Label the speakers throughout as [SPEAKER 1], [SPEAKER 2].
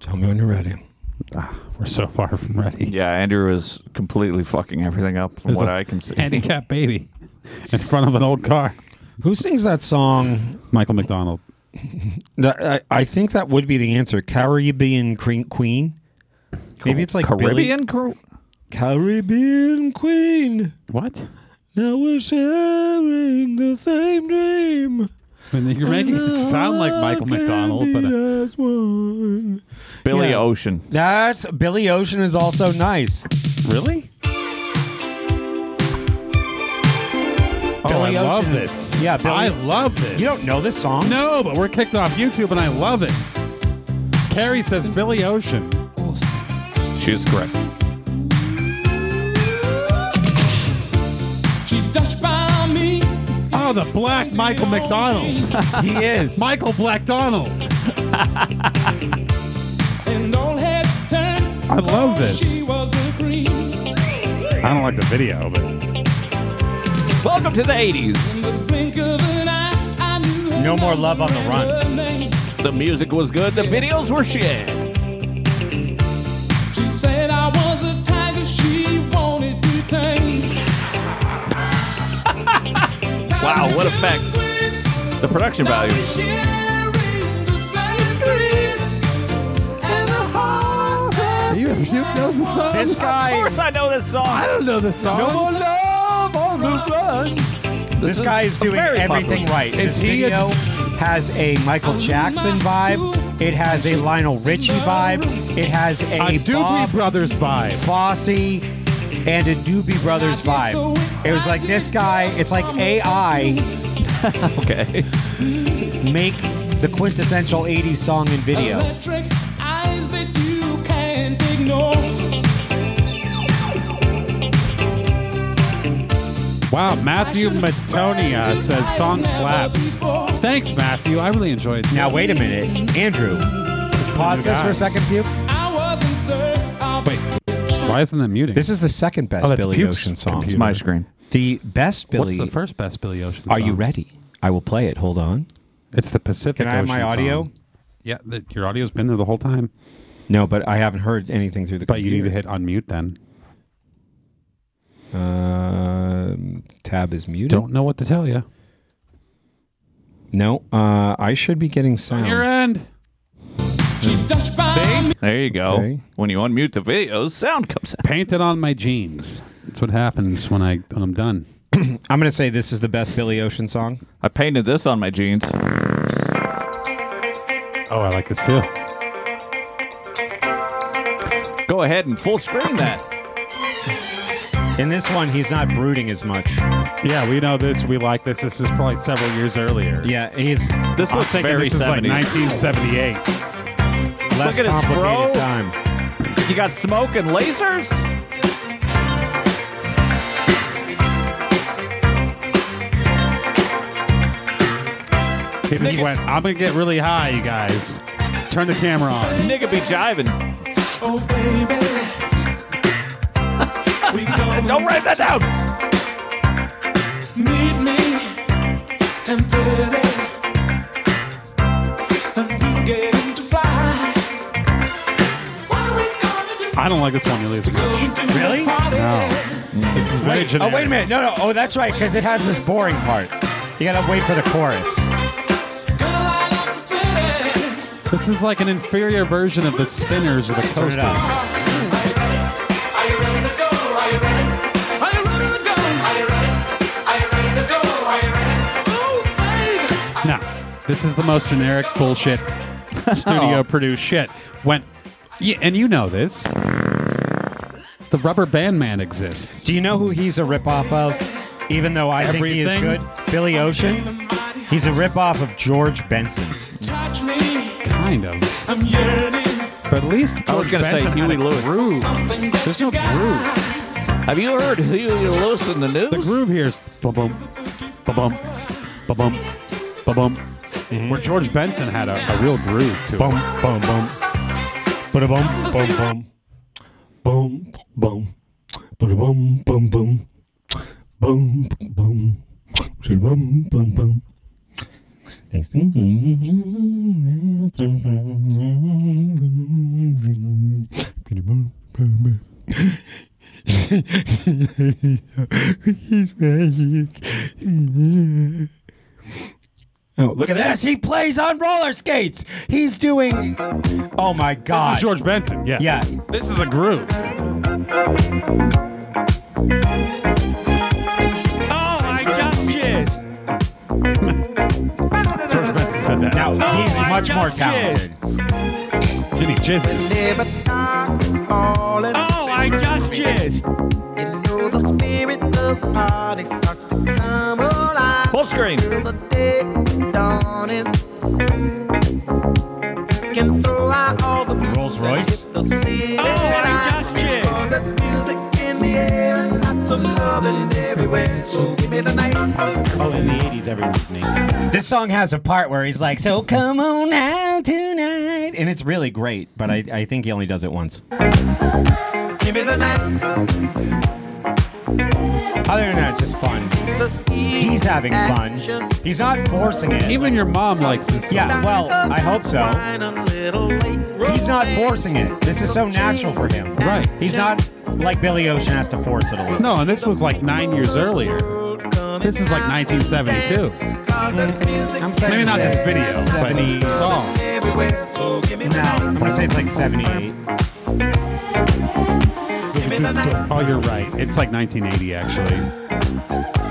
[SPEAKER 1] Tell me when you're ready.
[SPEAKER 2] We're so far from ready.
[SPEAKER 3] Yeah, Andrew is completely fucking everything up from
[SPEAKER 2] There's
[SPEAKER 3] what
[SPEAKER 2] a
[SPEAKER 3] I can see.
[SPEAKER 2] Handicap baby in front of an old car.
[SPEAKER 1] Who sings that song?
[SPEAKER 2] Michael McDonald.
[SPEAKER 1] That I, I think that would be the answer. Caribbean Cre- Queen. Maybe it's like Billie-
[SPEAKER 3] Caribbean crew.
[SPEAKER 1] Caribbean Queen.
[SPEAKER 2] What?
[SPEAKER 1] Now we're sharing the same dream.
[SPEAKER 2] you're making it sound like Michael McDonald, but uh,
[SPEAKER 3] Billy
[SPEAKER 1] Yeah.
[SPEAKER 3] Ocean.
[SPEAKER 1] That's Billy Ocean is also nice.
[SPEAKER 2] really? Oh, I
[SPEAKER 1] Billy
[SPEAKER 2] love
[SPEAKER 1] Ocean.
[SPEAKER 2] this.
[SPEAKER 1] Yeah, Billy-
[SPEAKER 2] I love this.
[SPEAKER 1] You don't know this song?
[SPEAKER 2] No, but we're kicked off YouTube, and I love it. Carrie says Billy Ocean.
[SPEAKER 3] She is correct.
[SPEAKER 4] She dashed by me.
[SPEAKER 2] Oh, the black Michael McDonald.
[SPEAKER 1] He is.
[SPEAKER 2] Michael Black Donald.
[SPEAKER 4] And all heads turned.
[SPEAKER 2] I love
[SPEAKER 4] for
[SPEAKER 2] this.
[SPEAKER 4] She was the green.
[SPEAKER 2] I don't like the video, but
[SPEAKER 3] Welcome to the 80s.
[SPEAKER 4] In the blink of an eye, I knew her
[SPEAKER 1] No more love on the
[SPEAKER 4] number
[SPEAKER 1] run.
[SPEAKER 4] and her name.
[SPEAKER 3] The music was good. The videos were shit.
[SPEAKER 4] She said I was the tiger she wanted to tame.
[SPEAKER 3] Wow, what effects. The production
[SPEAKER 4] Now
[SPEAKER 3] value.
[SPEAKER 4] we're sharing the same dream. And the hearts that
[SPEAKER 2] you, you knows the song.
[SPEAKER 1] This
[SPEAKER 3] Of
[SPEAKER 1] guy,
[SPEAKER 3] course I know this song.
[SPEAKER 2] I don't know the song.
[SPEAKER 3] love on the run.
[SPEAKER 1] this guy is doing
[SPEAKER 3] very
[SPEAKER 1] everything
[SPEAKER 3] popular.
[SPEAKER 1] right. Is this
[SPEAKER 2] he a-
[SPEAKER 1] video has a Michael Jackson vibe. It has a Lionel Richie vibe. It has a,
[SPEAKER 2] A
[SPEAKER 1] Bob
[SPEAKER 2] Doobie Brothers vibe.
[SPEAKER 1] Fosse and a Doobie Brothers vibe. It was like this guy, it's like AI
[SPEAKER 3] Okay.
[SPEAKER 1] make the quintessential 80s song and video.
[SPEAKER 4] Electric eyes that you can't ignore.
[SPEAKER 2] Wow, Matthew Matonia says song slaps. Thanks, Matthew. I really enjoyed it.
[SPEAKER 1] Now, wait a minute. Andrew, pause this for a second, Puke.
[SPEAKER 4] I wasn't certain of
[SPEAKER 2] Wait, why isn't that muting?
[SPEAKER 1] This is the second best
[SPEAKER 2] Oh, that's
[SPEAKER 1] Billy
[SPEAKER 2] Puke's
[SPEAKER 1] Ocean song.
[SPEAKER 2] computer.
[SPEAKER 3] My screen.
[SPEAKER 1] The best
[SPEAKER 2] What's
[SPEAKER 1] Billy.
[SPEAKER 2] the first best Billy Ocean
[SPEAKER 1] Are you
[SPEAKER 2] song?
[SPEAKER 1] ready? I will play it. Hold on.
[SPEAKER 2] It's the Pacific
[SPEAKER 1] Can I have my
[SPEAKER 2] Ocean
[SPEAKER 1] audio?
[SPEAKER 2] song. Yeah, the, your audio's been there the whole time.
[SPEAKER 1] No, but I haven't heard anything through the
[SPEAKER 2] But you need
[SPEAKER 1] computer.
[SPEAKER 2] to hit unmute then.
[SPEAKER 1] hit. Um, tab is muted.
[SPEAKER 2] Don't know what to tell you.
[SPEAKER 1] No, uh, I should be getting sound.
[SPEAKER 2] Your end.
[SPEAKER 4] she dashed by me.
[SPEAKER 3] There you go.
[SPEAKER 1] Okay.
[SPEAKER 3] When you unmute the videos, sound comes out.
[SPEAKER 2] Painted on my jeans. That's what happens when I when I'm done.
[SPEAKER 1] I'm going to say this is the best Billy Ocean song.
[SPEAKER 3] I painted this on my jeans.
[SPEAKER 2] Oh, I like this too.
[SPEAKER 3] Go ahead and full screen that.
[SPEAKER 1] In this one, he's not brooding as much.
[SPEAKER 2] Yeah, we know this. We like this. This is probably several years earlier.
[SPEAKER 1] Yeah, he's
[SPEAKER 3] This looks Ah, very 70s.
[SPEAKER 2] 1978.
[SPEAKER 1] less
[SPEAKER 3] at his
[SPEAKER 1] complicated
[SPEAKER 3] fro.
[SPEAKER 1] time.
[SPEAKER 3] You got smoke and lasers?
[SPEAKER 2] He just went, I'm going to get really high, you guys. Turn the camera on.
[SPEAKER 3] Nigga be jiving.
[SPEAKER 4] Oh, baby. We gonna
[SPEAKER 3] Don't write that down.
[SPEAKER 4] meet me 10:30. And we getting to fly. What are we gonna do?
[SPEAKER 2] I don't like this one nearly as much.
[SPEAKER 4] Go to
[SPEAKER 1] Really?
[SPEAKER 4] the party.
[SPEAKER 2] This is very generic.
[SPEAKER 1] Oh, wait a minute. No, no. Oh, that's right, because it has this boring part. You got to wait for the chorus.
[SPEAKER 4] Gonna light up the city.
[SPEAKER 2] This is like an inferior version of the spinners or the
[SPEAKER 1] Turn
[SPEAKER 2] coasters.
[SPEAKER 1] it up.
[SPEAKER 4] Are you ready to go? Are you ready? Are you ready to go? Are you ready? Are you ready to go? Are you ready? Ooh, baby. Are
[SPEAKER 2] No,
[SPEAKER 4] you
[SPEAKER 2] this is the most generic bullshit studio
[SPEAKER 3] Oh.
[SPEAKER 2] produced shit. When, yeah, and you know this. The rubber band man exists.
[SPEAKER 1] Do you know who he's a ripoff of? Even though I think he is
[SPEAKER 2] Everything.
[SPEAKER 1] good, Billy Ocean. He's a ripoff of George Benson.
[SPEAKER 4] Touch me.
[SPEAKER 2] Kind of.
[SPEAKER 4] I'm yearning.
[SPEAKER 2] But at least George
[SPEAKER 3] I was gonna say
[SPEAKER 2] Benson had
[SPEAKER 3] Huey
[SPEAKER 2] a
[SPEAKER 3] Lewis.
[SPEAKER 2] groove.
[SPEAKER 4] Something that
[SPEAKER 2] There's
[SPEAKER 4] you
[SPEAKER 2] no
[SPEAKER 4] got.
[SPEAKER 2] groove.
[SPEAKER 3] Have you heard Huey Lewis in the
[SPEAKER 2] The
[SPEAKER 3] news?
[SPEAKER 2] groove here is ba bum, ba bum, ba bum, ba bum.
[SPEAKER 3] Mm-hmm.
[SPEAKER 2] Where George Benson had a, a real groove to it.
[SPEAKER 1] bum, bum. Ba bum, bum,
[SPEAKER 5] Boom, boom, boom, boom, boom, boom, boom, boom, boom, boom. Thanks.
[SPEAKER 1] Oh, look at this. He plays on roller skates. He's doing. Oh, my God.
[SPEAKER 2] George Benson. Yeah.
[SPEAKER 1] Yeah.
[SPEAKER 2] This is a groove. Oh, I just jizz. George Benson said that.
[SPEAKER 1] Now, he's
[SPEAKER 2] Oh, I
[SPEAKER 1] much more
[SPEAKER 2] just
[SPEAKER 1] talented.
[SPEAKER 2] Then he jizzes. Oh, I just jizzed.
[SPEAKER 3] Full screen.
[SPEAKER 1] Rolls Royce.
[SPEAKER 2] Oh, I just jizzed.
[SPEAKER 6] Oh, in the 80s, everyone's name.
[SPEAKER 1] This song has a part where he's like, So come on out tonight. And it's really great, but I, I think he only does it once.
[SPEAKER 4] Give me the night,
[SPEAKER 1] Other than that, it's just fun. He's having fun. He's not forcing it.
[SPEAKER 2] Even your mom likes this song.
[SPEAKER 1] Yeah, well, I hope so.
[SPEAKER 4] wine a little late.
[SPEAKER 1] He's not forcing it. This is so natural for him.
[SPEAKER 2] Right.
[SPEAKER 1] He's not like Billy Ocean has to force it a little.
[SPEAKER 2] No, and this was like nine years earlier. This is like 1972.
[SPEAKER 1] I'm saying
[SPEAKER 2] Maybe not
[SPEAKER 1] it's
[SPEAKER 2] this video, but
[SPEAKER 1] 70
[SPEAKER 2] the song.
[SPEAKER 1] No, I'm gonna say it's like 78.
[SPEAKER 2] Oh, you're right. It's like 1980, actually.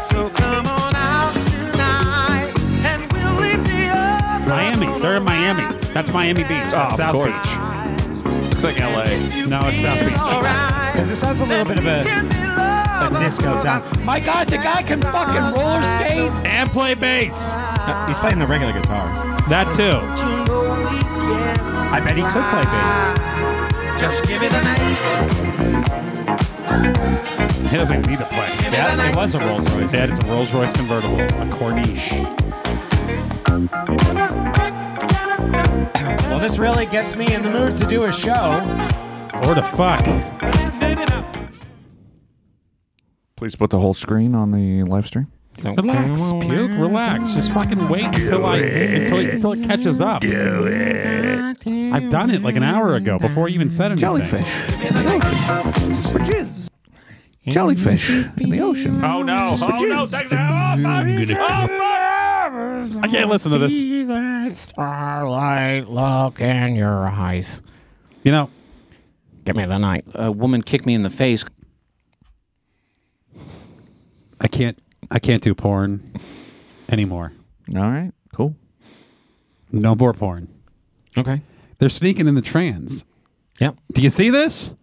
[SPEAKER 4] So come on out tonight, and we'll leave the other
[SPEAKER 2] Miami. They're in Miami. That's Miami Beach.
[SPEAKER 1] Oh,
[SPEAKER 2] That's
[SPEAKER 3] of
[SPEAKER 2] South
[SPEAKER 3] course.
[SPEAKER 2] Beach.
[SPEAKER 3] Looks like LA.
[SPEAKER 2] No, it's South Beach.
[SPEAKER 1] Because this has a little bit of a, a disco sound. My God, the guy can fucking roller skate.
[SPEAKER 2] And play bass.
[SPEAKER 1] he's playing the regular guitars.
[SPEAKER 2] That too.
[SPEAKER 1] I bet he could play bass.
[SPEAKER 4] Just give me the night.
[SPEAKER 2] He doesn't need to play.
[SPEAKER 1] Yeah, it was a Rolls Royce.
[SPEAKER 2] Dad, it's a Rolls Royce convertible, a Corniche.
[SPEAKER 1] Well, this really gets me in the mood to do a show.
[SPEAKER 2] Or the fuck.
[SPEAKER 7] Please put the whole screen on the live stream.
[SPEAKER 1] So
[SPEAKER 2] Relax, puke. Relax. Just fucking wait until I until, until it catches up. Do it. I've done it like an hour ago before you even said anything.
[SPEAKER 7] For jizz. Jellyfish in the ocean.
[SPEAKER 3] Oh no! Oh no! Take that off! Oh,
[SPEAKER 2] I can't listen to this. Starlight, look in your eyes. You know,
[SPEAKER 6] A woman kicked me in the face.
[SPEAKER 2] I can't. I can't do porn anymore.
[SPEAKER 7] All right, cool.
[SPEAKER 2] No more porn.
[SPEAKER 1] Okay.
[SPEAKER 2] They're sneaking in the trans.
[SPEAKER 1] Yep.
[SPEAKER 2] Do you see this?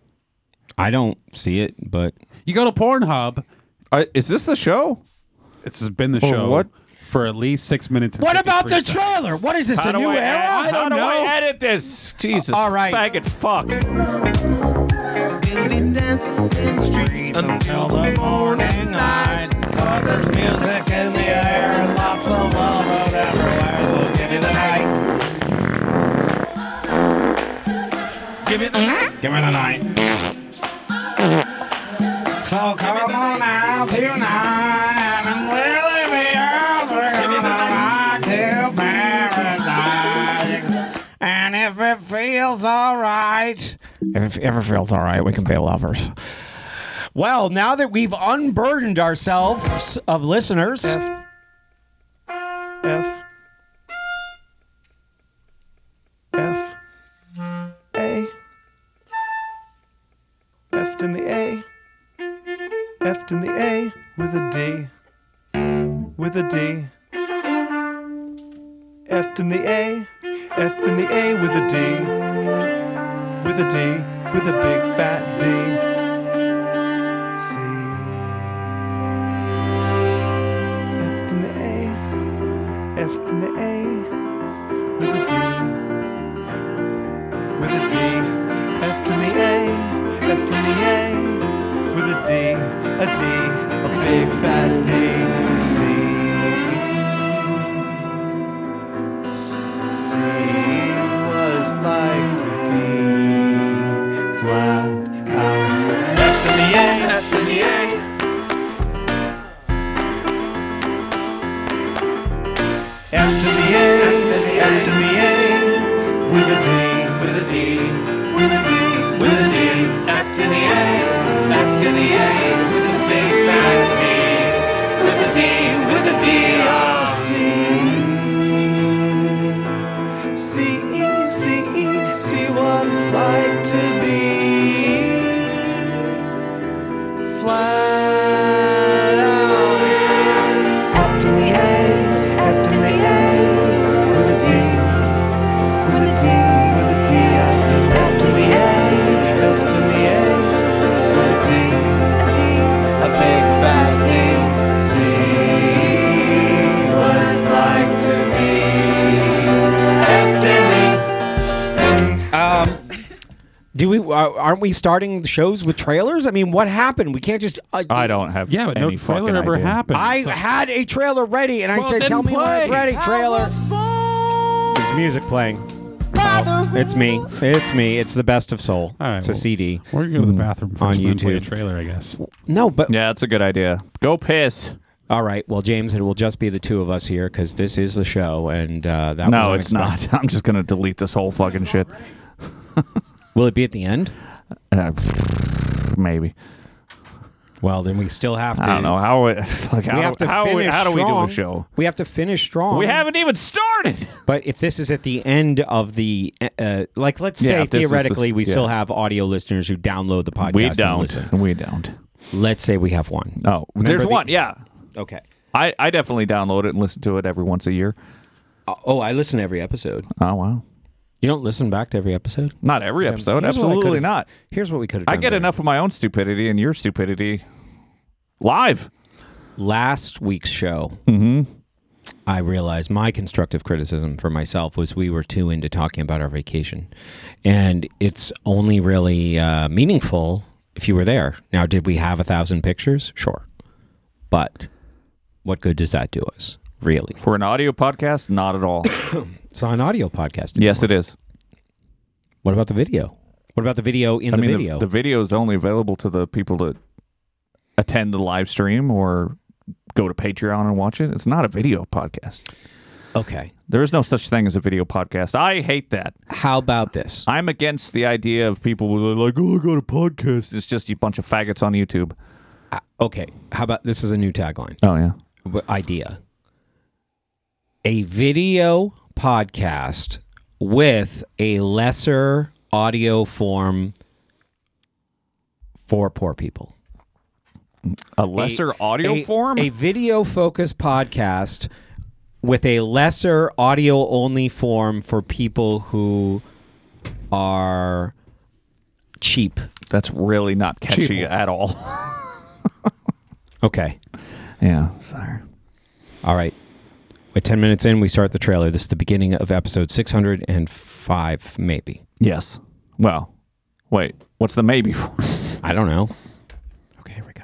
[SPEAKER 1] I don't see it, but
[SPEAKER 2] You go to Pornhub.
[SPEAKER 7] Uh, is this the show?
[SPEAKER 2] This has been the
[SPEAKER 7] Oh,
[SPEAKER 2] show
[SPEAKER 7] what?
[SPEAKER 2] for at least six minutes. And
[SPEAKER 1] what about
[SPEAKER 2] 53
[SPEAKER 1] the
[SPEAKER 2] seconds.
[SPEAKER 1] trailer? What is this?
[SPEAKER 3] How
[SPEAKER 1] a
[SPEAKER 3] do
[SPEAKER 1] new
[SPEAKER 3] I
[SPEAKER 1] era?
[SPEAKER 3] Edit?
[SPEAKER 1] I
[SPEAKER 3] How
[SPEAKER 1] don't
[SPEAKER 3] do
[SPEAKER 1] know.
[SPEAKER 3] I edit this? Jesus.
[SPEAKER 1] all right.
[SPEAKER 3] Faggot. Fuck.
[SPEAKER 4] We'll be dancing in the street until the morning light. Cause there's music in the air and lots of love out everywhere. So give me the night. Give it the night.
[SPEAKER 1] Give me the night. So come on out tonight and we'll be out. We're gonna rock to paradise. And if it feels all right, if it ever feels all right, we can be lovers. Well, now that we've unburdened ourselves of listeners,
[SPEAKER 8] F F A F in the A F in the A with a D with a D F in the A F in the A with a D with a D with a big fat D C F in the A F and the A with a D. With a D. F to the A. F to the A. With a D. A D. A big fat D. C. C was like to be flat out. F to the A. F to the A. F to the A, F to the A, with a D, with a D, with a D, with a D, see, see what it's like to be flat out. F to the A, F to the A, with a D, with a D, with a D after. F to the A, F to the A, with a D, a big fat D. See what it's like to be F to the
[SPEAKER 1] Do we? Uh, aren't we starting shows with trailers? I mean, what happened? We can't just. Uh,
[SPEAKER 7] I don't have.
[SPEAKER 2] Yeah, but no
[SPEAKER 7] any
[SPEAKER 2] trailer
[SPEAKER 7] fucking
[SPEAKER 2] ever
[SPEAKER 7] idea.
[SPEAKER 2] happened.
[SPEAKER 1] I
[SPEAKER 2] so-
[SPEAKER 1] had a trailer ready, and I
[SPEAKER 2] Well,
[SPEAKER 1] said,
[SPEAKER 2] then
[SPEAKER 1] "Tell me when it's
[SPEAKER 2] play.
[SPEAKER 1] ready." Trailer. There's music playing. It's me. It's me. It's the best of soul.
[SPEAKER 2] All right,
[SPEAKER 1] it's a
[SPEAKER 2] well-
[SPEAKER 1] CD.
[SPEAKER 2] We're gonna go to the bathroom first,
[SPEAKER 1] On
[SPEAKER 2] then play a
[SPEAKER 1] YouTube.
[SPEAKER 2] trailer, I guess.
[SPEAKER 1] No, but
[SPEAKER 7] Yeah, that's a good idea. Go piss.
[SPEAKER 1] all right. Well, James, it will just be the two of us here because this is the show, and uh, that.
[SPEAKER 7] No,
[SPEAKER 1] was
[SPEAKER 7] it's
[SPEAKER 1] unexpected.
[SPEAKER 7] not. I'm just gonna delete this whole fucking shit.
[SPEAKER 1] Will it be at the end?
[SPEAKER 7] Uh, maybe.
[SPEAKER 1] Well, then we still have to.
[SPEAKER 7] I don't know how. It, like how,
[SPEAKER 1] We have to
[SPEAKER 7] how, we-
[SPEAKER 1] finish
[SPEAKER 7] how do we do
[SPEAKER 1] strong.
[SPEAKER 7] a show?
[SPEAKER 1] We have to finish strong.
[SPEAKER 7] We haven't even started.
[SPEAKER 1] But if this is at the end of the, uh, like, let's
[SPEAKER 7] Yeah,
[SPEAKER 1] say
[SPEAKER 7] if this is the-
[SPEAKER 1] theoretically, we
[SPEAKER 7] yeah.
[SPEAKER 1] still have audio listeners who download the podcast.
[SPEAKER 7] We
[SPEAKER 1] and listen.
[SPEAKER 7] don't. We don't.
[SPEAKER 1] Let's say we have one.
[SPEAKER 7] Oh, there's
[SPEAKER 1] the-
[SPEAKER 7] one. Yeah,
[SPEAKER 1] Okay.
[SPEAKER 7] I, I definitely download it and listen to it every once a year.
[SPEAKER 1] Oh, I listen to every episode.
[SPEAKER 7] Oh wow.
[SPEAKER 1] You don't listen back to every episode.
[SPEAKER 7] Not every episode.
[SPEAKER 1] Here's what I
[SPEAKER 7] Absolutely
[SPEAKER 1] could've-
[SPEAKER 7] not.
[SPEAKER 1] Here's what we could have.
[SPEAKER 7] I get enough of my own stupidity and your stupidity live.
[SPEAKER 1] Last week's show.
[SPEAKER 7] Mm-hmm.
[SPEAKER 1] I realized my constructive criticism for myself was we were too into talking about our vacation, and it's only really uh, meaningful if you were there. Now, did we have a thousand pictures? Sure, but what good does that do us? Really?
[SPEAKER 7] For an audio podcast, not at all.
[SPEAKER 1] It's not an audio podcast.
[SPEAKER 7] yes, it is.
[SPEAKER 1] What about the video? What about the video in
[SPEAKER 7] I
[SPEAKER 1] the
[SPEAKER 7] mean,
[SPEAKER 1] video?
[SPEAKER 7] The, the video is only available to the people that attend the live stream or go to Patreon and watch it. It's not a video podcast.
[SPEAKER 1] okay.
[SPEAKER 7] There is no such thing as a video podcast. I hate that.
[SPEAKER 1] How about this?
[SPEAKER 7] I'm against the idea of people who are like, oh, I got a podcast. It's just a bunch of faggots on YouTube.
[SPEAKER 1] Okay. How about this is a new tagline?
[SPEAKER 7] Oh, yeah.
[SPEAKER 1] w- idea a video podcast with a lesser audio form for poor people
[SPEAKER 7] A lesser audio
[SPEAKER 1] a,
[SPEAKER 7] form?
[SPEAKER 1] a video focused podcast with a lesser audio only form for people who are cheap
[SPEAKER 7] That's really not catchy at all.
[SPEAKER 1] okay
[SPEAKER 7] yeah, sorry.
[SPEAKER 1] All right. We're 10 minutes in, we start the trailer. This is the beginning of episode 605, maybe.
[SPEAKER 7] Yes. Well, wait. What's the maybe for?
[SPEAKER 1] I don't know. Okay, here we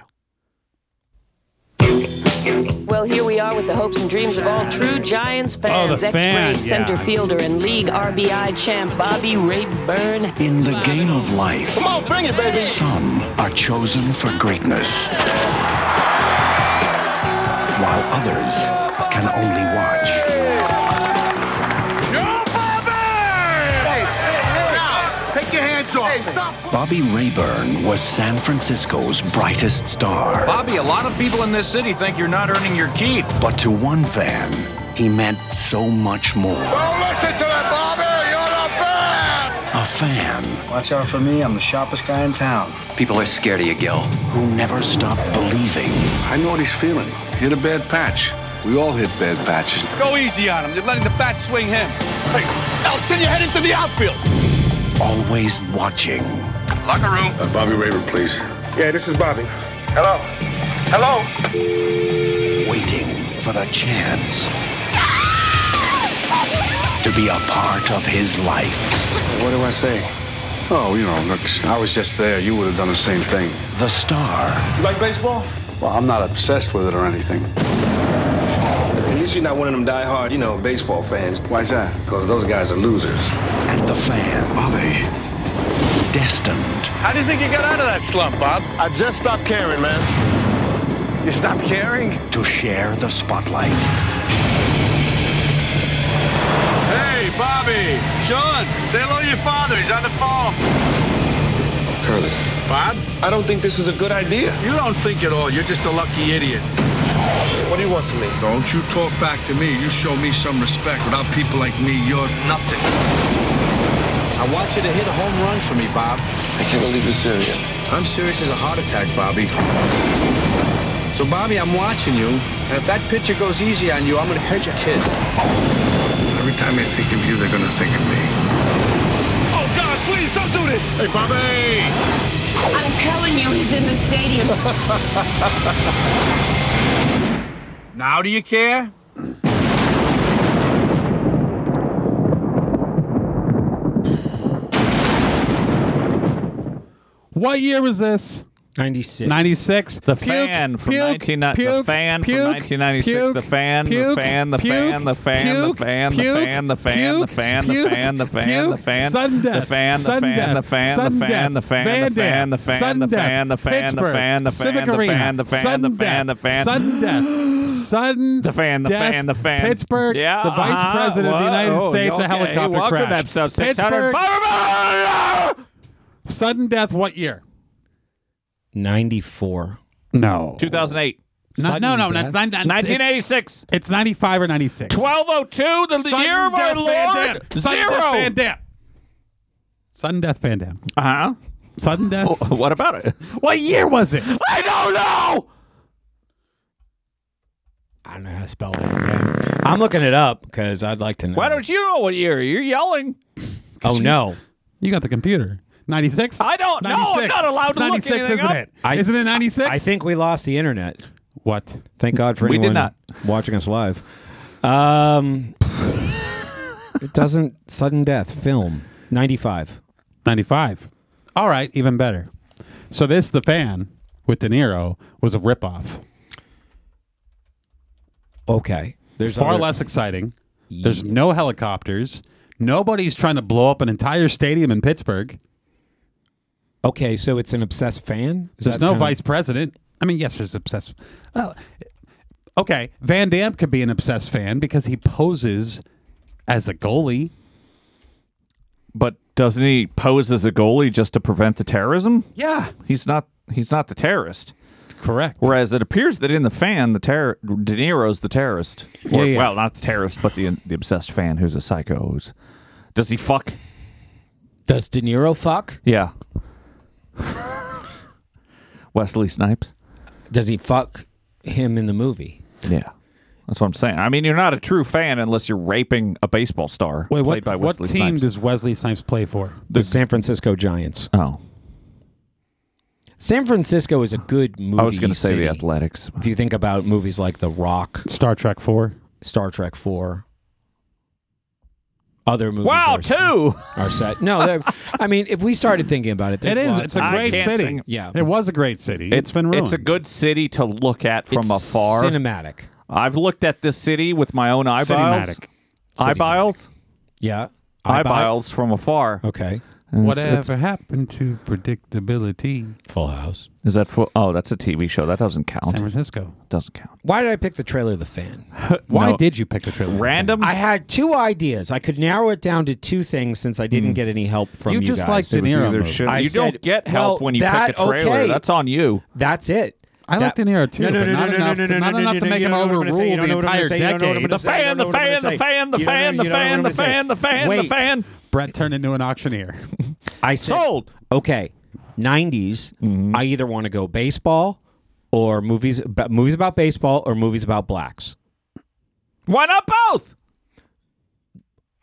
[SPEAKER 1] go.
[SPEAKER 9] Well, here we are with the hopes and dreams of all true Giants fans.
[SPEAKER 2] the
[SPEAKER 9] Ex-Braves
[SPEAKER 2] fan,
[SPEAKER 9] center
[SPEAKER 2] yeah.
[SPEAKER 9] fielder and league RBI champ Bobby Rayburn.
[SPEAKER 10] In the game of life, come on, bring it, baby. Some are chosen for greatness, while others can only watch. Bobby Rayburn was San Francisco's brightest star.
[SPEAKER 3] Bobby, a lot of people in this city think you're not earning your keep.
[SPEAKER 10] But to one fan, he meant so much more. Don't listen to that, Bobby! You're the best! A fan
[SPEAKER 11] Watch out for me. I'm the sharpest guy in town. People are scared of you, Gil.
[SPEAKER 10] who never stopped believing
[SPEAKER 11] I know what he's feeling. He hit a bad patch. We all hit bad patches.
[SPEAKER 3] Go easy on him. You're letting the bat swing him. Hey, Elton, you head into the outfield.
[SPEAKER 10] always watching.
[SPEAKER 11] Locker room. Uh, Bobby Raver, please. Yeah, this is Bobby. Hello. Hello.
[SPEAKER 10] waiting for the chance to be a part of his life.
[SPEAKER 11] What do I say? Oh, you know, look, I was just there. You would have done the same thing.
[SPEAKER 10] The star
[SPEAKER 11] You like baseball? Well, I'm not obsessed with it or anything. At least you're not one of them die-hard, you know, baseball fans. Why's that? Because those guys are losers.
[SPEAKER 10] and the fan. Bobby. Destined
[SPEAKER 3] How do you think you got out of that slump, Bob?
[SPEAKER 11] I just stopped caring, man. You stopped caring?
[SPEAKER 10] to share the spotlight.
[SPEAKER 3] Hey, Bobby. Sean, say hello to your father. He's on the phone.
[SPEAKER 11] Curly,
[SPEAKER 3] Bob?
[SPEAKER 11] I don't think this is a good idea.
[SPEAKER 3] You don't think at all. You're just a lucky idiot.
[SPEAKER 11] What do you want from me?
[SPEAKER 10] Don't you talk back to me. You show me some respect.
[SPEAKER 11] Without people like me, you're nothing. I want you to hit a home run for me, Bob. I can't believe you're serious. I'm serious as a heart attack, Bobby. So, Bobby, I'm watching you, and if that pitcher goes easy on you, I'm gonna hurt your kid. Every time they think of you, they're gonna think of me.
[SPEAKER 3] Oh, God, please don't do this. Hey, Bobby.
[SPEAKER 9] I'm telling you, he's in the stadium.
[SPEAKER 11] Now do you care?
[SPEAKER 2] What year was this?
[SPEAKER 1] 96.
[SPEAKER 2] 96.
[SPEAKER 7] The fan from 1990 the fan from 1996 the fan the fan the fan the fan the fan the fan the fan the fan the fan the fan the fan the fan the fan the fan the fan the fan the fan the fan the fan the fan the fan the fan the fan the fan the fan the fan the fan
[SPEAKER 2] Sudden death. Sudden
[SPEAKER 7] the fan the
[SPEAKER 2] death.
[SPEAKER 7] fan the fan
[SPEAKER 2] Pittsburgh.
[SPEAKER 7] yeah
[SPEAKER 2] The vice
[SPEAKER 7] uh-huh.
[SPEAKER 2] president of the United
[SPEAKER 7] Whoa,
[SPEAKER 2] States.
[SPEAKER 7] okay.
[SPEAKER 2] A helicopter
[SPEAKER 7] welcome
[SPEAKER 2] crash.
[SPEAKER 7] to episode 600
[SPEAKER 2] Sudden death. What year?
[SPEAKER 1] 94.
[SPEAKER 2] No.
[SPEAKER 7] 2008
[SPEAKER 2] No, no, no, not, not, not-
[SPEAKER 7] 1986
[SPEAKER 2] It's, it's 95 or 96.
[SPEAKER 7] 1202 the
[SPEAKER 2] Sudden
[SPEAKER 7] year of our
[SPEAKER 2] death Van
[SPEAKER 7] lord
[SPEAKER 2] Damme. Sudden
[SPEAKER 7] zero
[SPEAKER 2] death Van Damme. Sudden death Van Damme.
[SPEAKER 7] Uh huh.
[SPEAKER 2] Sudden death.
[SPEAKER 7] What about it?
[SPEAKER 2] What year was it?
[SPEAKER 7] I don't know.
[SPEAKER 1] I don't know how to spell that. I'm looking it up because I'd like to know.
[SPEAKER 7] Why don't you know what year? You're yelling.
[SPEAKER 1] Oh, no.
[SPEAKER 2] You got the computer. 96?
[SPEAKER 7] I don't know. I'm
[SPEAKER 2] 96.
[SPEAKER 7] not allowed
[SPEAKER 2] It's
[SPEAKER 7] to look
[SPEAKER 2] 96,
[SPEAKER 7] anything
[SPEAKER 2] isn't
[SPEAKER 7] up.
[SPEAKER 2] it? Isn't it 96?
[SPEAKER 1] I think we lost the internet.
[SPEAKER 2] What?
[SPEAKER 1] Thank God for
[SPEAKER 7] We did
[SPEAKER 1] anyone
[SPEAKER 7] not.
[SPEAKER 1] watching us live. Um, it doesn't sudden death film 95.
[SPEAKER 2] 95. All right, even better. So this, The Fan, with De Niro, was a ripoff.
[SPEAKER 1] Okay. There's
[SPEAKER 2] far
[SPEAKER 1] other-
[SPEAKER 2] less exciting. There's no helicopters. Nobody's trying to blow up an entire stadium in Pittsburgh.
[SPEAKER 1] Okay, so it's an obsessed fan. Is
[SPEAKER 2] There's
[SPEAKER 1] that
[SPEAKER 2] no
[SPEAKER 1] kinda-
[SPEAKER 2] vice president. I mean, yes, there's obsessed. Well, okay, Van Damme could be an obsessed fan because he poses as a goalie.
[SPEAKER 7] But doesn't he pose as a goalie just to prevent the terrorism?
[SPEAKER 2] Yeah,
[SPEAKER 7] He's not. He's not the terrorist.
[SPEAKER 2] correct.
[SPEAKER 7] Whereas it appears that in the fan, the terror De Niro's the terrorist. Or,
[SPEAKER 2] Yeah, yeah.
[SPEAKER 7] Well, not the terrorist, but the the obsessed fan who's a psycho. Who's, does he fuck?
[SPEAKER 1] Does De Niro fuck?
[SPEAKER 7] Yeah. Wesley Snipes.
[SPEAKER 1] Does he fuck him in the movie?
[SPEAKER 7] Yeah. That's what I'm saying. I mean, you're not a true fan unless you're raping a baseball star
[SPEAKER 2] Wait,
[SPEAKER 7] played
[SPEAKER 2] what?
[SPEAKER 7] by
[SPEAKER 2] What
[SPEAKER 7] Wesley
[SPEAKER 2] team
[SPEAKER 7] Snipes.
[SPEAKER 2] does Wesley Snipes play for?
[SPEAKER 1] The San Francisco Giants.
[SPEAKER 7] oh,
[SPEAKER 1] San Francisco is a good movie.
[SPEAKER 7] I was going to say
[SPEAKER 1] city.
[SPEAKER 7] the Athletics.
[SPEAKER 1] If you think about movies like The Rock,
[SPEAKER 2] Star Trek Four.
[SPEAKER 1] Star Trek Four, other movies.
[SPEAKER 7] Wow,
[SPEAKER 1] are,
[SPEAKER 7] two.
[SPEAKER 1] are set. No, they're- I mean, if we started thinking about it,
[SPEAKER 2] It
[SPEAKER 1] there's
[SPEAKER 2] is.
[SPEAKER 1] lots
[SPEAKER 2] It's a
[SPEAKER 1] of-
[SPEAKER 7] I
[SPEAKER 2] great
[SPEAKER 7] can't
[SPEAKER 2] city.
[SPEAKER 7] sing-
[SPEAKER 1] Yeah.
[SPEAKER 2] it was a great city. it's been ruined.
[SPEAKER 7] It's a good city to look at from
[SPEAKER 1] it's
[SPEAKER 7] afar.
[SPEAKER 1] Cinematic.
[SPEAKER 7] I've looked at this city with my own eyeballs.
[SPEAKER 2] Cinematic.
[SPEAKER 7] Eyeballs?
[SPEAKER 1] Yeah. I buy-
[SPEAKER 7] Eyeballs from afar.
[SPEAKER 1] Okay.
[SPEAKER 7] And it's- it's-
[SPEAKER 2] Whatever happened to predictability?
[SPEAKER 1] Full House.
[SPEAKER 7] Is that for? Oh, that's a TV show. That doesn't count.
[SPEAKER 2] San Francisco.
[SPEAKER 7] doesn't count.
[SPEAKER 1] Why did I pick the trailer of the fan?
[SPEAKER 2] Why
[SPEAKER 7] No.
[SPEAKER 2] did you pick the trailer?
[SPEAKER 7] Random.
[SPEAKER 1] I had two ideas. I could narrow it down to two things since I didn't get any help from you,
[SPEAKER 2] Hmm. You just
[SPEAKER 1] guys.
[SPEAKER 2] liked
[SPEAKER 1] It
[SPEAKER 2] De
[SPEAKER 1] was
[SPEAKER 2] Niro
[SPEAKER 1] either
[SPEAKER 2] movie.
[SPEAKER 1] should-
[SPEAKER 7] you
[SPEAKER 1] I
[SPEAKER 7] don't
[SPEAKER 1] said,
[SPEAKER 7] get help
[SPEAKER 1] well,
[SPEAKER 7] when you
[SPEAKER 1] that,
[SPEAKER 7] pick a trailer.
[SPEAKER 1] okay.
[SPEAKER 7] That's on you.
[SPEAKER 1] That's it.
[SPEAKER 2] I like De Niro too, but not enough to- not enough to make him overrule the entire decade. The
[SPEAKER 7] Fan, the fan, the fan, the fan, the fan, the fan, the fan, the
[SPEAKER 1] Wait.
[SPEAKER 7] fan.
[SPEAKER 2] Brett turned into an auctioneer.
[SPEAKER 1] I said,
[SPEAKER 7] Sold. Mm-hmm.
[SPEAKER 1] Okay, 90s. I either want to go baseball or movies ba- movies about baseball or movies about blacks.
[SPEAKER 7] Why not both?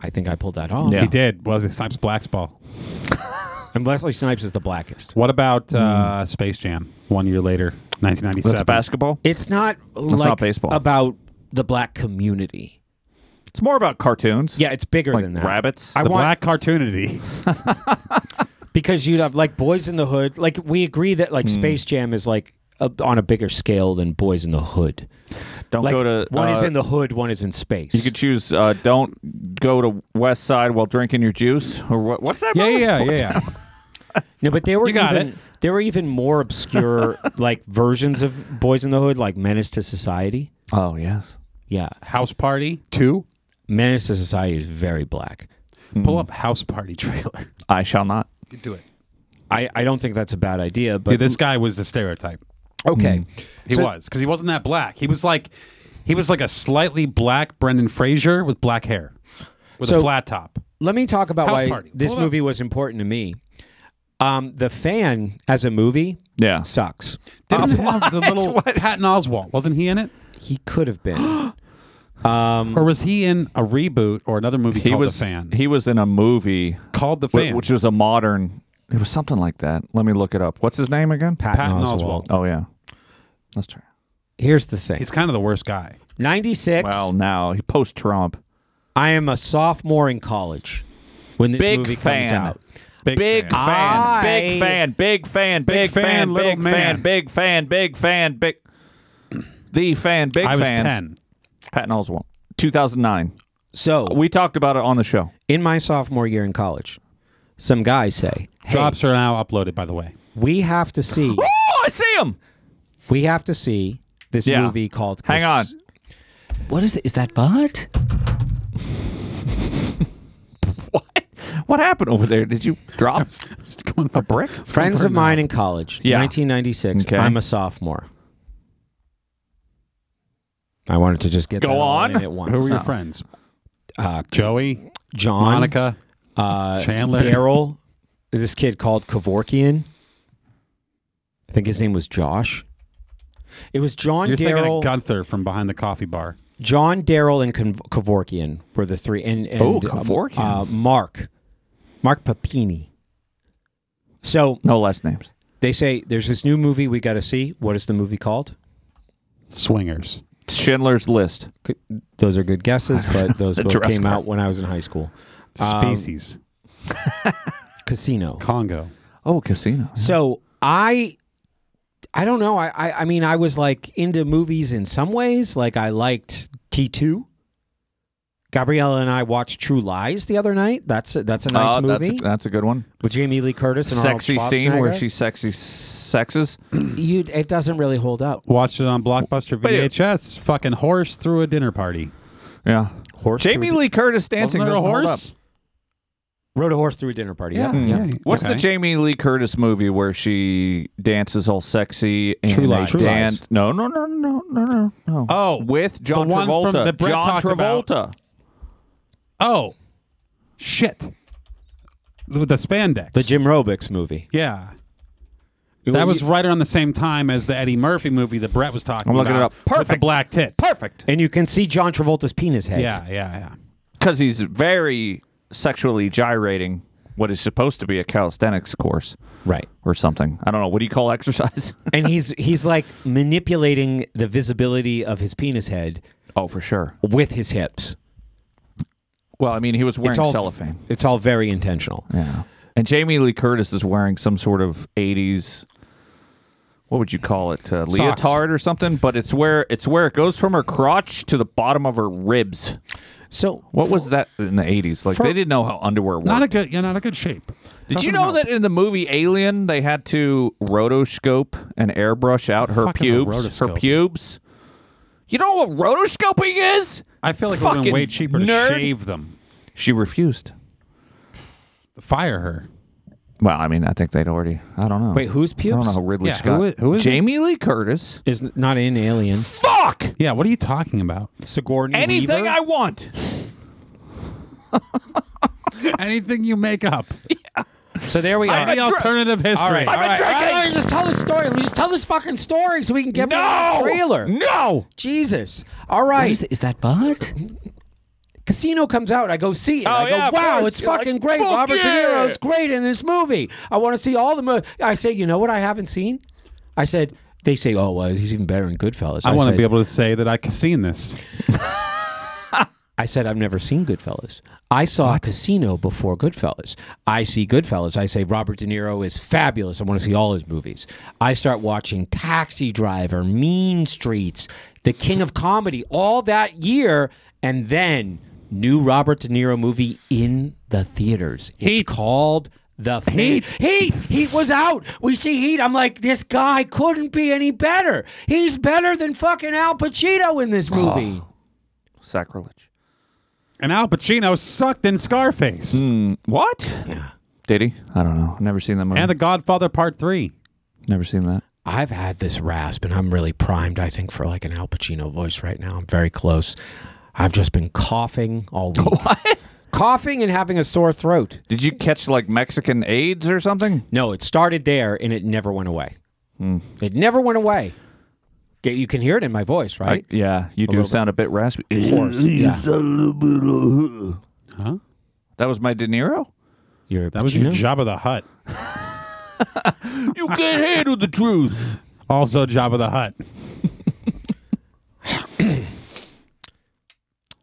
[SPEAKER 1] I think I pulled that off.
[SPEAKER 7] Yeah.
[SPEAKER 2] He did. Was it Snipes Black's ball?
[SPEAKER 1] And Leslie Snipes is the blackest.
[SPEAKER 2] What about uh, Space Jam? One year later, 1997.
[SPEAKER 7] That's basketball.
[SPEAKER 1] It's not like
[SPEAKER 7] not baseball.
[SPEAKER 1] about the black community.
[SPEAKER 7] It's more about cartoons.
[SPEAKER 1] Yeah, it's bigger
[SPEAKER 7] like
[SPEAKER 1] than that.
[SPEAKER 7] rabbits.
[SPEAKER 1] I
[SPEAKER 2] The
[SPEAKER 1] want
[SPEAKER 2] black cartoonity.
[SPEAKER 1] because you'd have like Boys in the Hood. Like we agree that
[SPEAKER 7] Mm.
[SPEAKER 1] like Space Jam is like a, on a bigger scale than Boys in the Hood.
[SPEAKER 7] Don't
[SPEAKER 1] Like
[SPEAKER 7] go to.
[SPEAKER 1] one is
[SPEAKER 7] uh,
[SPEAKER 1] in the hood, one is in space.
[SPEAKER 7] You could choose. Uh, don't go to West Side while drinking your juice, or what? What's that?
[SPEAKER 2] yeah,
[SPEAKER 7] brother?
[SPEAKER 2] yeah, yeah,
[SPEAKER 7] What's-
[SPEAKER 2] yeah.
[SPEAKER 1] no, but there were
[SPEAKER 2] You got
[SPEAKER 1] even
[SPEAKER 2] it.
[SPEAKER 1] there were even more obscure like versions of Boys in the Hood, like Menace to Society.
[SPEAKER 7] Oh yes.
[SPEAKER 1] Yeah,
[SPEAKER 2] House Party 2.
[SPEAKER 1] Menace to Society is very black.
[SPEAKER 2] Pull up House Party trailer.
[SPEAKER 7] I shall not.
[SPEAKER 2] Do it.
[SPEAKER 1] I, I don't think that's a bad idea, but
[SPEAKER 2] Dude, this guy was a stereotype.
[SPEAKER 1] okay.
[SPEAKER 7] Mm.
[SPEAKER 2] He
[SPEAKER 1] So-
[SPEAKER 2] was because he wasn't that black. He was like, he was like a slightly black Brendan Fraser with black hair. with a flat top.
[SPEAKER 1] Let me talk about
[SPEAKER 2] House
[SPEAKER 1] why
[SPEAKER 2] party.
[SPEAKER 1] this
[SPEAKER 2] Pull it up.
[SPEAKER 1] movie was important to me. Um, the fan as a movie,
[SPEAKER 7] yeah,
[SPEAKER 1] sucks.
[SPEAKER 2] Didn't have the little Patton Oswalt wasn't he in it?
[SPEAKER 1] He could have been. um,
[SPEAKER 2] or was he in a reboot or another movie
[SPEAKER 7] He
[SPEAKER 2] called
[SPEAKER 7] was
[SPEAKER 2] The Fan?
[SPEAKER 7] he was in a movie
[SPEAKER 2] Called The
[SPEAKER 7] whi-
[SPEAKER 2] Fan.
[SPEAKER 7] which was a modern. It was something like that. Let me look it up. What's his name again?
[SPEAKER 2] Patton Oswalt.
[SPEAKER 7] Oh yeah, let's try.
[SPEAKER 1] Here's the thing.
[SPEAKER 2] He's kind of the worst guy.
[SPEAKER 1] 96.
[SPEAKER 7] Well, now he post Trump.
[SPEAKER 1] I am a sophomore in college when this
[SPEAKER 7] Big
[SPEAKER 1] movie comes
[SPEAKER 7] fan.
[SPEAKER 1] out.
[SPEAKER 7] Big, fan.
[SPEAKER 1] I-
[SPEAKER 7] big fan, big fan, big,
[SPEAKER 2] fan,
[SPEAKER 7] fan,
[SPEAKER 2] little
[SPEAKER 7] big
[SPEAKER 2] man.
[SPEAKER 7] fan, big fan, big fan, big the fan, big
[SPEAKER 2] I was
[SPEAKER 7] fan.
[SPEAKER 2] ten.
[SPEAKER 7] Patton Oswalt, 2009.
[SPEAKER 1] So
[SPEAKER 7] We talked about it on the show.
[SPEAKER 1] in my sophomore year in college, some guys say, hey,
[SPEAKER 2] Drops are now uploaded, by the way.
[SPEAKER 1] we have to see,
[SPEAKER 7] Oh, I see him.
[SPEAKER 1] we have to see this
[SPEAKER 7] Yeah.
[SPEAKER 1] movie called.
[SPEAKER 7] Hang on.
[SPEAKER 6] What is it? Is that Bud?
[SPEAKER 7] What? What happened over there? Did you drop
[SPEAKER 2] Just going for a brick.
[SPEAKER 1] Friends of mine in college,
[SPEAKER 7] Yeah.
[SPEAKER 1] 1996.
[SPEAKER 7] Okay.
[SPEAKER 1] I'm a sophomore. I wanted to just get
[SPEAKER 7] Go
[SPEAKER 1] that all
[SPEAKER 7] on.
[SPEAKER 1] in at once.
[SPEAKER 2] Who were your
[SPEAKER 7] No.
[SPEAKER 2] friends?
[SPEAKER 1] Uh,
[SPEAKER 2] Joey,
[SPEAKER 1] John,
[SPEAKER 2] Monica,
[SPEAKER 1] uh,
[SPEAKER 2] Chandler.
[SPEAKER 1] Daryl, this kid called Kevorkian. I think his name was Josh. It was John
[SPEAKER 2] You're thinking
[SPEAKER 1] Daryl.
[SPEAKER 2] of Gunther from behind the coffee bar.
[SPEAKER 1] John Daryl and Kev- Kevorkian were the three, and, and
[SPEAKER 7] Oh,
[SPEAKER 1] uh,
[SPEAKER 7] Kevorkian.
[SPEAKER 1] uh, Mark, Mark Papini. So
[SPEAKER 7] No last names.
[SPEAKER 1] they say there's this new movie we got to see. What is the movie called?
[SPEAKER 2] Swingers.
[SPEAKER 7] Schindler's List.
[SPEAKER 1] C- Those are good guesses, but those
[SPEAKER 7] The
[SPEAKER 1] both
[SPEAKER 7] dress
[SPEAKER 1] came
[SPEAKER 7] code.
[SPEAKER 1] out when I was in high school. Um,
[SPEAKER 2] Species.
[SPEAKER 1] Casino.
[SPEAKER 2] Congo.
[SPEAKER 7] Oh, Casino.
[SPEAKER 1] So I, I don't know. I, I, I mean, I was like into movies in some ways. Like I liked T two. Gabriella and I watched True Lies the other night. That's a, that's a nice
[SPEAKER 7] Oh,
[SPEAKER 1] movie
[SPEAKER 7] That's a, that's a good one.
[SPEAKER 1] with Jamie Lee Curtis and
[SPEAKER 7] Sexy
[SPEAKER 1] Arnold
[SPEAKER 7] scene where
[SPEAKER 1] Schwarzenegger.
[SPEAKER 7] she sexy sexes.
[SPEAKER 1] You, it doesn't really hold up.
[SPEAKER 2] Watched it on Blockbuster
[SPEAKER 7] Wait.
[SPEAKER 2] VHS. Fucking horse through a dinner party.
[SPEAKER 7] Yeah.
[SPEAKER 1] Horse
[SPEAKER 7] Jamie
[SPEAKER 1] through,
[SPEAKER 7] Lee Curtis
[SPEAKER 2] Wasn't
[SPEAKER 7] dancing
[SPEAKER 2] there a
[SPEAKER 7] doesn't hold
[SPEAKER 2] horse? Hmm.
[SPEAKER 7] up.
[SPEAKER 1] rode a horse through a dinner party. Yeah,
[SPEAKER 7] Yeah. Mm-hmm.
[SPEAKER 2] Yeah.
[SPEAKER 7] What's
[SPEAKER 2] Okay.
[SPEAKER 7] the Jamie Lee Curtis movie where she dances all sexy and
[SPEAKER 2] True
[SPEAKER 7] they
[SPEAKER 2] Lies. True Lies.
[SPEAKER 7] dance- No, no, no, no, no, no, no.
[SPEAKER 2] Oh,
[SPEAKER 7] with John
[SPEAKER 2] the one
[SPEAKER 7] Travolta.
[SPEAKER 2] from that Brett
[SPEAKER 7] John
[SPEAKER 2] talked about.
[SPEAKER 7] Travolta.
[SPEAKER 2] Oh, shit. The, the spandex.
[SPEAKER 1] the Jim Robix movie.
[SPEAKER 2] Yeah. That was right around the same time as the Eddie Murphy movie that Brett was talking
[SPEAKER 7] I'm
[SPEAKER 2] about.
[SPEAKER 7] looking it up.
[SPEAKER 2] With the
[SPEAKER 7] Perfect.
[SPEAKER 2] black tits.
[SPEAKER 7] Perfect.
[SPEAKER 1] and you can see John Travolta's penis head.
[SPEAKER 2] Yeah, yeah, yeah.
[SPEAKER 7] Because he's very sexually gyrating what is supposed to be a calisthenics course
[SPEAKER 1] right.
[SPEAKER 7] or something. I don't know. What do you call exercise?
[SPEAKER 1] and he's he's like manipulating the visibility of his penis head
[SPEAKER 7] oh, for sure.
[SPEAKER 1] with his hips.
[SPEAKER 7] Well, I mean, he was wearing
[SPEAKER 1] It's all
[SPEAKER 7] cellophane.
[SPEAKER 1] It's all very intentional.
[SPEAKER 7] Yeah. And Jamie Lee Curtis is wearing some sort of 80s what would you call it? Uh, leotard or something, but it's where it's where it goes from her crotch to the bottom of her ribs.
[SPEAKER 1] So
[SPEAKER 7] What was that in the 80s? Like
[SPEAKER 2] For-
[SPEAKER 7] they didn't know how underwear worked.
[SPEAKER 2] Not a good. Yeah, not a good shape.
[SPEAKER 7] Did you know that in the movie Alien they had to rotoscope and airbrush out her
[SPEAKER 2] fuck is a
[SPEAKER 7] pubes, her
[SPEAKER 2] rotoscope?
[SPEAKER 7] pubes? You know what rotoscoping is?
[SPEAKER 2] I feel like it would have been
[SPEAKER 7] Fucking
[SPEAKER 2] way cheaper
[SPEAKER 7] nerd.
[SPEAKER 2] to shave them.
[SPEAKER 7] She refused.
[SPEAKER 2] Fire her.
[SPEAKER 7] Well, I mean, I think they'd already. I don't know.
[SPEAKER 1] Wait, whose
[SPEAKER 7] I don't
[SPEAKER 1] pubes?
[SPEAKER 7] know who Ridley
[SPEAKER 2] Yeah,
[SPEAKER 7] Scott.
[SPEAKER 2] who i- who is it?
[SPEAKER 7] Jamie Lee Curtis.
[SPEAKER 1] is not in Alien.
[SPEAKER 7] Fuck!
[SPEAKER 2] Yeah, what are you talking about?
[SPEAKER 1] Sigourney
[SPEAKER 7] Anything
[SPEAKER 1] Weaver?
[SPEAKER 7] I want.
[SPEAKER 2] Anything you make up.
[SPEAKER 1] so there we are.
[SPEAKER 2] Any alternative history.
[SPEAKER 1] all right, all
[SPEAKER 7] I've been
[SPEAKER 1] right.
[SPEAKER 7] drinking.
[SPEAKER 1] All right, just tell the story. We just tell this fucking story so we can get back
[SPEAKER 7] No!
[SPEAKER 1] to the trailer.
[SPEAKER 7] No!
[SPEAKER 1] Jesus. All right.
[SPEAKER 6] Is, it? Is that Bud?
[SPEAKER 1] Casino comes out. I go see it. I go,
[SPEAKER 7] Oh, yeah, of
[SPEAKER 1] wow,
[SPEAKER 7] course.
[SPEAKER 1] it's
[SPEAKER 7] You're
[SPEAKER 1] fucking
[SPEAKER 7] like,
[SPEAKER 1] great.
[SPEAKER 7] fuck
[SPEAKER 1] Robert
[SPEAKER 7] yeah."
[SPEAKER 1] De Niro's great in this movie. I want to see all the movies. I say, you know what I haven't seen? I said, they say, oh, well, he's even better in Goodfellas.
[SPEAKER 2] I want to
[SPEAKER 1] said-
[SPEAKER 2] be able to say that I can see in this.
[SPEAKER 1] I said, I've never seen Goodfellas. I saw Casino before Goodfellas. I see Goodfellas. I say, Robert De Niro is fabulous. I want to see all his movies. I start watching Taxi Driver, Mean Streets, The King of Comedy, all that year. And then, new Robert De Niro movie in the theaters. It's called The Fa-
[SPEAKER 2] Heat.
[SPEAKER 1] Heat. Heat was out. We see Heat. I'm like, this guy couldn't be any better. He's better than fucking Al Pacino in this movie.
[SPEAKER 7] Sacrilege.
[SPEAKER 2] And Al Pacino sucked in Scarface
[SPEAKER 7] Hmm. What? Yeah. Did he? I don't know. Never seen that movie.
[SPEAKER 2] and The Godfather Part 3.
[SPEAKER 7] Never seen that.
[SPEAKER 1] I've had this rasp and I'm really primed, I think, for like an Al Pacino voice right now. I'm very close. I've just been coughing all week. What? coughing and having a sore throat.
[SPEAKER 7] Did you catch like Mexican AIDS or something?
[SPEAKER 1] No, it started there and it never went away. It never went away. Yeah, You can hear it in my voice, right?
[SPEAKER 7] I- yeah, you do
[SPEAKER 1] little
[SPEAKER 7] sound a bit raspy.
[SPEAKER 1] Of course, yeah.
[SPEAKER 2] Huh?
[SPEAKER 7] That was my De Niro.
[SPEAKER 1] You're
[SPEAKER 2] That was your Jabba the Hut.
[SPEAKER 7] You can't handle the truth.
[SPEAKER 2] Also Jabba the Hut.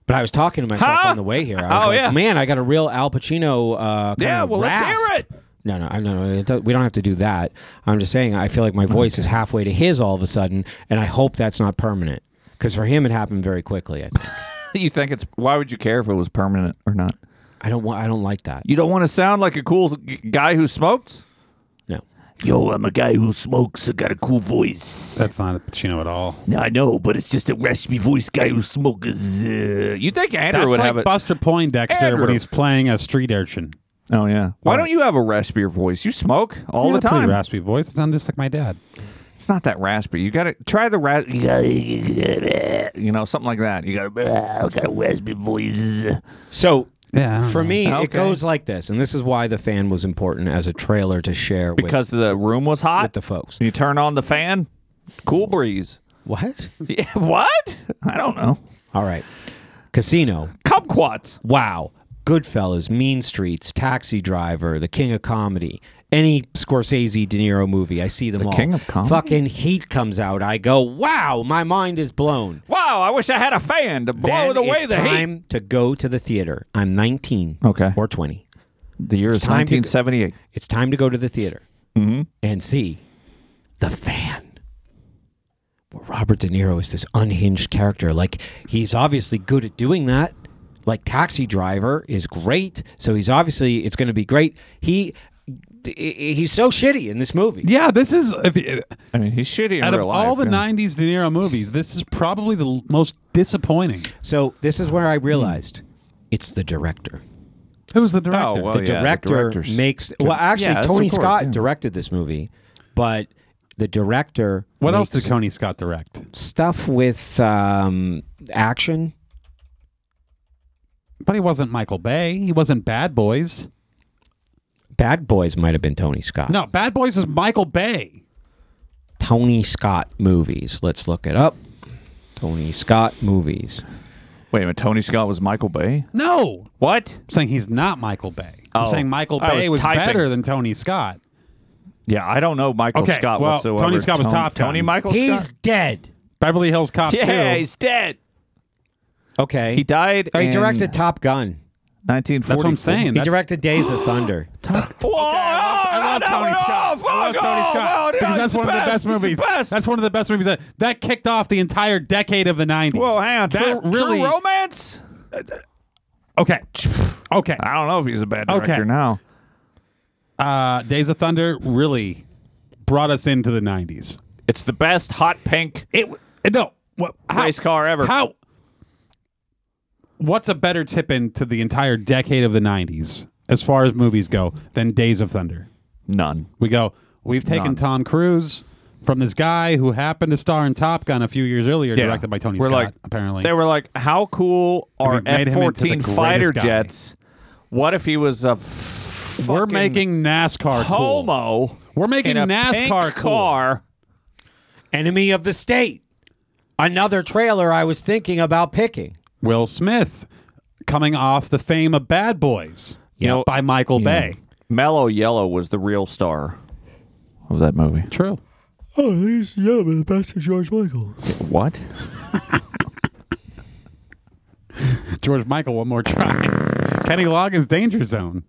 [SPEAKER 1] But I was talking to myself on the way here. I was
[SPEAKER 7] Oh,
[SPEAKER 1] like,
[SPEAKER 7] yeah.
[SPEAKER 1] man, I got a real Al Pacino. Uh, kind
[SPEAKER 7] Yeah,
[SPEAKER 1] of
[SPEAKER 7] well, let's
[SPEAKER 1] rasp.
[SPEAKER 7] hear it.
[SPEAKER 1] No, no, I- no, no. it do- We don't have to do that. I'm just saying. I feel like my voice is halfway to his all of a sudden, and I hope that's not permanent. Because for him, it happened very quickly. I, think.
[SPEAKER 7] you think it's? Why would you care if it was permanent or not?
[SPEAKER 1] I don't want. I don't like that.
[SPEAKER 7] You don't want to sound like a cool g- guy who smokes.
[SPEAKER 1] No.
[SPEAKER 12] Yo, I'm a guy who smokes. I got a cool voice.
[SPEAKER 2] That's not a Pacino at all.
[SPEAKER 12] No, I know, but it's just a raspy voice guy who smokes. Uh,
[SPEAKER 7] You think Andrew
[SPEAKER 2] That's
[SPEAKER 7] would
[SPEAKER 2] like
[SPEAKER 7] have it?
[SPEAKER 2] Buster Poindexter when
[SPEAKER 7] Andrew.
[SPEAKER 2] he's playing a street urchin.
[SPEAKER 7] Oh yeah. Why don't you have a raspier voice? You smoke all
[SPEAKER 2] He
[SPEAKER 7] the
[SPEAKER 2] had a
[SPEAKER 7] time.
[SPEAKER 2] Pretty raspy voice. It sounded just like my dad.
[SPEAKER 7] It's not that raspy. You gotta try the ras. You, gotta- you know, something like that. You gotta. I got a raspy voice.
[SPEAKER 1] So
[SPEAKER 2] Yeah.
[SPEAKER 1] for me,
[SPEAKER 7] Mm-hmm. Okay.
[SPEAKER 1] it goes like this, and this is why the fan was important as a trailer to share
[SPEAKER 7] Because the room was hot.
[SPEAKER 1] with the folks.
[SPEAKER 7] You turn on the fan. Cool breeze.
[SPEAKER 1] What?
[SPEAKER 7] Yeah, what? I don't know.
[SPEAKER 1] All right. Casino.
[SPEAKER 7] Kumquats.
[SPEAKER 1] Wow. Goodfellas, Mean Streets, Taxi Driver, The King of Comedy, any Scorsese, De Niro movie, I see them all.
[SPEAKER 7] King of Comedy?
[SPEAKER 1] Fucking Heat comes out. I go, wow, my mind is blown.
[SPEAKER 7] Wow, I wish I had a fan to blow
[SPEAKER 1] Then
[SPEAKER 7] it away
[SPEAKER 1] it's
[SPEAKER 7] the heat.
[SPEAKER 1] time to go to the theater. I'm 19
[SPEAKER 7] Okay.
[SPEAKER 1] or 20.
[SPEAKER 7] The year
[SPEAKER 1] It's
[SPEAKER 7] is
[SPEAKER 1] time to go-
[SPEAKER 7] 1978.
[SPEAKER 1] It's time to go to the theater and see The Fan. Where Robert De Niro is this unhinged character. Like, he's obviously good at doing that. Like, Taxi Driver is great. So he's obviously, it's going to be great. He. d- He's so shitty in this movie.
[SPEAKER 2] Yeah, this is if you-
[SPEAKER 7] I mean, he's shitty in
[SPEAKER 2] out of
[SPEAKER 7] real life.
[SPEAKER 2] all the
[SPEAKER 7] yeah.
[SPEAKER 2] '90s De Niro movies, this is probably the l- most disappointing.
[SPEAKER 1] So this is where I realized it's the director.
[SPEAKER 2] Who's the director?
[SPEAKER 7] Oh, well,
[SPEAKER 1] the
[SPEAKER 7] yeah,
[SPEAKER 1] director
[SPEAKER 7] director's-
[SPEAKER 1] makes well actually
[SPEAKER 7] Yes, of
[SPEAKER 1] Tony
[SPEAKER 7] course,
[SPEAKER 1] Scott
[SPEAKER 7] yeah.
[SPEAKER 1] directed this movie, but the director
[SPEAKER 2] what else did
[SPEAKER 1] makes
[SPEAKER 2] Tony Scott direct?
[SPEAKER 1] stuff with um, action.
[SPEAKER 2] But he wasn't Michael Bay. He wasn't Bad Boys.
[SPEAKER 1] Bad Boys might have been Tony Scott.
[SPEAKER 2] No, Bad Boys is Michael Bay.
[SPEAKER 1] Tony Scott movies. Let's look it up. Tony Scott movies.
[SPEAKER 7] Wait a minute. Tony Scott was Michael Bay.
[SPEAKER 2] No,
[SPEAKER 7] What?
[SPEAKER 2] I'm saying he's not Michael Bay. I'm
[SPEAKER 7] Oh,
[SPEAKER 2] saying Michael
[SPEAKER 7] I
[SPEAKER 2] Bay
[SPEAKER 7] was
[SPEAKER 2] was,
[SPEAKER 7] typing.
[SPEAKER 2] better than Tony Scott.
[SPEAKER 7] Yeah, I don't know Michael
[SPEAKER 2] Okay,
[SPEAKER 7] Scott
[SPEAKER 2] well,
[SPEAKER 7] whatsoever.
[SPEAKER 2] Tony Scott was
[SPEAKER 7] Tony,
[SPEAKER 2] top ten.
[SPEAKER 7] Tony Michael
[SPEAKER 1] He's
[SPEAKER 7] Scott.
[SPEAKER 1] dead.
[SPEAKER 2] Beverly Hills Cop
[SPEAKER 7] Yeah,
[SPEAKER 2] 2.
[SPEAKER 7] he's dead.
[SPEAKER 1] Okay.
[SPEAKER 7] He died.
[SPEAKER 1] Oh, he
[SPEAKER 7] in
[SPEAKER 1] directed Top Gun.
[SPEAKER 7] 1940.
[SPEAKER 2] That's what I'm saying.
[SPEAKER 1] He
[SPEAKER 2] That-
[SPEAKER 1] directed Days of Thunder.
[SPEAKER 7] Whoa,
[SPEAKER 2] I love Tony Scott. I love Tony Scott because that's one of the best movies. That's one of the best movies that that kicked off the entire decade of the '90s.
[SPEAKER 7] Whoa, hang on.
[SPEAKER 2] That
[SPEAKER 7] True,
[SPEAKER 2] really
[SPEAKER 7] True Romance?
[SPEAKER 2] okay. Okay,
[SPEAKER 7] I don't know if he's a bad
[SPEAKER 2] Okay.
[SPEAKER 7] director now.
[SPEAKER 2] uh, Days of Thunder really brought us into the '90s.
[SPEAKER 7] It's the best hot pink.
[SPEAKER 2] It w- no what how-
[SPEAKER 7] Race car ever.
[SPEAKER 2] How? What's a better tip in to the entire decade of the '90s as far as movies go than Days of Thunder?
[SPEAKER 7] None.
[SPEAKER 2] We go, we've taken
[SPEAKER 7] None.
[SPEAKER 2] Tom Cruise from this guy who happened to star in Top Gun a few years earlier,
[SPEAKER 7] Yeah.
[SPEAKER 2] directed by Tony
[SPEAKER 7] We're
[SPEAKER 2] Scott,
[SPEAKER 7] like-
[SPEAKER 2] apparently.
[SPEAKER 7] They were like, how cool are
[SPEAKER 2] And we made him into the
[SPEAKER 7] F-14 fighter
[SPEAKER 2] greatest guy.
[SPEAKER 7] jets? What if he was a
[SPEAKER 2] we're
[SPEAKER 7] fucking
[SPEAKER 2] making NASCAR cool.
[SPEAKER 7] homo
[SPEAKER 2] We're making
[SPEAKER 7] in a
[SPEAKER 2] NASCAR
[SPEAKER 7] pink
[SPEAKER 2] cool.
[SPEAKER 7] car?
[SPEAKER 1] Enemy of the State. Another trailer I was thinking about picking.
[SPEAKER 2] Will Smith coming off the fame of Bad Boys
[SPEAKER 7] You know-
[SPEAKER 2] by Michael Bay.
[SPEAKER 7] Mellow Yellow was the real star of that movie.
[SPEAKER 2] True.
[SPEAKER 5] Oh, he's yeah, but the best of George Michael.
[SPEAKER 7] What?
[SPEAKER 2] George Michael, one more try. Kenny Loggins' Danger Zone.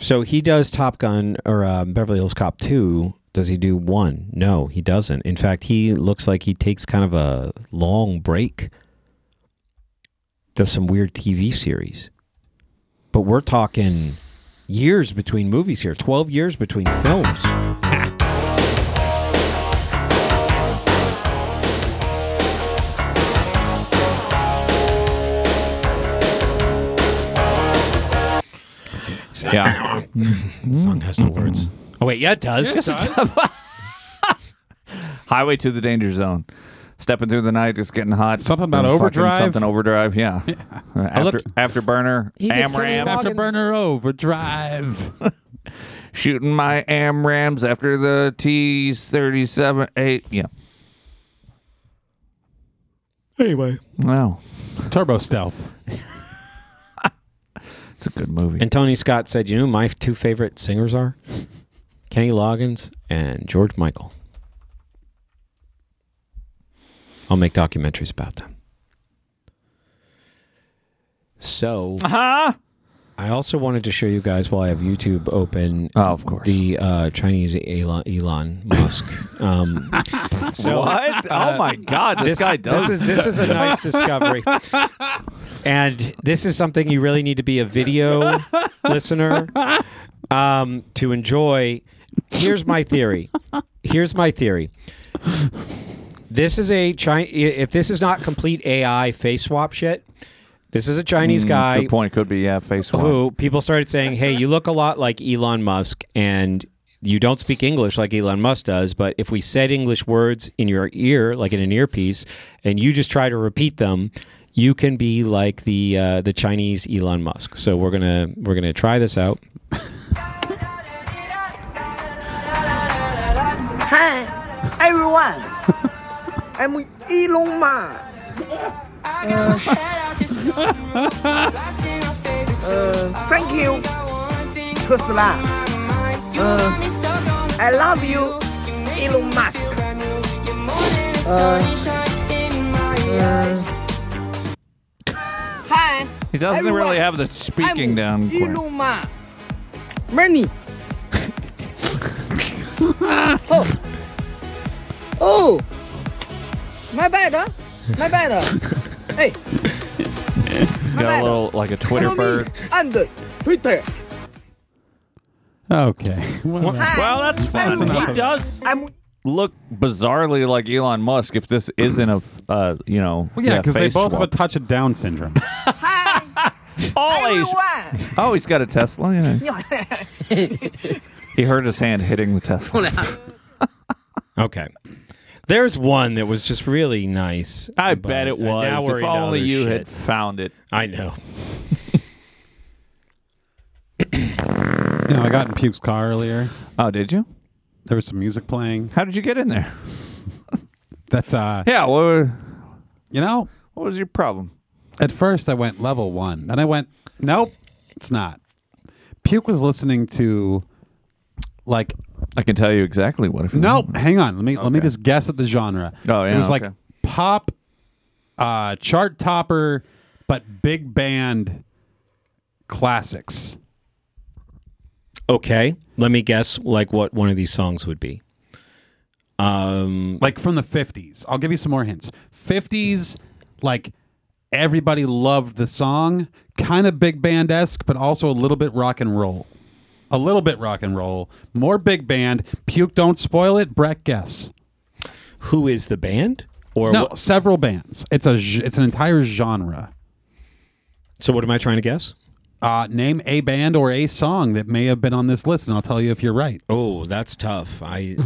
[SPEAKER 1] So he does Top Gun or um, Beverly Hills Cop 2. Does he do one? No, he doesn't. In fact, he looks like he takes kind of a long break. Does some weird TV series. But we're talking years between movies here, 12 years between films.
[SPEAKER 7] Yeah.
[SPEAKER 1] song has no words. Oh, wait, yeah, it does.
[SPEAKER 7] Highway to the Danger Zone. stepping through the night, it's getting hot.
[SPEAKER 2] Something about
[SPEAKER 7] Fucking
[SPEAKER 2] overdrive?
[SPEAKER 7] Something overdrive. Yeah. Uh, After,
[SPEAKER 2] looked-
[SPEAKER 7] afterburner. Amram.
[SPEAKER 2] Afterburner overdrive.
[SPEAKER 7] shooting my Amrams after the T thirty seven eight. Yeah.
[SPEAKER 5] Anyway.
[SPEAKER 7] Wow.
[SPEAKER 2] Turbo stealth.
[SPEAKER 7] it's a good movie.
[SPEAKER 1] And Tony Scott said, "You know, who my two favorite singers are Kenny Loggins and George Michael. I'll make documentaries about them." So,
[SPEAKER 7] uh-huh.
[SPEAKER 1] I also wanted to show you guys while I have YouTube open.
[SPEAKER 7] Oh, of course.
[SPEAKER 1] The uh, Chinese Elon, Elon Musk. um,
[SPEAKER 7] What? oh my God! This, guy does.
[SPEAKER 1] This is this is a nice discovery. And this is something you really need to be a video listener um, to enjoy. Here's my theory. Here's my theory. This is a Chinese. If this is not complete AI face swap shit, this is a Chinese
[SPEAKER 7] Mm,
[SPEAKER 1] guy
[SPEAKER 7] Good point. Could be yeah. Face one.
[SPEAKER 1] who people started saying, "Hey, you look a lot like Elon Musk, and you don't speak English like Elon Musk does. But if we said English words in your ear, like in an earpiece, and you just try to repeat them, you can be like the uh, the Chinese Elon Musk." So we're gonna we're gonna try this out.
[SPEAKER 13] Hi, everyone. I'm Elon Musk. Uh, thank you, Tesla. Uh, I love you, Elon Musk. Uh, uh, hi.
[SPEAKER 7] He doesn't
[SPEAKER 13] everyone.
[SPEAKER 7] really have the speaking
[SPEAKER 13] I'm
[SPEAKER 7] down. quite.
[SPEAKER 13] Elon Musk. Money. oh. oh. My bad, huh? My bad. huh? hey,
[SPEAKER 7] He's got a little like a Twitter
[SPEAKER 13] follow me
[SPEAKER 7] bird.
[SPEAKER 13] on the Twitter.
[SPEAKER 2] Okay.
[SPEAKER 7] Well, that's fun. He does look bizarrely like Elon Musk. If this isn't a, f- uh, you know,
[SPEAKER 2] Well, yeah, because they
[SPEAKER 7] face
[SPEAKER 2] both have a
[SPEAKER 7] swap.
[SPEAKER 2] touch of Down syndrome.
[SPEAKER 7] always. Oh, he's got a Tesla. yeah. He hurt his hand hitting the Tesla.
[SPEAKER 1] Okay. There's one that was just really nice.
[SPEAKER 7] I
[SPEAKER 1] but
[SPEAKER 7] bet it was.
[SPEAKER 1] Now we're
[SPEAKER 7] if
[SPEAKER 1] into
[SPEAKER 7] only
[SPEAKER 1] other
[SPEAKER 7] you
[SPEAKER 1] shit.
[SPEAKER 7] had found it.
[SPEAKER 1] I know.
[SPEAKER 2] You know, I got in Puke's car earlier.
[SPEAKER 7] Oh, did you?
[SPEAKER 2] There was some music playing.
[SPEAKER 7] How did you get in there?
[SPEAKER 2] That's uh.
[SPEAKER 7] Yeah. Well,
[SPEAKER 2] you know,
[SPEAKER 7] what was your problem?
[SPEAKER 2] At first, I went level one. Then I went, nope, it's not. Puke was listening to, like,
[SPEAKER 7] I can tell you exactly what. If you
[SPEAKER 2] nope. Hang on. Let me let me just guess at the genre.
[SPEAKER 7] Oh, yeah,
[SPEAKER 2] It was like
[SPEAKER 7] okay.
[SPEAKER 2] pop, uh, chart topper, but big band classics.
[SPEAKER 1] Okay, let me guess. Like what one of these songs would be? Um,
[SPEAKER 2] like from the fifties. I'll give you some more hints. Fifties, like everybody loved the song, kind of big band esque, but also a little bit rock and roll. A little bit rock and roll, more big band. Puke, don't spoil it. Brett, guess
[SPEAKER 1] who is the band or
[SPEAKER 2] no, several bands. It's a g- it's an entire genre.
[SPEAKER 1] So what am I trying to guess?
[SPEAKER 2] Uh, name a band or a song that may have been on this list, and I'll tell you if you're right.
[SPEAKER 1] Oh, that's tough. I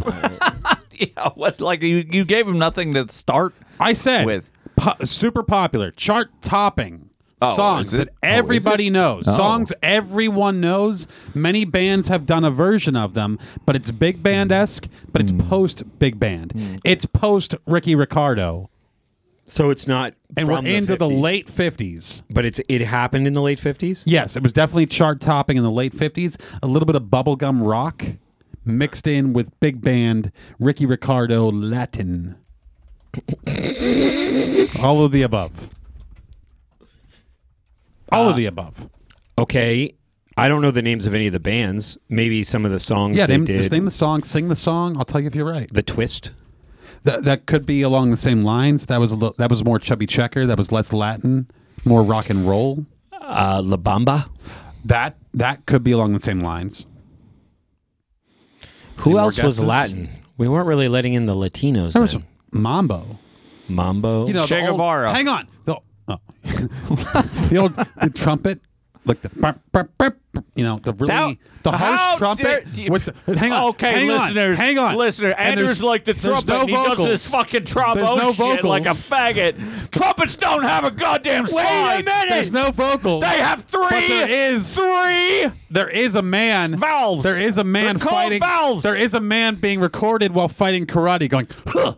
[SPEAKER 7] Yeah. What? Like you, you gave him nothing to start.
[SPEAKER 2] I said
[SPEAKER 7] with.
[SPEAKER 2] po- super popular, chart topping
[SPEAKER 7] Oh,
[SPEAKER 2] songs
[SPEAKER 7] is it?
[SPEAKER 2] that
[SPEAKER 7] Oh, is it?
[SPEAKER 2] everybody knows.
[SPEAKER 7] Oh.
[SPEAKER 2] Songs everyone knows. Many bands have done a version of them, but it's big band esque, but it's
[SPEAKER 7] Hmm.
[SPEAKER 2] post big band. It's post Ricky Ricardo.
[SPEAKER 1] So it's not.
[SPEAKER 2] And
[SPEAKER 1] from
[SPEAKER 2] we're
[SPEAKER 1] the
[SPEAKER 2] into the
[SPEAKER 1] 50s.
[SPEAKER 2] late 50s.
[SPEAKER 1] But it's it happened in the late 50s?
[SPEAKER 2] Yes, it was definitely chart topping in the late 50s. A little bit of bubblegum rock mixed in with big band Ricky Ricardo Latin. All of the above. All
[SPEAKER 1] Uh,
[SPEAKER 2] of the above.
[SPEAKER 1] Okay, I don't know the names of any of the bands. Maybe some of the songs
[SPEAKER 2] Yeah,
[SPEAKER 1] they
[SPEAKER 2] name,
[SPEAKER 1] did.
[SPEAKER 2] just name the song, sing the song. I'll tell you if you're right.
[SPEAKER 1] The twist.
[SPEAKER 2] That that could be along the same lines. That was a little, that was more chubby checker. That was less Latin, more rock and roll.
[SPEAKER 1] Uh, La Bamba.
[SPEAKER 2] That that could be along the same lines. Any
[SPEAKER 1] Who
[SPEAKER 2] more
[SPEAKER 1] else was
[SPEAKER 2] guesses?
[SPEAKER 1] Latin? We weren't really letting in the Latinos.
[SPEAKER 2] There was
[SPEAKER 1] then.
[SPEAKER 2] Mambo.
[SPEAKER 1] Mambo.
[SPEAKER 2] You know, the old- hang on. The, oh. the old the trumpet like the burp, burp, burp, burp, you know the really
[SPEAKER 7] How-
[SPEAKER 2] the harsh
[SPEAKER 7] how dare-
[SPEAKER 2] trumpet
[SPEAKER 7] do you-
[SPEAKER 2] with the hang on
[SPEAKER 7] Okay,
[SPEAKER 2] hang on,
[SPEAKER 7] listeners,
[SPEAKER 2] hang on
[SPEAKER 7] listener,
[SPEAKER 2] And
[SPEAKER 7] Andrew's
[SPEAKER 2] there's-
[SPEAKER 7] like the
[SPEAKER 2] there's
[SPEAKER 7] trumpet,
[SPEAKER 2] no
[SPEAKER 7] and he does
[SPEAKER 2] vocals.
[SPEAKER 7] this fucking trombone
[SPEAKER 2] there's no
[SPEAKER 7] shit like a
[SPEAKER 2] vocals.
[SPEAKER 7] faggot. Trumpets don't have a goddamn slide.
[SPEAKER 2] There's no vocals.
[SPEAKER 7] They have three.
[SPEAKER 2] But there is
[SPEAKER 7] three.
[SPEAKER 2] There is a man
[SPEAKER 7] valves.
[SPEAKER 2] There is a man
[SPEAKER 7] They're called
[SPEAKER 2] fighting
[SPEAKER 7] valves.
[SPEAKER 2] There is a man being recorded while fighting karate, going huh,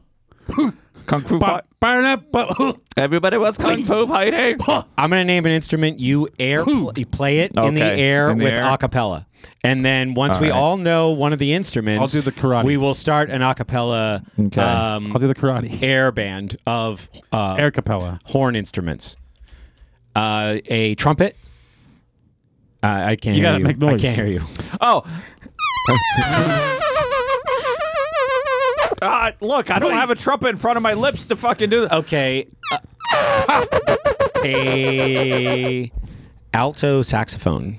[SPEAKER 7] kung fu
[SPEAKER 2] fight. Burn up, but huh.
[SPEAKER 7] Everybody was kung fu fighting.
[SPEAKER 1] I'm gonna name an instrument. You air pl- you play it in the
[SPEAKER 7] Okay,
[SPEAKER 1] air
[SPEAKER 7] in the
[SPEAKER 1] with
[SPEAKER 7] air.
[SPEAKER 1] acapella, and then once
[SPEAKER 7] All
[SPEAKER 1] we
[SPEAKER 7] right.
[SPEAKER 1] all know one of the instruments,
[SPEAKER 2] I'll do the karate.
[SPEAKER 1] We will start an acapella.
[SPEAKER 7] Okay.
[SPEAKER 1] Um,
[SPEAKER 2] I'll do the karate.
[SPEAKER 1] air band of uh,
[SPEAKER 2] Air capella.
[SPEAKER 1] horn instruments. Uh, a trumpet. Uh, I can't.
[SPEAKER 2] You
[SPEAKER 1] hear
[SPEAKER 2] gotta
[SPEAKER 1] you.
[SPEAKER 2] make noise.
[SPEAKER 1] I can't hear you.
[SPEAKER 7] Oh. Uh, look, I don't have a trumpet in front of my lips to fucking do that.
[SPEAKER 1] Okay. uh, a alto saxophone.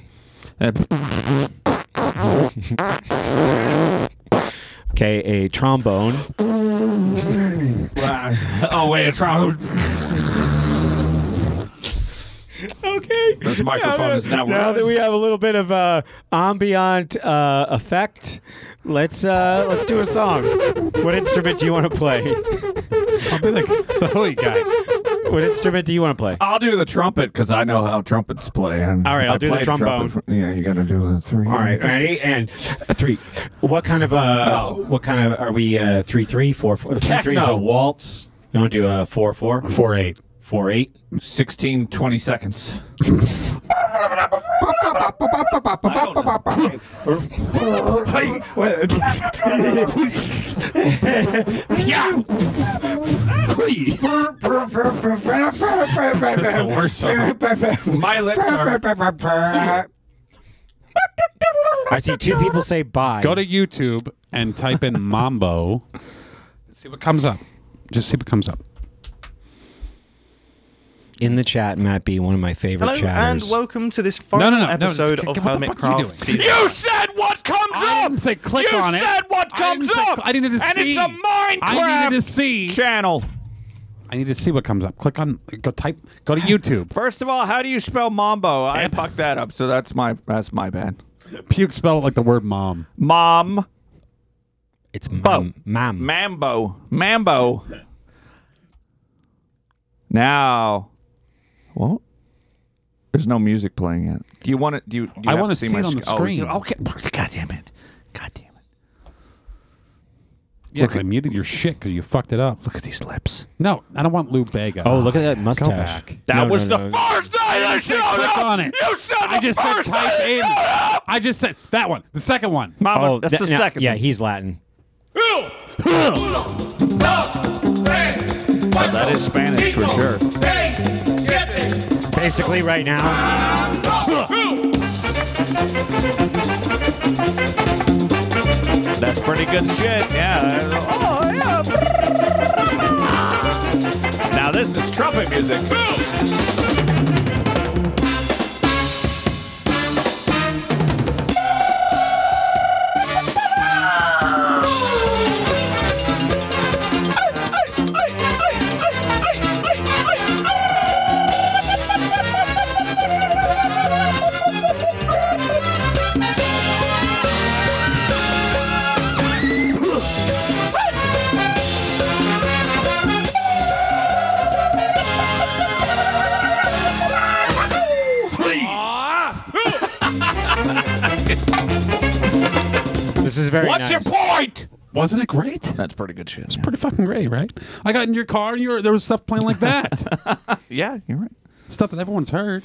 [SPEAKER 1] Okay, a trombone.
[SPEAKER 7] oh wait, a trombone.
[SPEAKER 1] Okay.
[SPEAKER 7] This microphone is now
[SPEAKER 1] Now that we have a little bit of uh, ambient uh, effect, let's uh, let's do a song. What instrument do you want to play?
[SPEAKER 2] I'll be like the holy guy.
[SPEAKER 1] What instrument do you want to play?
[SPEAKER 7] I'll do the trumpet because I know how trumpets play. and
[SPEAKER 1] All right, I'll
[SPEAKER 7] I
[SPEAKER 1] do the
[SPEAKER 7] played
[SPEAKER 1] trombone.
[SPEAKER 7] trumpet for- yeah, you gotta do the three.
[SPEAKER 1] All right, ready and three. What kind of uh, what kind of are we? Uh, three, three, four, four. Three, three is a
[SPEAKER 7] Techno.
[SPEAKER 1] waltz. You want to do a four, four,
[SPEAKER 2] Four eight.
[SPEAKER 1] four, eight?
[SPEAKER 7] 16, 20 seconds.
[SPEAKER 2] That's the worst song.
[SPEAKER 7] My lips are.
[SPEAKER 1] I see two people say bye.
[SPEAKER 2] Go to YouTube and type in mambo. see what comes up. Just see what comes up.
[SPEAKER 1] in the chat, Matt B, one of my favorite
[SPEAKER 14] Hello and
[SPEAKER 1] chatters.
[SPEAKER 14] welcome to this final
[SPEAKER 2] no, no, no,
[SPEAKER 14] episode
[SPEAKER 2] just-
[SPEAKER 14] of
[SPEAKER 2] what the
[SPEAKER 14] Hermit
[SPEAKER 2] fuck are you
[SPEAKER 14] Craft
[SPEAKER 2] doing?
[SPEAKER 14] season.
[SPEAKER 7] You said what comes
[SPEAKER 2] I
[SPEAKER 7] up.
[SPEAKER 2] didn't say click
[SPEAKER 7] you
[SPEAKER 2] on it.
[SPEAKER 7] said what
[SPEAKER 2] I didn't
[SPEAKER 7] comes
[SPEAKER 2] say-
[SPEAKER 7] up.
[SPEAKER 2] I needed to
[SPEAKER 7] and
[SPEAKER 2] see.
[SPEAKER 7] it's a Minecraft
[SPEAKER 2] I needed to see.
[SPEAKER 7] channel.
[SPEAKER 2] I need to see what comes up. Click on. Go type. Go to YouTube.
[SPEAKER 7] First of all, how do you spell mambo? I fucked that up, so that's my that's my bad.
[SPEAKER 2] Puke spelled like the word mom.
[SPEAKER 7] Mom,
[SPEAKER 1] it's mam, mam.
[SPEAKER 7] mambo, mambo. Now, what? There's no music playing yet. Do you want it? Do you? you
[SPEAKER 2] I
[SPEAKER 7] have
[SPEAKER 2] wanna
[SPEAKER 7] to see,
[SPEAKER 2] see
[SPEAKER 7] my
[SPEAKER 2] it on the
[SPEAKER 7] sc- oh,
[SPEAKER 2] screen.
[SPEAKER 7] you- okay. God damn it. God damn it.
[SPEAKER 2] Yeah, 'cause I muted your shit because you fucked it up.
[SPEAKER 7] Look at these lips.
[SPEAKER 2] No, I don't want Lou Bega.
[SPEAKER 1] Oh, look at that
[SPEAKER 2] Go
[SPEAKER 1] mustache.
[SPEAKER 2] back.
[SPEAKER 7] That
[SPEAKER 1] No,
[SPEAKER 7] was
[SPEAKER 1] no,
[SPEAKER 7] the
[SPEAKER 1] no.
[SPEAKER 7] first thing
[SPEAKER 2] I
[SPEAKER 7] that
[SPEAKER 2] didn't say
[SPEAKER 7] showed
[SPEAKER 2] click
[SPEAKER 7] up.
[SPEAKER 2] on it.
[SPEAKER 7] You said
[SPEAKER 2] I
[SPEAKER 7] the
[SPEAKER 2] just said
[SPEAKER 7] first
[SPEAKER 2] type
[SPEAKER 7] thing
[SPEAKER 2] in.
[SPEAKER 7] that showed up.
[SPEAKER 2] I just said that one. The second one.
[SPEAKER 7] Mama,
[SPEAKER 1] Oh,
[SPEAKER 7] that's
[SPEAKER 1] that-
[SPEAKER 7] the
[SPEAKER 1] now-
[SPEAKER 7] second.
[SPEAKER 1] Yeah,
[SPEAKER 7] one.
[SPEAKER 1] he's Latin.
[SPEAKER 7] But that is Spanish for sure.
[SPEAKER 1] Basically, right now.
[SPEAKER 7] That's pretty good shit. Yeah. Oh yeah. Now this is trumpet music.
[SPEAKER 1] This is very
[SPEAKER 7] What's your
[SPEAKER 1] nice.
[SPEAKER 7] point?
[SPEAKER 2] Wasn't it great?
[SPEAKER 7] That's pretty good shit. yeah.
[SPEAKER 2] Pretty fucking great, right? I got in your car and you were, there was stuff playing like that.
[SPEAKER 7] yeah, you're right.
[SPEAKER 2] stuff that everyone's heard.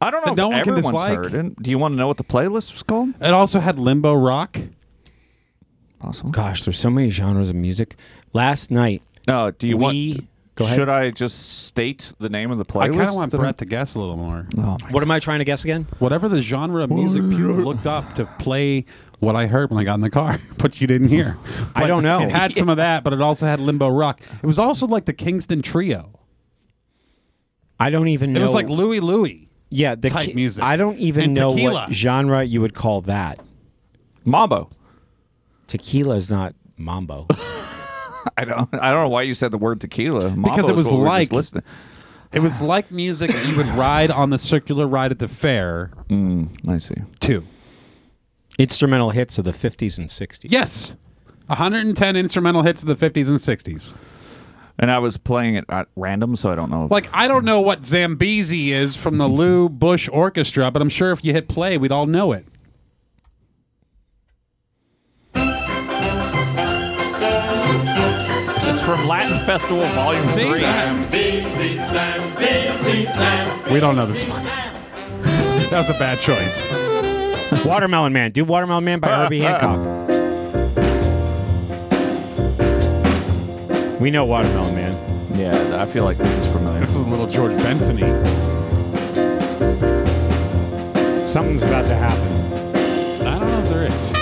[SPEAKER 7] I don't know
[SPEAKER 2] That no
[SPEAKER 7] if
[SPEAKER 2] one can
[SPEAKER 7] everyone's
[SPEAKER 2] dislike.
[SPEAKER 7] heard it. Do you want to know what the playlist was called?
[SPEAKER 2] It also had limbo rock.
[SPEAKER 7] Possible.
[SPEAKER 1] Gosh, there's so many genres of music. Last night,
[SPEAKER 7] No, do you
[SPEAKER 1] we.
[SPEAKER 7] want?
[SPEAKER 1] go ahead.
[SPEAKER 7] Should I just state the name of the playlist?
[SPEAKER 2] I kind of want
[SPEAKER 7] that
[SPEAKER 2] Brett to guess a little more.
[SPEAKER 7] Oh,
[SPEAKER 1] What am I trying to guess again?
[SPEAKER 2] Whatever the genre of music people looked up to play what I heard when I got in the car, but you didn't hear.
[SPEAKER 1] I
[SPEAKER 2] But
[SPEAKER 1] don't know.
[SPEAKER 2] It had some of that, but it also had limbo rock. It was also like the Kingston Trio.
[SPEAKER 1] I don't even
[SPEAKER 2] It
[SPEAKER 1] know.
[SPEAKER 2] was like Louie Louie.
[SPEAKER 1] yeah, the
[SPEAKER 2] type
[SPEAKER 1] ki-
[SPEAKER 2] music.
[SPEAKER 1] I don't even
[SPEAKER 2] And
[SPEAKER 1] know
[SPEAKER 2] tequila.
[SPEAKER 1] what genre you would call that.
[SPEAKER 7] Mambo.
[SPEAKER 1] Tequila is not mambo.
[SPEAKER 7] I don't. I don't know why you said the word tequila. Mambo
[SPEAKER 2] Because it
[SPEAKER 7] is
[SPEAKER 2] was
[SPEAKER 7] what we were
[SPEAKER 2] like-
[SPEAKER 7] just listening.
[SPEAKER 2] It was like music that you would ride on the circular ride at the fair.
[SPEAKER 1] Mm, I see.
[SPEAKER 2] Two.
[SPEAKER 1] Instrumental hits of the 50s and 60s.
[SPEAKER 2] Yes. 110 instrumental hits of the 50s and 60s.
[SPEAKER 7] And I was playing it at random, so I don't know. if-
[SPEAKER 2] Like, I don't know what Zambezi is from the Lou Bush Orchestra, but I'm sure if you hit play, we'd all know it.
[SPEAKER 7] it's from Latin Festival Volume
[SPEAKER 2] See?
[SPEAKER 7] Three.
[SPEAKER 4] Zambezi, Zambezi, Zambezi.
[SPEAKER 2] We don't know this one. that was a bad choice. Uh-huh.
[SPEAKER 1] Watermelon Man. Do Watermelon Man by Herbie Hancock. We know Watermelon Man.
[SPEAKER 7] Yeah, I feel like this is familiar.
[SPEAKER 2] This is a little George Benson y.
[SPEAKER 1] Something's about to happen.
[SPEAKER 2] I don't know if there is.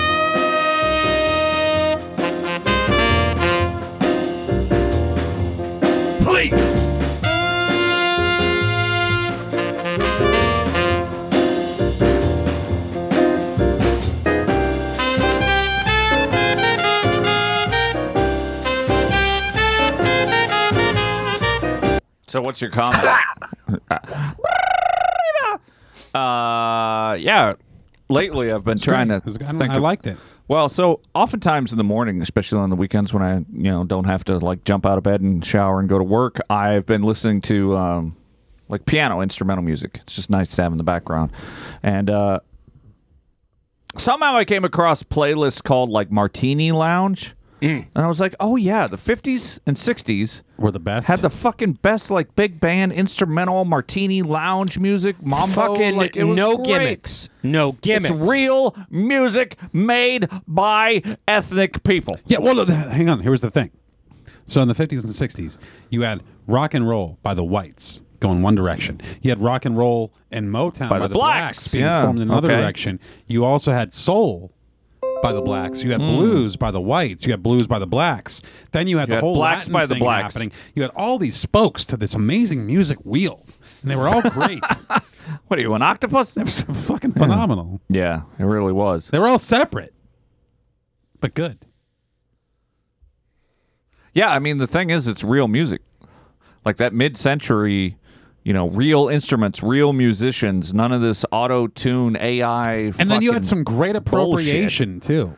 [SPEAKER 7] So what's your comment? uh, yeah. Lately, I've been trying to
[SPEAKER 2] I, don't-
[SPEAKER 7] think.
[SPEAKER 2] I
[SPEAKER 7] of-
[SPEAKER 2] liked it.
[SPEAKER 7] Well, so oftentimes in the morning, especially on the weekends when I you know don't have to like jump out of bed and shower and go to work, I've been listening to um, like piano instrumental music. It's just nice to have in the background, and uh, somehow I came across a playlist called like Martini Lounge.
[SPEAKER 2] Mm.
[SPEAKER 7] And I was like, oh yeah, the 50s and 60s
[SPEAKER 2] We're the best.
[SPEAKER 7] had the fucking best like big band instrumental martini lounge music mambo
[SPEAKER 1] Fucking
[SPEAKER 7] like, it was
[SPEAKER 1] no
[SPEAKER 7] great.
[SPEAKER 1] gimmicks. No gimmicks.
[SPEAKER 7] it's real music made by ethnic people
[SPEAKER 2] Yeah, well, no, th- hang on. Here's the thing. So in the 50s and 60s, you had rock and roll by the whites going one direction. You had rock and roll and Motown by,
[SPEAKER 7] the
[SPEAKER 2] the
[SPEAKER 7] blacks.
[SPEAKER 2] being
[SPEAKER 7] Yeah,
[SPEAKER 2] formed in another
[SPEAKER 7] okay.
[SPEAKER 2] direction. You also had soul by the blacks. You
[SPEAKER 7] Hmm.
[SPEAKER 2] had blues by the whites. You had blues by the blacks. Then you had the
[SPEAKER 7] had
[SPEAKER 2] whole
[SPEAKER 7] blacks
[SPEAKER 2] Latin
[SPEAKER 7] by the
[SPEAKER 2] thing
[SPEAKER 7] blacks.
[SPEAKER 2] happening. You had all these spokes to this amazing music wheel, and they were all great.
[SPEAKER 7] what are you an octopus
[SPEAKER 2] it was fucking phenomenal.
[SPEAKER 7] yeah it really was
[SPEAKER 2] They were all separate, but good.
[SPEAKER 7] yeah i mean the thing is it's real music like that mid-century you know real instruments real musicians none of this auto-tune ai
[SPEAKER 2] And then you had
[SPEAKER 7] fucking-
[SPEAKER 2] some great appropriation too.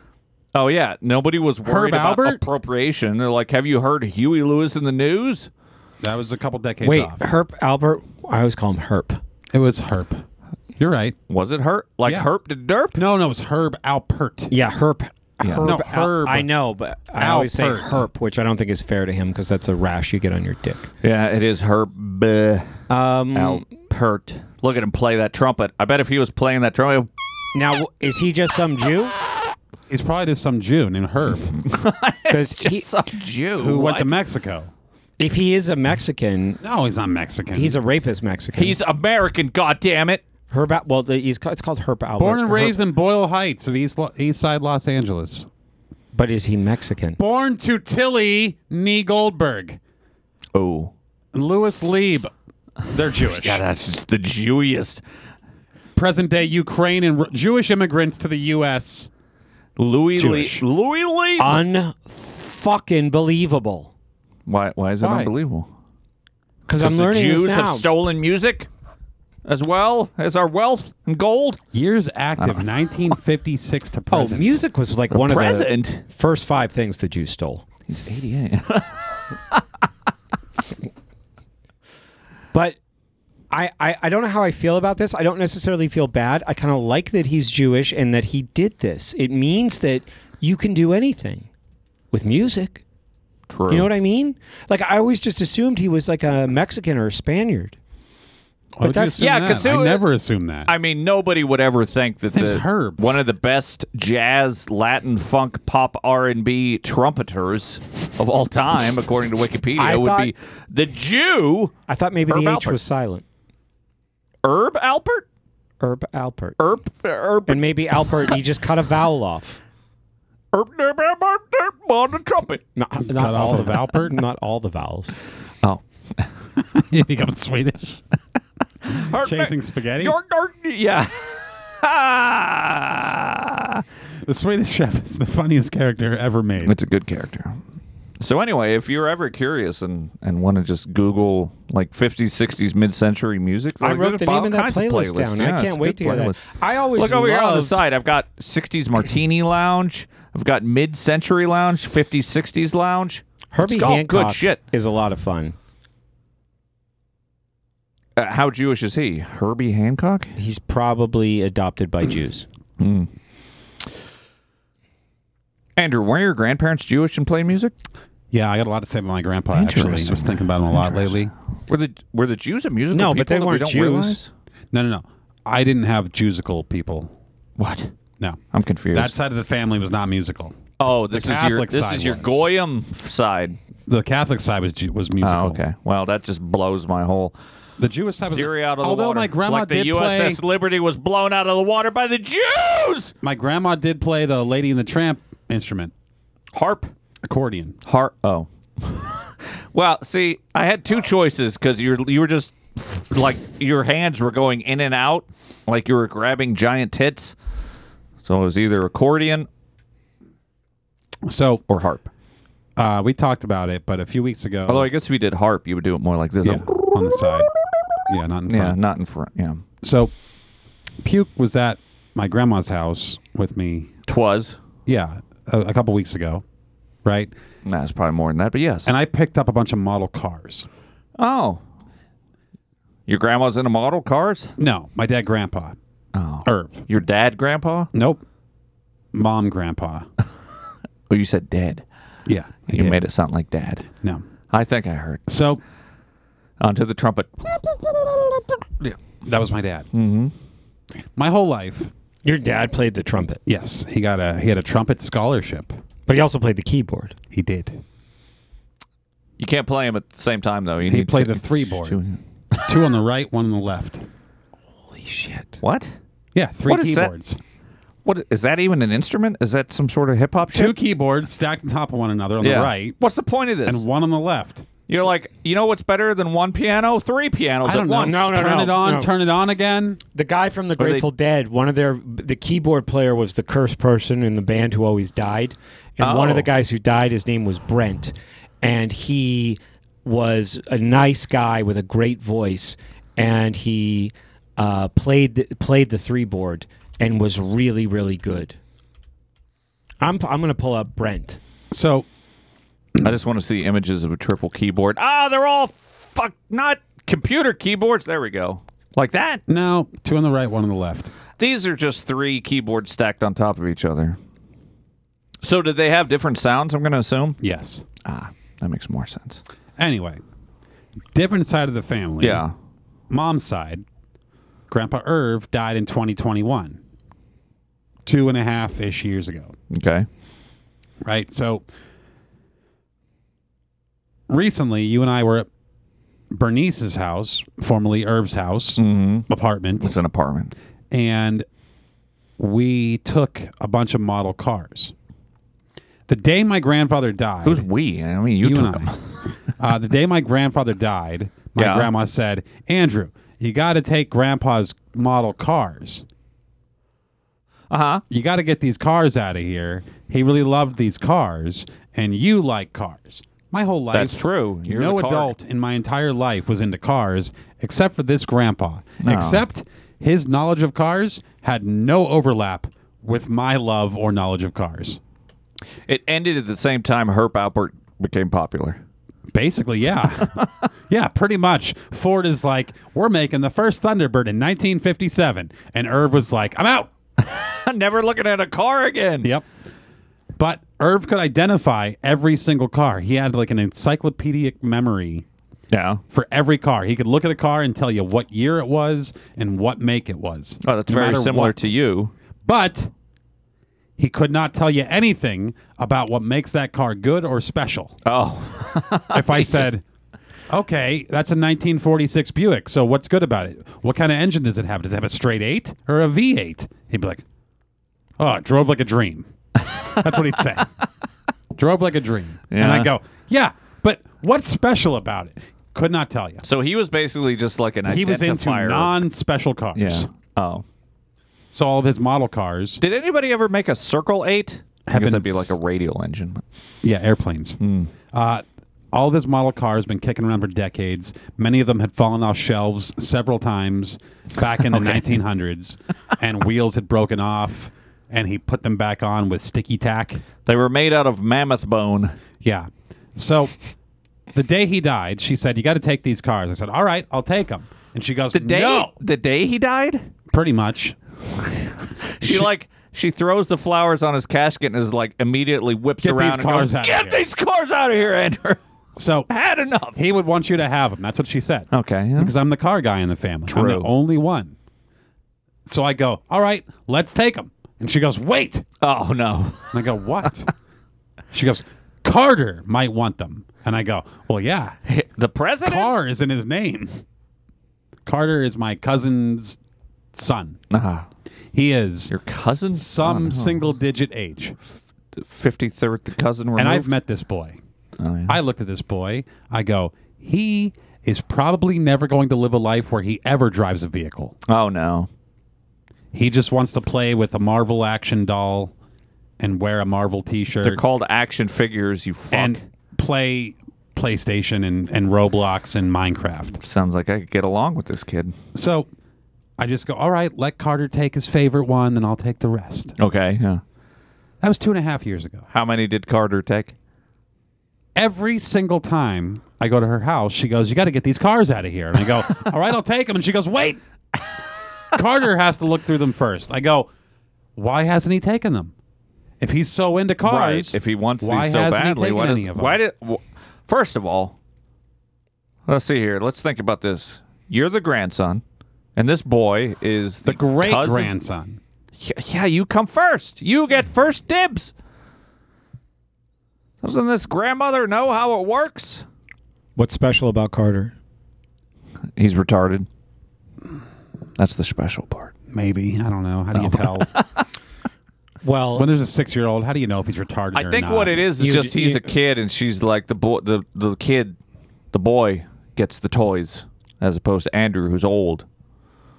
[SPEAKER 7] Oh yeah, nobody was worried
[SPEAKER 2] Herb
[SPEAKER 7] about
[SPEAKER 2] Albert?
[SPEAKER 7] appropriation. They're like, "Have you heard Huey Lewis in the news?"
[SPEAKER 2] That was a couple decades
[SPEAKER 1] Wait,
[SPEAKER 2] off.
[SPEAKER 1] Herp Albert. I always call him Herp.
[SPEAKER 2] It was Herb. You're right.
[SPEAKER 7] Was it Herb? Like
[SPEAKER 2] Yeah.
[SPEAKER 7] Herb to Derp?
[SPEAKER 2] No, no, it was Herb Alpert.
[SPEAKER 1] Yeah, Herp. Herb,
[SPEAKER 2] No,
[SPEAKER 1] Al-
[SPEAKER 2] Herb.
[SPEAKER 1] I know, but I always say
[SPEAKER 2] Alpert.
[SPEAKER 1] Herp, which I don't think is fair to him because that's a rash you get on your dick.
[SPEAKER 7] Yeah, it is Herb
[SPEAKER 1] Um,
[SPEAKER 7] Alpert. Look at him play that trumpet. I bet if he was playing that trumpet,
[SPEAKER 1] Now, w- is he just some Jew?
[SPEAKER 2] He's probably just some Jew named Herb
[SPEAKER 1] Because
[SPEAKER 7] some Jew
[SPEAKER 2] who went
[SPEAKER 7] what?
[SPEAKER 2] to Mexico.
[SPEAKER 1] if he is a Mexican,
[SPEAKER 2] No, he's not Mexican.
[SPEAKER 1] he's a rapist Mexican.
[SPEAKER 7] He's American. God damn it!
[SPEAKER 1] Herb. Al- Well, the, he's ca- it's called Herp Albert.
[SPEAKER 2] born and
[SPEAKER 1] Herb-
[SPEAKER 2] raised in Boyle Heights of East, Lo- East Side Los Angeles.
[SPEAKER 1] but is he Mexican?
[SPEAKER 2] Born to Tilly Nee Goldberg
[SPEAKER 7] Oh,
[SPEAKER 2] and Louis Lieb. They're Jewish.
[SPEAKER 7] yeah, that's just the Jewiest.
[SPEAKER 2] Present day Ukraine and Ru- Jewish immigrants to the U.S.
[SPEAKER 7] Louis Lee.
[SPEAKER 2] Jewish.
[SPEAKER 7] Louis Lee.
[SPEAKER 1] Unfucking believable.
[SPEAKER 7] why? Why is that
[SPEAKER 2] Why?
[SPEAKER 7] unbelievable?
[SPEAKER 1] Because I'm
[SPEAKER 7] Because the
[SPEAKER 1] learning
[SPEAKER 7] Jews
[SPEAKER 1] this now.
[SPEAKER 7] have stolen music, as well as our wealth and gold.
[SPEAKER 2] Years active, 1956
[SPEAKER 1] Uh.
[SPEAKER 2] to
[SPEAKER 1] oh,
[SPEAKER 2] present.
[SPEAKER 1] music was like one
[SPEAKER 7] Present.
[SPEAKER 1] of the first five things the Jews stole.
[SPEAKER 7] He's eighty-eight.
[SPEAKER 1] But I, I, I don't know how I feel about this. I don't necessarily feel bad. I kind of like that he's Jewish and that he did this. It means that you can do anything with music.
[SPEAKER 7] True.
[SPEAKER 1] You know what I mean? Like I always just assumed he was like a Mexican or a Spaniard.
[SPEAKER 2] Why would you
[SPEAKER 1] that's-
[SPEAKER 2] assume
[SPEAKER 7] yeah,
[SPEAKER 2] that?
[SPEAKER 7] 'cause it
[SPEAKER 2] I
[SPEAKER 7] was-
[SPEAKER 2] never assume that.
[SPEAKER 7] I mean, nobody would ever think that
[SPEAKER 2] name's
[SPEAKER 7] the
[SPEAKER 2] Herb.
[SPEAKER 7] one of the best jazz, Latin, funk, pop, R and B trumpeters of all time, according to Wikipedia,
[SPEAKER 1] I
[SPEAKER 7] would
[SPEAKER 1] thought-
[SPEAKER 7] be the Jew
[SPEAKER 1] I thought maybe
[SPEAKER 7] Herb
[SPEAKER 1] the H
[SPEAKER 7] Alpert.
[SPEAKER 1] was silent.
[SPEAKER 7] Herb Alpert.
[SPEAKER 1] Herb Alpert.
[SPEAKER 7] Herb Herb
[SPEAKER 1] And maybe Alpert, he just cut a vowel off.
[SPEAKER 7] Herb Herb Herb Herb on the trumpet.
[SPEAKER 1] Not, not
[SPEAKER 2] Cut off
[SPEAKER 1] all
[SPEAKER 2] of Alpert?
[SPEAKER 1] Not all the vowels.
[SPEAKER 7] Oh,
[SPEAKER 2] he becomes Swedish.
[SPEAKER 7] Herb-
[SPEAKER 2] Chasing spaghetti?
[SPEAKER 7] York, york, yeah. Ah.
[SPEAKER 2] The Swedish Chef is the funniest character ever made.
[SPEAKER 7] It's a good character. So anyway, if you're ever curious and and want to just Google like 50s, 60s, mid-century music.
[SPEAKER 1] I
[SPEAKER 7] Like,
[SPEAKER 1] wrote
[SPEAKER 7] there's
[SPEAKER 1] the name
[SPEAKER 7] all
[SPEAKER 1] of that
[SPEAKER 7] kinds
[SPEAKER 1] playlist
[SPEAKER 7] playlists.
[SPEAKER 1] down.
[SPEAKER 7] Yeah,
[SPEAKER 1] I
[SPEAKER 7] it's
[SPEAKER 1] can't
[SPEAKER 7] a
[SPEAKER 1] wait
[SPEAKER 7] good
[SPEAKER 1] to hear that.
[SPEAKER 7] playlist.
[SPEAKER 1] I always
[SPEAKER 7] look over here on the
[SPEAKER 1] loved-
[SPEAKER 7] side. I've got 60s Martini Lounge. I've got mid-century lounge, 50s, 60s lounge.
[SPEAKER 1] Herbie
[SPEAKER 7] It's all
[SPEAKER 1] Hancock
[SPEAKER 7] good shit.
[SPEAKER 1] is a lot of fun.
[SPEAKER 7] Uh, how Jewish is he? Herbie Hancock?
[SPEAKER 1] He's probably adopted by Jews.
[SPEAKER 7] Hmm. Andrew, were your grandparents Jewish and play music?
[SPEAKER 2] Yeah, I got a lot to say about my grandpa. Actually, I
[SPEAKER 7] Interesting.
[SPEAKER 2] was thinking about him a lot lately.
[SPEAKER 7] Were the were the Jews a musical
[SPEAKER 1] No,
[SPEAKER 7] people
[SPEAKER 1] but they
[SPEAKER 7] that we
[SPEAKER 1] weren't
[SPEAKER 7] don't
[SPEAKER 1] Jews.
[SPEAKER 7] realize?
[SPEAKER 2] No, no, no. I didn't have Jewsical people.
[SPEAKER 7] What?
[SPEAKER 2] No,
[SPEAKER 7] I'm confused.
[SPEAKER 2] that side of the family was not musical.
[SPEAKER 7] oh, this
[SPEAKER 2] The
[SPEAKER 7] is your
[SPEAKER 2] Catholic
[SPEAKER 7] this
[SPEAKER 2] side
[SPEAKER 7] is your
[SPEAKER 2] was.
[SPEAKER 7] Goyim side.
[SPEAKER 2] The Catholic side was Ju- was musical.
[SPEAKER 7] Oh, okay. Well, that just blows my whole
[SPEAKER 2] The Jewish side was
[SPEAKER 7] theory out of the
[SPEAKER 2] although
[SPEAKER 7] water.
[SPEAKER 2] my grandma
[SPEAKER 7] like the
[SPEAKER 2] did play.
[SPEAKER 7] USS Liberty was blown out of the water by the Jews.
[SPEAKER 2] My grandma did play the Lady and the Tramp instrument,
[SPEAKER 7] Harp.
[SPEAKER 2] accordion.
[SPEAKER 7] Harp. Oh. well, see, I had two choices because you you were just like your hands were going in and out, like you were grabbing giant tits. So it was either accordion
[SPEAKER 2] So
[SPEAKER 7] or harp.
[SPEAKER 2] uh, we talked about it, but a few weeks ago,
[SPEAKER 7] Although I guess if you did harp, you would do it more like this.
[SPEAKER 2] yeah, on the side, yeah, not in front.
[SPEAKER 7] Yeah, not in front. Yeah.
[SPEAKER 2] So Puke was at my grandma's house with me.
[SPEAKER 7] Twas.
[SPEAKER 2] Yeah, a, a couple weeks ago, right?
[SPEAKER 7] Nah, it's probably more than that, but yes.
[SPEAKER 2] And I picked up a bunch of model cars.
[SPEAKER 7] oh. Your grandma's in a model cars?
[SPEAKER 2] No, my dad, grandpa,
[SPEAKER 7] Oh.
[SPEAKER 2] Irv.
[SPEAKER 7] Your dad, grandpa?
[SPEAKER 2] Nope, mom, grandpa.
[SPEAKER 7] Oh, you said dad.
[SPEAKER 2] Yeah, I
[SPEAKER 7] You
[SPEAKER 2] did.
[SPEAKER 7] made it sound like dad.
[SPEAKER 2] no.
[SPEAKER 7] I think I heard.
[SPEAKER 2] So
[SPEAKER 7] Onto the trumpet.
[SPEAKER 2] that was my dad. Mm-hmm. My whole life.
[SPEAKER 1] Your dad played the trumpet,
[SPEAKER 2] Yes, he got a he had a trumpet scholarship.
[SPEAKER 1] but he also played the keyboard.
[SPEAKER 2] He did.
[SPEAKER 7] You can't play them at the same time, though. You
[SPEAKER 2] He
[SPEAKER 7] need
[SPEAKER 2] played
[SPEAKER 7] to-
[SPEAKER 2] the three board. Two on the right, one on the left.
[SPEAKER 7] What?
[SPEAKER 2] Yeah, three
[SPEAKER 7] What is that?
[SPEAKER 2] keyboards.
[SPEAKER 7] What is that even an instrument? Is that some sort of hip hop
[SPEAKER 2] Two
[SPEAKER 7] shit?
[SPEAKER 2] keyboards stacked on top of one another on
[SPEAKER 7] Yeah.
[SPEAKER 2] the right
[SPEAKER 7] What's the point of this?
[SPEAKER 2] and one on the left.
[SPEAKER 7] You're like, you know what's better than one piano? Three pianos
[SPEAKER 2] I don't
[SPEAKER 7] at
[SPEAKER 2] know.
[SPEAKER 7] once.
[SPEAKER 2] turn
[SPEAKER 1] no,
[SPEAKER 2] it on,
[SPEAKER 1] no.
[SPEAKER 2] turn it on again.
[SPEAKER 1] The guy from the
[SPEAKER 7] they-
[SPEAKER 1] Grateful Dead, one of their the keyboard player was the cursed person in the band who always died, and one of
[SPEAKER 7] Oh.
[SPEAKER 1] the guys who died, his name was Brent, and he was a nice guy with a great voice, and he uh, played the, played the three board and was really really good. I'm I'm gonna pull up Brent.
[SPEAKER 2] So
[SPEAKER 7] I just want to see images of a triple keyboard. Ah, they're all fuck not computer keyboards. There we go. Like that.
[SPEAKER 2] now two on the right, one on the left.
[SPEAKER 7] These are just three keyboards stacked on top of each other. So did they have different sounds? I'm going to assume.
[SPEAKER 2] Yes.
[SPEAKER 7] Ah, that makes more sense.
[SPEAKER 2] Anyway, different side of the family.
[SPEAKER 7] Yeah.
[SPEAKER 2] Mom's side. Grandpa Irv died in 2021, two and a half ish years ago.
[SPEAKER 7] Okay.
[SPEAKER 2] right? So recently, you and I were at Bernice's house, formerly Herb's house
[SPEAKER 1] Mm-hmm.
[SPEAKER 2] apartment,
[SPEAKER 7] It's an apartment.
[SPEAKER 2] and we took a bunch of model cars. The day my grandfather died,
[SPEAKER 7] Who's we? I mean, you,
[SPEAKER 2] you
[SPEAKER 7] took
[SPEAKER 2] and
[SPEAKER 7] them.
[SPEAKER 2] I, uh, the day my grandfather died, my
[SPEAKER 7] Yeah.
[SPEAKER 2] grandma said, "Andrew, you got to take grandpa's model cars."
[SPEAKER 7] Uh huh.
[SPEAKER 2] you got to get these cars out of here. He really loved these cars, and you like cars. My whole life.
[SPEAKER 7] That's true. You're
[SPEAKER 2] no
[SPEAKER 7] the car-
[SPEAKER 2] adult in my entire life was into cars except for this grandpa. Except his knowledge of cars had no overlap with my love or knowledge of cars.
[SPEAKER 7] It ended at the same time Herb Alpert became popular.
[SPEAKER 2] Basically, yeah. yeah, pretty much. Ford is like, we're making the first Thunderbird in 1957. And Irv was like, I'm out.
[SPEAKER 7] Never looking at a car again.
[SPEAKER 2] Yep. But Irv could identify every single car. He had like an encyclopedic memory
[SPEAKER 7] Yeah.
[SPEAKER 2] for every car. He could look at a car and tell you what year it was and what make it was.
[SPEAKER 7] Oh, that's
[SPEAKER 2] no
[SPEAKER 7] very
[SPEAKER 2] matter
[SPEAKER 7] similar
[SPEAKER 2] what.
[SPEAKER 7] to you.
[SPEAKER 2] But he could not tell you anything about what makes that car good or special.
[SPEAKER 7] Oh,
[SPEAKER 2] If I said, okay, that's a 1946 Buick, so what's good about it? What kind of engine does it have? Does it have a straight eight or a V8? He'd be like, oh, it drove like a dream. That's what he'd say. drove like a dream. And
[SPEAKER 7] Yeah.
[SPEAKER 2] I go, yeah, but what's special about it? Could not tell you.
[SPEAKER 7] so he was basically just like an
[SPEAKER 2] He was into
[SPEAKER 7] identifier.
[SPEAKER 2] non-special cars.
[SPEAKER 7] yeah. Oh.
[SPEAKER 2] So all of his model cars,
[SPEAKER 7] Did anybody ever make a Circle Eight? I guess
[SPEAKER 2] Happens-
[SPEAKER 7] that'd be like a radial engine. but-
[SPEAKER 2] yeah, airplanes. Uh, All this model car has been kicking around for decades. Many of them had fallen off shelves several times back in the 1900s, and wheels had broken off, and he put them back on with sticky tack.
[SPEAKER 7] They were made out of mammoth bone.
[SPEAKER 2] Yeah. So the day he died, she said, You got to take these cars. I said, All right, I'll take them. And she goes,
[SPEAKER 7] The day
[SPEAKER 2] No.
[SPEAKER 7] the day he died?
[SPEAKER 2] Pretty much.
[SPEAKER 7] She, like she throws the flowers on his casket and is like immediately whips
[SPEAKER 2] Get
[SPEAKER 7] around
[SPEAKER 2] these cars
[SPEAKER 7] and
[SPEAKER 2] out
[SPEAKER 7] goes,
[SPEAKER 2] of
[SPEAKER 7] "Get
[SPEAKER 2] here."
[SPEAKER 7] these cars out of here, Andrew."
[SPEAKER 2] So
[SPEAKER 7] Had enough.
[SPEAKER 2] He would want you to have them. That's what she said.
[SPEAKER 7] Okay.
[SPEAKER 2] Because I'm the car guy in the family. I'm
[SPEAKER 7] True.
[SPEAKER 2] the only one. So I go, all right, let's take them. And she goes, wait.
[SPEAKER 7] Oh, no.
[SPEAKER 2] And I go, what? she goes, Carter might want them. And I go, well, yeah.
[SPEAKER 7] The president?
[SPEAKER 2] Carr is in his name. Carter is my cousin's son.
[SPEAKER 7] Ah.
[SPEAKER 2] He is.
[SPEAKER 7] Your cousin's
[SPEAKER 2] Some
[SPEAKER 7] son, huh?
[SPEAKER 2] single digit age.
[SPEAKER 7] Fifty third cousin removed. Oh,
[SPEAKER 2] And I've met this boy. I looked at this boy. I go, he is probably never going to live a life where he ever drives a vehicle.
[SPEAKER 7] Oh no.
[SPEAKER 2] He just wants to play with a Marvel action doll and wear a Marvel T-shirt.
[SPEAKER 7] They're called action figures. You fuck.
[SPEAKER 2] and play PlayStation and, and Roblox and Minecraft.
[SPEAKER 7] Sounds like I could get along with this kid.
[SPEAKER 2] So I just go, all right, let Carter take his favorite one, then I'll take the rest.
[SPEAKER 7] Okay. Yeah.
[SPEAKER 2] That was two and a half years ago.
[SPEAKER 7] How many did Carter take?
[SPEAKER 2] Every single time I go to her house, she goes, "You got to get these cars out of here." And I go, "All right, I'll take them." And she goes, "Wait, Carter has to look through them first. I go, "Why hasn't he taken them? If he's so into cars,
[SPEAKER 7] Right. If he wants
[SPEAKER 2] why
[SPEAKER 7] these so
[SPEAKER 2] hasn't he
[SPEAKER 7] badly,
[SPEAKER 2] taken
[SPEAKER 7] why does
[SPEAKER 2] any of 'em?
[SPEAKER 7] why did wh- first of all, let's see here. Let's think about this. You're the grandson, and this boy is the,
[SPEAKER 2] great
[SPEAKER 7] cousin-
[SPEAKER 2] grandson?"
[SPEAKER 7] Yeah, yeah, you come first. You get first dibs. Doesn't this grandmother know how it works?
[SPEAKER 1] What's special about Carter?
[SPEAKER 7] He's retarded. That's the special part.
[SPEAKER 2] Maybe I don't know. How do
[SPEAKER 7] Oh.
[SPEAKER 2] you tell?
[SPEAKER 1] Well,
[SPEAKER 2] when there's a six-year-old, how do you know if he's retarded?
[SPEAKER 7] I
[SPEAKER 2] or
[SPEAKER 7] think
[SPEAKER 2] not?
[SPEAKER 7] what it is is
[SPEAKER 1] You-
[SPEAKER 7] just he's
[SPEAKER 1] you-
[SPEAKER 7] a kid, and she's like the boy, the the kid, the boy gets the toys as opposed to Andrew, who's old.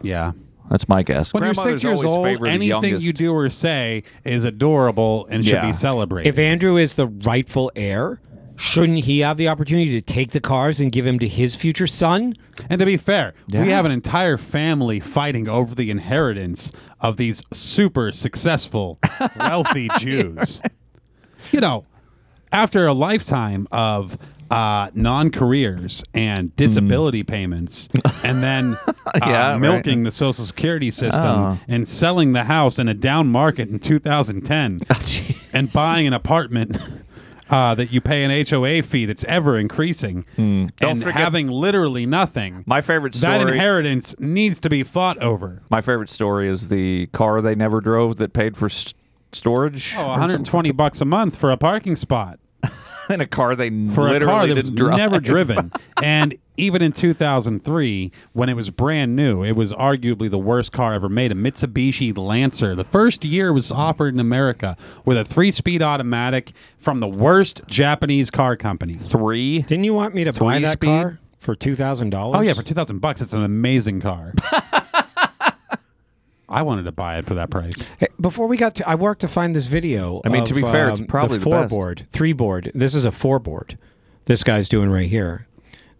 [SPEAKER 2] Yeah.
[SPEAKER 7] That's my guess.
[SPEAKER 2] When you're
[SPEAKER 7] Grandmothers
[SPEAKER 2] six years
[SPEAKER 7] always
[SPEAKER 2] old,
[SPEAKER 7] favor the
[SPEAKER 2] anything you
[SPEAKER 7] youngest.
[SPEAKER 2] do or say is adorable and should
[SPEAKER 7] Yeah.
[SPEAKER 2] be celebrated.
[SPEAKER 1] If Andrew is the rightful heir, shouldn't he have the opportunity to take the cars and give him to his future son?
[SPEAKER 2] And to be fair, we
[SPEAKER 1] Yeah.
[SPEAKER 2] have an entire family fighting over the inheritance of these super successful, wealthy Jews. You know, after a lifetime of uh, non careers and disability payments, and then uh,
[SPEAKER 7] Mm. Yeah, right.
[SPEAKER 2] milking the Social Security system
[SPEAKER 7] Oh.
[SPEAKER 2] and selling the house in a down market in 2010 and buying an apartment. Uh, that you pay an HOA fee that's ever increasing,
[SPEAKER 7] Hmm. Don't
[SPEAKER 2] and
[SPEAKER 7] forget-
[SPEAKER 2] having literally nothing.
[SPEAKER 7] My favorite
[SPEAKER 2] That
[SPEAKER 7] story-
[SPEAKER 2] inheritance needs to be fought over.
[SPEAKER 7] My favorite story is the car they never drove that paid for st- storage.
[SPEAKER 2] Oh, 120 bucks a month for a parking spot
[SPEAKER 7] in a car they
[SPEAKER 2] for
[SPEAKER 7] literally
[SPEAKER 2] a car that
[SPEAKER 7] didn't
[SPEAKER 2] was
[SPEAKER 7] drive.
[SPEAKER 2] never driven. and even in 2003, when it was brand new, it was arguably the worst car ever made, a Mitsubishi Lancer. The first year it was offered in America with a three-speed automatic from the worst Japanese car company.
[SPEAKER 7] Three.
[SPEAKER 1] Didn't you want me to buy that
[SPEAKER 2] Three-speed?
[SPEAKER 1] car for two thousand dollars?
[SPEAKER 2] Oh yeah, for 2000 bucks, it's an amazing car. I wanted to buy it for that price.
[SPEAKER 1] Hey, eh, Before we got to, I worked to find this video.
[SPEAKER 7] I mean, to
[SPEAKER 1] of,
[SPEAKER 7] be fair, it's
[SPEAKER 1] um,
[SPEAKER 7] probably
[SPEAKER 1] the
[SPEAKER 7] the
[SPEAKER 1] four
[SPEAKER 7] best.
[SPEAKER 1] board, three board. This is a four board. This guy's doing right here.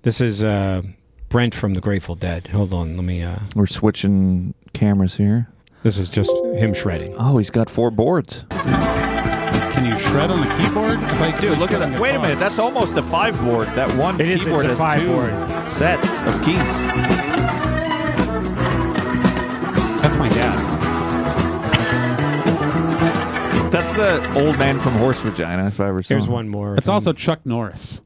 [SPEAKER 1] This is uh, Brent from the Grateful Dead. Hold on, let me. Uh,
[SPEAKER 7] We're switching cameras here.
[SPEAKER 1] this is just him shredding.
[SPEAKER 7] Oh, he's got four boards.
[SPEAKER 2] Can you shred on a keyboard? If I
[SPEAKER 7] Dude, look at that. Wait a minute. That's almost a five board. That one
[SPEAKER 1] It is, it's
[SPEAKER 7] keyboard
[SPEAKER 1] a
[SPEAKER 7] has
[SPEAKER 1] five
[SPEAKER 7] two
[SPEAKER 1] board.
[SPEAKER 7] sets of keys.
[SPEAKER 2] That's my dad.
[SPEAKER 7] That's the old man from Horse Vagina, if I ever saw
[SPEAKER 1] Here's
[SPEAKER 7] him.
[SPEAKER 1] one more.
[SPEAKER 2] It's also Chuck Norris.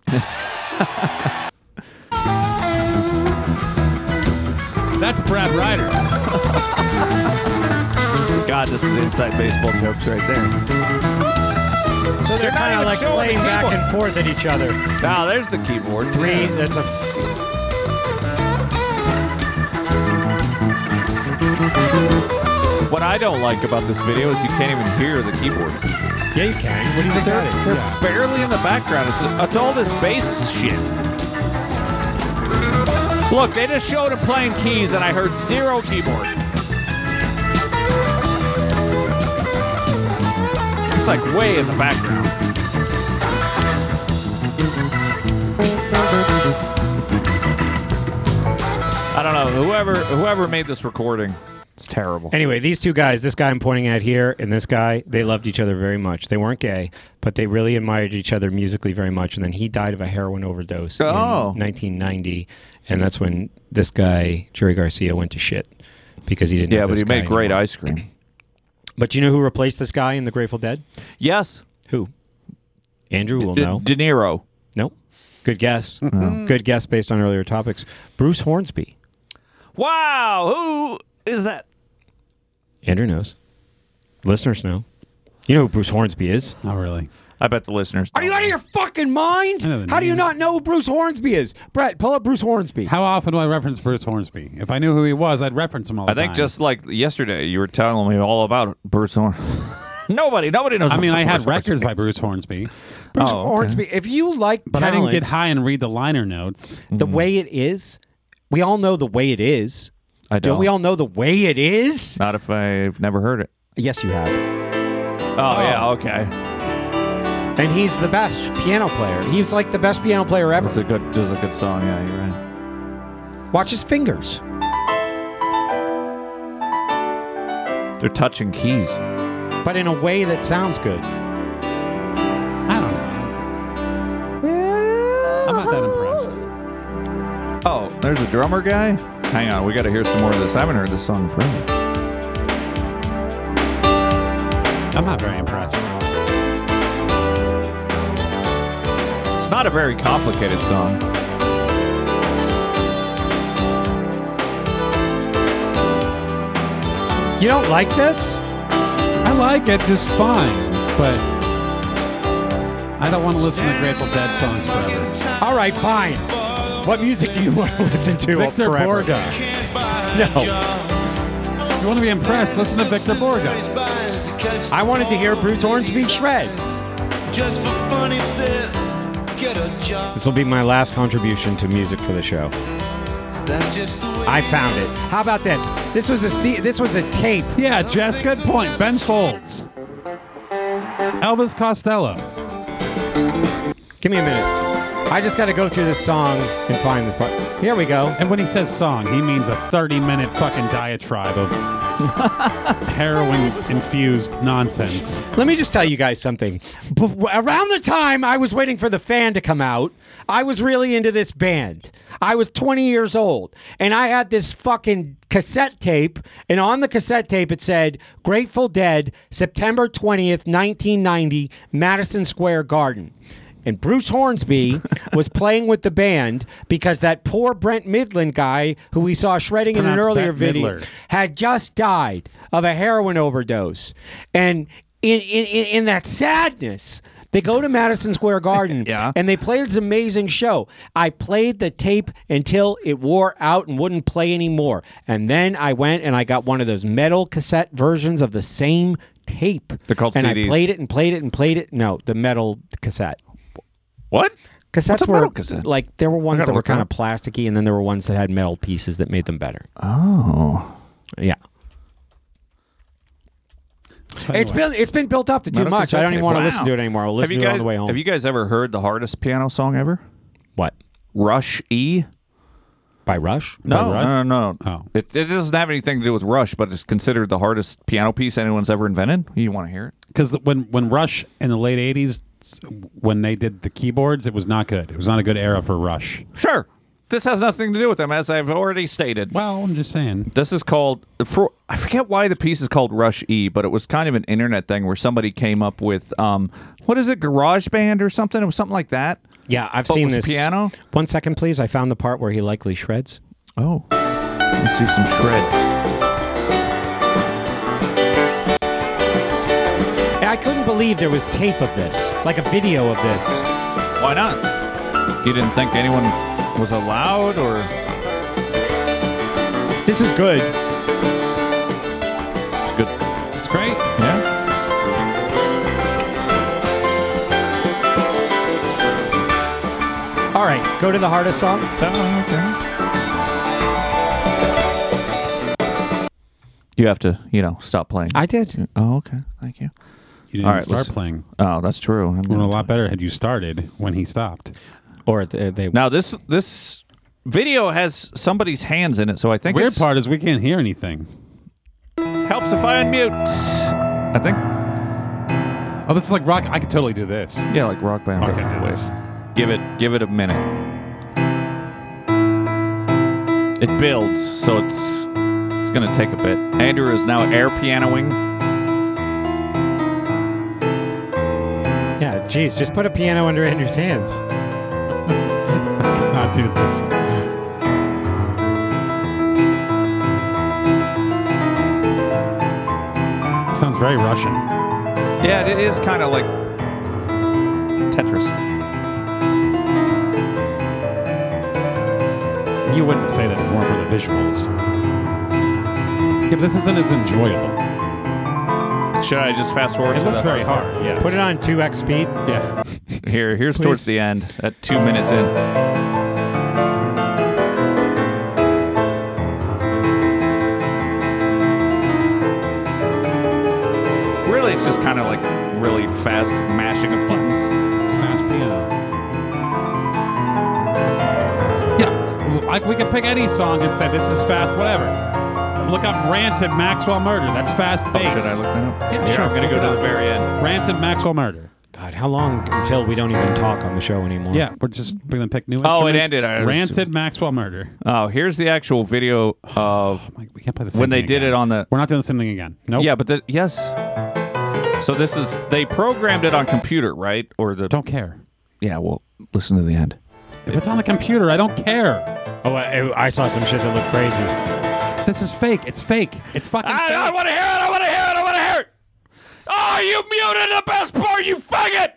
[SPEAKER 2] That's Brad Ryder.
[SPEAKER 7] God, this is inside baseball jokes right there.
[SPEAKER 1] so they're,
[SPEAKER 7] They're not
[SPEAKER 1] kind of
[SPEAKER 7] even
[SPEAKER 1] like
[SPEAKER 7] showing the
[SPEAKER 1] playing back
[SPEAKER 7] keyboard.
[SPEAKER 1] and forth at each other.
[SPEAKER 7] Now, Ah, there's the keyboard.
[SPEAKER 1] Three.
[SPEAKER 7] Yeah.
[SPEAKER 1] That's a. F-
[SPEAKER 7] What I don't like about this video is you can't even hear the keyboards.
[SPEAKER 1] yeah, you can. What do you think that is?
[SPEAKER 7] They're barely in the background. It's, it's all this bass shit. Look, they just showed him playing keys, and I heard zero keyboard. It's like way in the background. I don't know. Whoever whoever made this recording, it's terrible.
[SPEAKER 1] Anyway, these two guys, this guy I'm pointing at here and this guy, they loved each other very much. They weren't gay, but they really admired each other musically very much. And then he died of a heroin overdose
[SPEAKER 7] Oh.
[SPEAKER 1] in 1990. And that's when this guy, Jerry Garcia, went to shit because he didn't
[SPEAKER 7] Yeah,
[SPEAKER 1] have
[SPEAKER 7] but
[SPEAKER 1] this
[SPEAKER 7] he made
[SPEAKER 1] guy
[SPEAKER 7] great
[SPEAKER 1] anymore.
[SPEAKER 7] ice cream.
[SPEAKER 1] But you know who replaced this guy in The Grateful Dead?
[SPEAKER 7] Yes.
[SPEAKER 1] Who? Andrew will
[SPEAKER 7] D- Oh.
[SPEAKER 1] know.
[SPEAKER 7] De Niro.
[SPEAKER 1] Nope. Good guess. Good guess based on earlier topics. Bruce Hornsby.
[SPEAKER 7] Wow, who is that?
[SPEAKER 1] Andrew knows. Listeners know. You know who Bruce Hornsby is?
[SPEAKER 2] Not Oh, really.
[SPEAKER 7] I bet the listeners.
[SPEAKER 1] Are you out of your fucking mind?
[SPEAKER 2] know the
[SPEAKER 1] How do you
[SPEAKER 2] name.
[SPEAKER 1] not know who Bruce Hornsby is? Brett, pull up Bruce Hornsby.
[SPEAKER 2] How often do I reference Bruce Hornsby? If I knew who he was, I'd reference him all the
[SPEAKER 7] I think
[SPEAKER 2] time.
[SPEAKER 7] just like yesterday, you were telling me all about Bruce Horn. nobody, nobody knows.
[SPEAKER 2] I
[SPEAKER 7] what
[SPEAKER 2] mean, I
[SPEAKER 7] Bruce
[SPEAKER 2] had
[SPEAKER 7] Hornsby
[SPEAKER 2] records by
[SPEAKER 7] is.
[SPEAKER 2] Bruce Hornsby,
[SPEAKER 1] Bruce
[SPEAKER 7] Oh, okay.
[SPEAKER 1] Hornsby, if you like
[SPEAKER 2] but I didn't
[SPEAKER 1] talent
[SPEAKER 2] get high and read the liner notes.
[SPEAKER 1] the way it is, we all know the way it is.
[SPEAKER 7] I
[SPEAKER 1] Don't we all know the way it is?
[SPEAKER 7] Not if I've never heard it.
[SPEAKER 1] Yes, you have.
[SPEAKER 7] Oh, yeah, okay.
[SPEAKER 1] And he's the best piano player. He's like the best piano player ever.
[SPEAKER 7] That's a good. That's a good song. Yeah, you're right.
[SPEAKER 1] Watch his fingers.
[SPEAKER 7] They're touching keys.
[SPEAKER 1] but in a way that sounds good.
[SPEAKER 2] I don't know. I'm not that impressed.
[SPEAKER 7] Oh, there's a drummer guy. Hang on, we got to hear some more of this. I haven't heard this song in forever.
[SPEAKER 2] I'm not very impressed.
[SPEAKER 7] It's not a very complicated song.
[SPEAKER 1] You don't like this?
[SPEAKER 2] I like it just fine, but I don't want to listen to Grateful Dead songs forever.
[SPEAKER 1] All right, fine. What music do you want to listen to?
[SPEAKER 2] Victor
[SPEAKER 1] forever?
[SPEAKER 2] Borga.
[SPEAKER 1] No,
[SPEAKER 2] You want to be impressed? Listen to Victor Borga.
[SPEAKER 1] I wanted to hear Bruce Hornsby shred.
[SPEAKER 4] Just for funny says, get a job.
[SPEAKER 1] This will be my last contribution to music for the show.
[SPEAKER 4] That's just the way
[SPEAKER 1] I found it. How about this? This was a C- this was a tape.
[SPEAKER 2] Yeah, Jess, good point. Ben Folds. Elvis Costello.
[SPEAKER 1] Give me a minute. I just got to go through this song and find this part. Here we go.
[SPEAKER 2] And when he says song, he means a 30 minute fucking diatribe of heroin infused nonsense.
[SPEAKER 1] Let me just tell you guys something. Bef- around the time I was waiting for the fan to come out, I was really into this band. I was 20 years old, and I had this fucking cassette tape, and on the cassette tape it said Grateful Dead, September 20th, 1990, Madison Square Garden. And Bruce Hornsby was playing with the band because that poor Brent Midland guy who we saw shredding in an
[SPEAKER 2] pronounced
[SPEAKER 1] earlier
[SPEAKER 2] Bette
[SPEAKER 1] video
[SPEAKER 2] Midler.
[SPEAKER 1] had just died of a heroin overdose. And in, in, in, in that sadness, they go to Madison Square Garden
[SPEAKER 7] Yeah.
[SPEAKER 1] and they play this amazing show. I played the tape until it wore out and wouldn't play anymore. And then I went and I got one of those metal cassette versions of the same tape.
[SPEAKER 7] They're called
[SPEAKER 1] and
[SPEAKER 7] CDs.
[SPEAKER 1] I played it and played it and played it. No, the metal cassette.
[SPEAKER 7] What?
[SPEAKER 1] Cassettes
[SPEAKER 7] What's a
[SPEAKER 1] were
[SPEAKER 7] metal cassette?
[SPEAKER 1] like there were ones
[SPEAKER 7] gotta
[SPEAKER 1] that were
[SPEAKER 7] look that
[SPEAKER 1] kind of
[SPEAKER 7] up.
[SPEAKER 1] plasticky, and then there were ones that had metal pieces that made them better.
[SPEAKER 7] Oh.
[SPEAKER 1] Yeah. It's been it's been built up to too much. I don't even want to listen to it anymore. I'll listen
[SPEAKER 7] have you
[SPEAKER 1] to
[SPEAKER 7] guys,
[SPEAKER 1] it on the way home.
[SPEAKER 7] Have you guys ever heard the hardest piano song ever?
[SPEAKER 1] what?
[SPEAKER 7] Rush E.
[SPEAKER 1] By Rush?
[SPEAKER 7] No, no, no, no.
[SPEAKER 2] Oh.
[SPEAKER 7] It, it doesn't have anything to do with Rush, but it's considered the hardest piano piece anyone's ever invented. You want to hear it?
[SPEAKER 2] Because when, when Rush in the late 80s, when they did the keyboards, it was not good. It was not a good era for Rush.
[SPEAKER 7] Sure. This has nothing to do with them, as I've already stated.
[SPEAKER 2] Well, I'm just saying.
[SPEAKER 7] This is called for I forget why the piece is called Rush E, but it was kind of an internet thing where somebody came up with um what is it Garage Band or something? It was something like that.
[SPEAKER 1] Yeah, I've
[SPEAKER 7] But
[SPEAKER 1] seen
[SPEAKER 7] with
[SPEAKER 1] this.
[SPEAKER 7] piano?
[SPEAKER 1] One second, please. I found the part where he likely shreds.
[SPEAKER 7] Oh, let's see some shred.
[SPEAKER 1] And I couldn't believe there was tape of this, like a video of this.
[SPEAKER 7] Why not? You didn't think anyone was allowed, or
[SPEAKER 1] This is good.
[SPEAKER 7] it's good.
[SPEAKER 2] It's great.
[SPEAKER 7] Yeah.
[SPEAKER 1] All right, go to the hardest song.
[SPEAKER 7] You have to, you know, stop playing.
[SPEAKER 1] I did.
[SPEAKER 7] oh, okay. Thank you.
[SPEAKER 2] You didn't
[SPEAKER 7] All right,
[SPEAKER 2] start
[SPEAKER 7] listen.
[SPEAKER 2] playing.
[SPEAKER 7] Oh, that's true.
[SPEAKER 2] It
[SPEAKER 7] I'm
[SPEAKER 2] would have been a
[SPEAKER 7] gonna
[SPEAKER 2] lot
[SPEAKER 7] play.
[SPEAKER 2] better had you started when he stopped.
[SPEAKER 1] Or they, they
[SPEAKER 7] Now this this video has somebody's hands in it, so I think
[SPEAKER 2] Weird
[SPEAKER 7] it's,
[SPEAKER 2] part is we can't hear anything.
[SPEAKER 7] helps if I unmute. I think.
[SPEAKER 2] Oh, this is like rock. I could totally do this.
[SPEAKER 7] Yeah, like rock band.
[SPEAKER 2] I can do this.
[SPEAKER 7] Give it, give it a minute. It builds, so it's it's gonna take a bit. Andrew is now air pianoing.
[SPEAKER 1] Yeah, geez, just put a piano under Andrew's hands.
[SPEAKER 2] I cannot do this. Sounds very Russian.
[SPEAKER 7] Yeah, it is kind of like Tetris.
[SPEAKER 2] You wouldn't say that if it weren't for the visuals. Yeah, but this isn't as enjoyable.
[SPEAKER 7] Should I just fast forward?
[SPEAKER 2] It
[SPEAKER 7] to
[SPEAKER 2] looks
[SPEAKER 7] the
[SPEAKER 2] very hard. Yes.
[SPEAKER 1] Put it on 2x speed.
[SPEAKER 2] Yeah.
[SPEAKER 7] Here, here's towards the end. At two minutes in. Really, it's just kind of like really fast mashing of buttons.
[SPEAKER 2] It's fast piano. Yeah, like we could pick any song and say this is fast, whatever. Look up Rancid Maxwell Murder. That's fast bass.
[SPEAKER 7] Should I look that up?
[SPEAKER 2] Yeah,
[SPEAKER 7] Here,
[SPEAKER 2] sure.
[SPEAKER 7] I'm gonna
[SPEAKER 2] Look
[SPEAKER 7] go
[SPEAKER 2] it
[SPEAKER 7] to the
[SPEAKER 2] up.
[SPEAKER 7] very end.
[SPEAKER 2] Rancid Maxwell Murder.
[SPEAKER 1] God, how long until we don't even talk on the show anymore?
[SPEAKER 2] Yeah, we're just we're gonna pick new.
[SPEAKER 7] Oh, it
[SPEAKER 2] instruments.
[SPEAKER 7] ended. I was-
[SPEAKER 2] Rancid Maxwell Murder.
[SPEAKER 7] Oh, here's the actual video of
[SPEAKER 2] We can't play the same
[SPEAKER 7] when they
[SPEAKER 2] thing
[SPEAKER 7] did
[SPEAKER 2] again.
[SPEAKER 7] it on the
[SPEAKER 2] We're not doing the same thing again. Nope.
[SPEAKER 7] Yeah, but the, yes. So this is they programmed it on computer, right? Or the
[SPEAKER 2] Don't care.
[SPEAKER 7] yeah. Well, listen to the end.
[SPEAKER 2] If it's on the computer, I don't care.
[SPEAKER 1] Oh, I, I saw some shit that looked crazy.
[SPEAKER 2] This is fake. It's fake. It's fucking
[SPEAKER 7] I,
[SPEAKER 2] fake.
[SPEAKER 7] I want to hear it. I want to hear it. I want to hear it. Oh, you muted the best part, you faggot!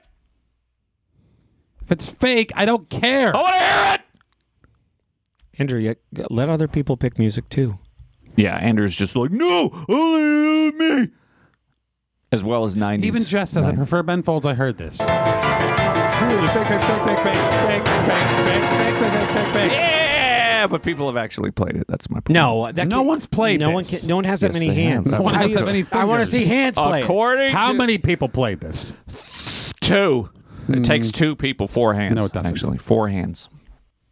[SPEAKER 2] If it's fake, I don't care.
[SPEAKER 7] I want to hear it.
[SPEAKER 1] Andrew, you, let other people pick music too.
[SPEAKER 7] Yeah, Andrew's just like no, only me. As well as nineties.
[SPEAKER 2] Even Jess says, I prefer Ben Folds. I heard this. Really fake, fake, fake, fake, fake, fake, fake, fake, fake, fake, fake, fake, fake.
[SPEAKER 7] Yeah, but people have actually played it. That's my point.
[SPEAKER 1] No, that
[SPEAKER 2] No
[SPEAKER 1] can-
[SPEAKER 2] one's played
[SPEAKER 1] No
[SPEAKER 2] this.
[SPEAKER 1] one can, no one has that
[SPEAKER 7] Yes,
[SPEAKER 1] many
[SPEAKER 7] they have.
[SPEAKER 1] hands.
[SPEAKER 7] No one
[SPEAKER 1] How
[SPEAKER 7] has
[SPEAKER 1] do you-
[SPEAKER 7] that
[SPEAKER 2] many
[SPEAKER 1] I want to
[SPEAKER 2] fingers.
[SPEAKER 1] see hands play.
[SPEAKER 7] According
[SPEAKER 2] How
[SPEAKER 7] to
[SPEAKER 2] many people played this?
[SPEAKER 7] two, it takes two people, four hands.
[SPEAKER 2] No, it doesn't.
[SPEAKER 7] Hmm. Actually, four hands.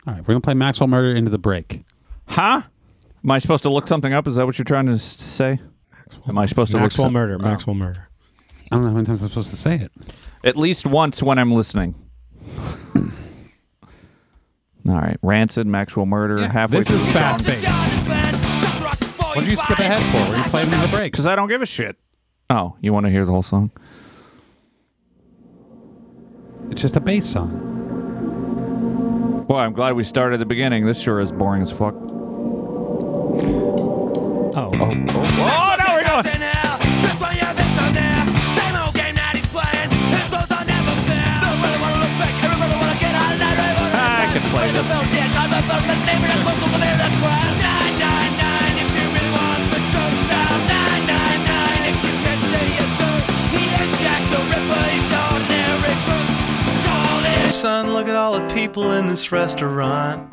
[SPEAKER 2] All right, we're gonna play Maxwell Murder into the break.
[SPEAKER 7] Huh? Am I supposed to look something up? Is that what you're trying to s- say? Am I supposed to look Oh.
[SPEAKER 1] Maxwell
[SPEAKER 7] some-
[SPEAKER 1] murder. Maxwell murder.
[SPEAKER 2] I don't know how many times I'm supposed to say it.
[SPEAKER 7] At least once when I'm listening. All right, rancid, Maxwell murder, halfway.
[SPEAKER 2] This is fast bass. What did you skip ahead for? Were you playing into the break?
[SPEAKER 7] because I don't give a shit. Oh, you want to hear the whole song?
[SPEAKER 2] It's just a bass song.
[SPEAKER 7] Boy, I'm glad we started at the beginning. This sure is boring as fuck. Oh,
[SPEAKER 1] Oh,
[SPEAKER 7] oh now we're going. I could play this.
[SPEAKER 8] Son, look at all the people in this restaurant.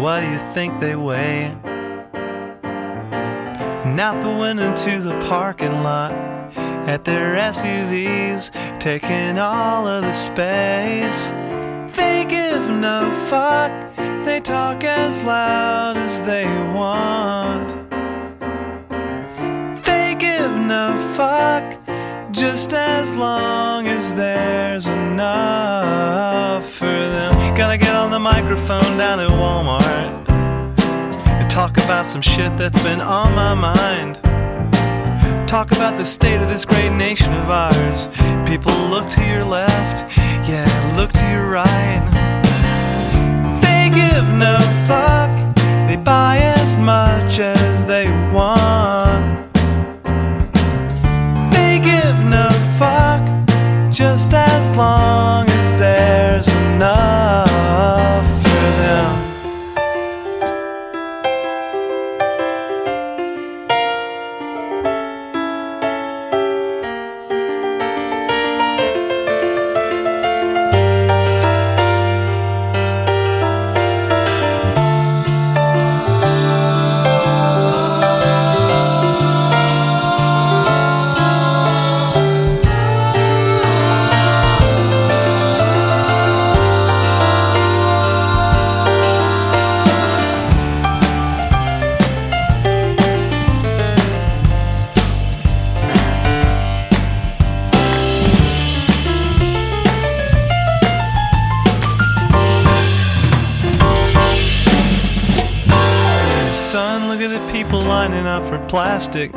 [SPEAKER 8] What do you think they weigh? And out the window to the parking lot at their SUVs, taking all of the space. They give no fuck, they talk as loud as they want. They give no fuck, just as long as there's enough for them. Gotta get on the microphone down at Walmart and talk about some shit that's been on my mind. Talk about the state of this great nation of ours. People look to your left, yeah, look to your right. They give no fuck, they buy as much as they want. They give no fuck, just as long as there's enough for them. up for plastic.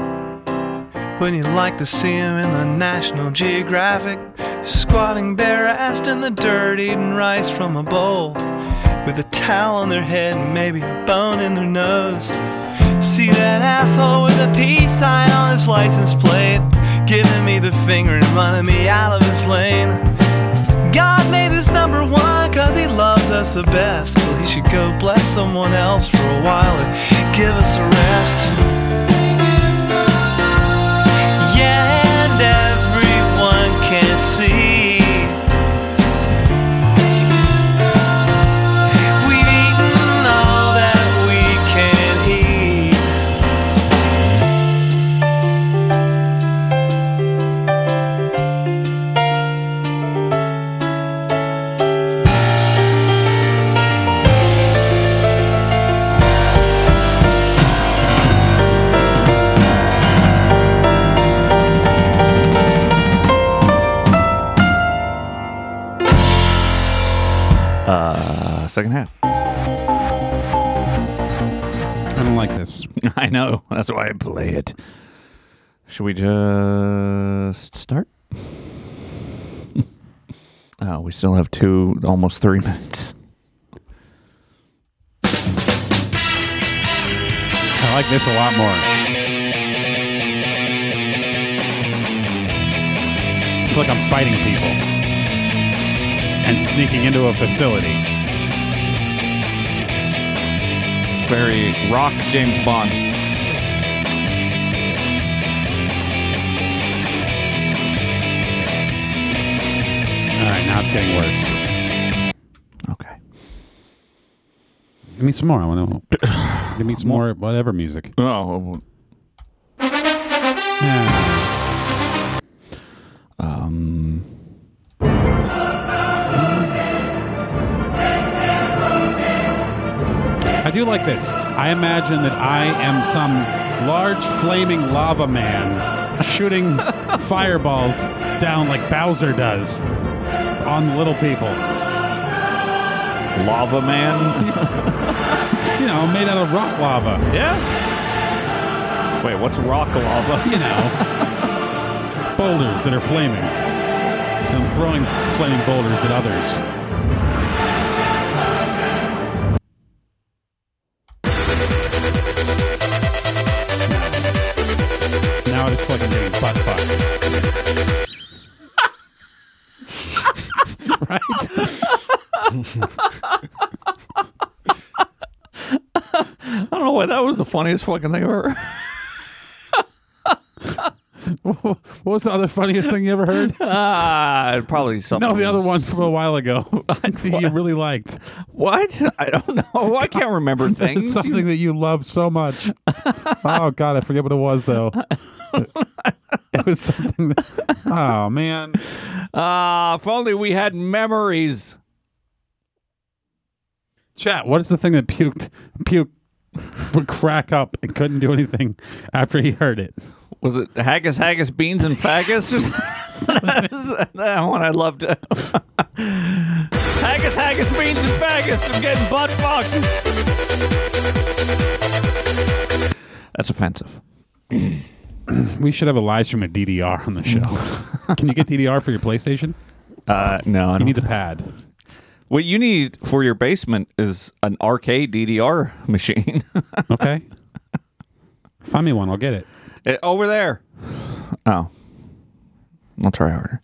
[SPEAKER 8] When you like to see him in the National Geographic, squatting bare assed in the dirt, eating rice from a bowl, with a towel on their head and maybe a bone in their nose. See that asshole with a peace sign on his license plate, giving me the finger and running me out of his lane. God made us number one cause he loves us the best. Well, he should go bless someone else for a while and give us a rest. Yeah, and everyone can see. We've eaten all that we can eat.
[SPEAKER 7] Uh, second half. I
[SPEAKER 2] don't like this.
[SPEAKER 7] I know. That's why I play it. Should we just start? oh, we still have two, almost three minutes.
[SPEAKER 2] I like this a lot more. It's like I'm fighting people and sneaking into a facility.
[SPEAKER 7] It's very rock James Bond.
[SPEAKER 2] All right, now it's getting worse.
[SPEAKER 7] Okay.
[SPEAKER 2] Give me some more. I want to. Give me some more whatever music.
[SPEAKER 7] Oh. Um.
[SPEAKER 2] I do like this. I imagine that I am some large flaming lava man shooting fireballs down like Bowser does on little people.
[SPEAKER 7] Lava man?
[SPEAKER 2] You know, made out of rock lava.
[SPEAKER 7] Yeah? Wait, what's rock lava?
[SPEAKER 2] You know. boulders that are flaming. And I'm throwing flaming boulders at others. Now it's fucking getting butt fucked.
[SPEAKER 7] I don't know why that was the funniest fucking thing ever.
[SPEAKER 2] what was the other funniest thing you ever heard?
[SPEAKER 7] Ah, probably something.
[SPEAKER 2] No, the other one from a while ago that you really liked.
[SPEAKER 7] What? I don't know. I can't remember things.
[SPEAKER 2] Something that you loved so much. oh God, I forget what it was though. it was something. That, oh man.
[SPEAKER 7] Ah, if only we had memories.
[SPEAKER 2] Chat. What is the thing that puked? Puke would crack up and couldn't do anything after he heard it.
[SPEAKER 7] Was it haggis, haggis, beans, and faggots? that one I loved. haggis, haggis, beans, and faggots. I'm getting butt fucked. That's offensive.
[SPEAKER 2] We should have a live stream of DDR on the show. Can you get DDR for your PlayStation?
[SPEAKER 7] Uh, no, I
[SPEAKER 2] You
[SPEAKER 7] don't.
[SPEAKER 2] need the pad.
[SPEAKER 7] what you need for your basement is an arcade DDR machine
[SPEAKER 2] Okay. Find me one. I'll get it.
[SPEAKER 7] Eh, over there. Oh, I'll try harder.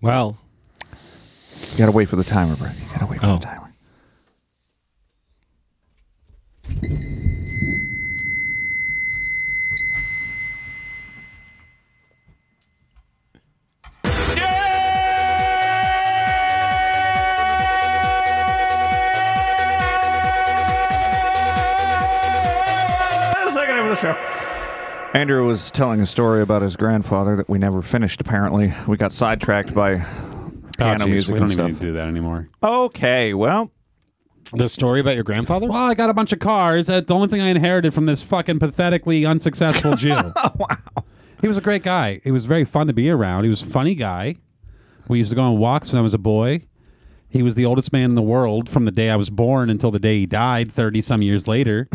[SPEAKER 15] Well,
[SPEAKER 7] you gotta wait for the timer, Brett. You gotta wait for
[SPEAKER 2] Oh.
[SPEAKER 7] the timer. Second half of the show. Andrew was telling a story about his grandfather that we never finished. Apparently, we got sidetracked by piano
[SPEAKER 2] jeez,
[SPEAKER 7] music
[SPEAKER 2] Ah, we don't
[SPEAKER 7] and
[SPEAKER 2] even
[SPEAKER 7] stuff.
[SPEAKER 2] need to do that anymore.
[SPEAKER 7] Okay, well,
[SPEAKER 15] the story about your grandfather?
[SPEAKER 2] Well, I got a bunch of cars. That's the only thing I inherited from this fucking pathetically unsuccessful Jew. wow. He was a great guy. He was very fun to be around. He was a funny guy. We used to go on walks when I was a boy. He was the oldest man in the world from the day I was born until the day he died, 30 some years later.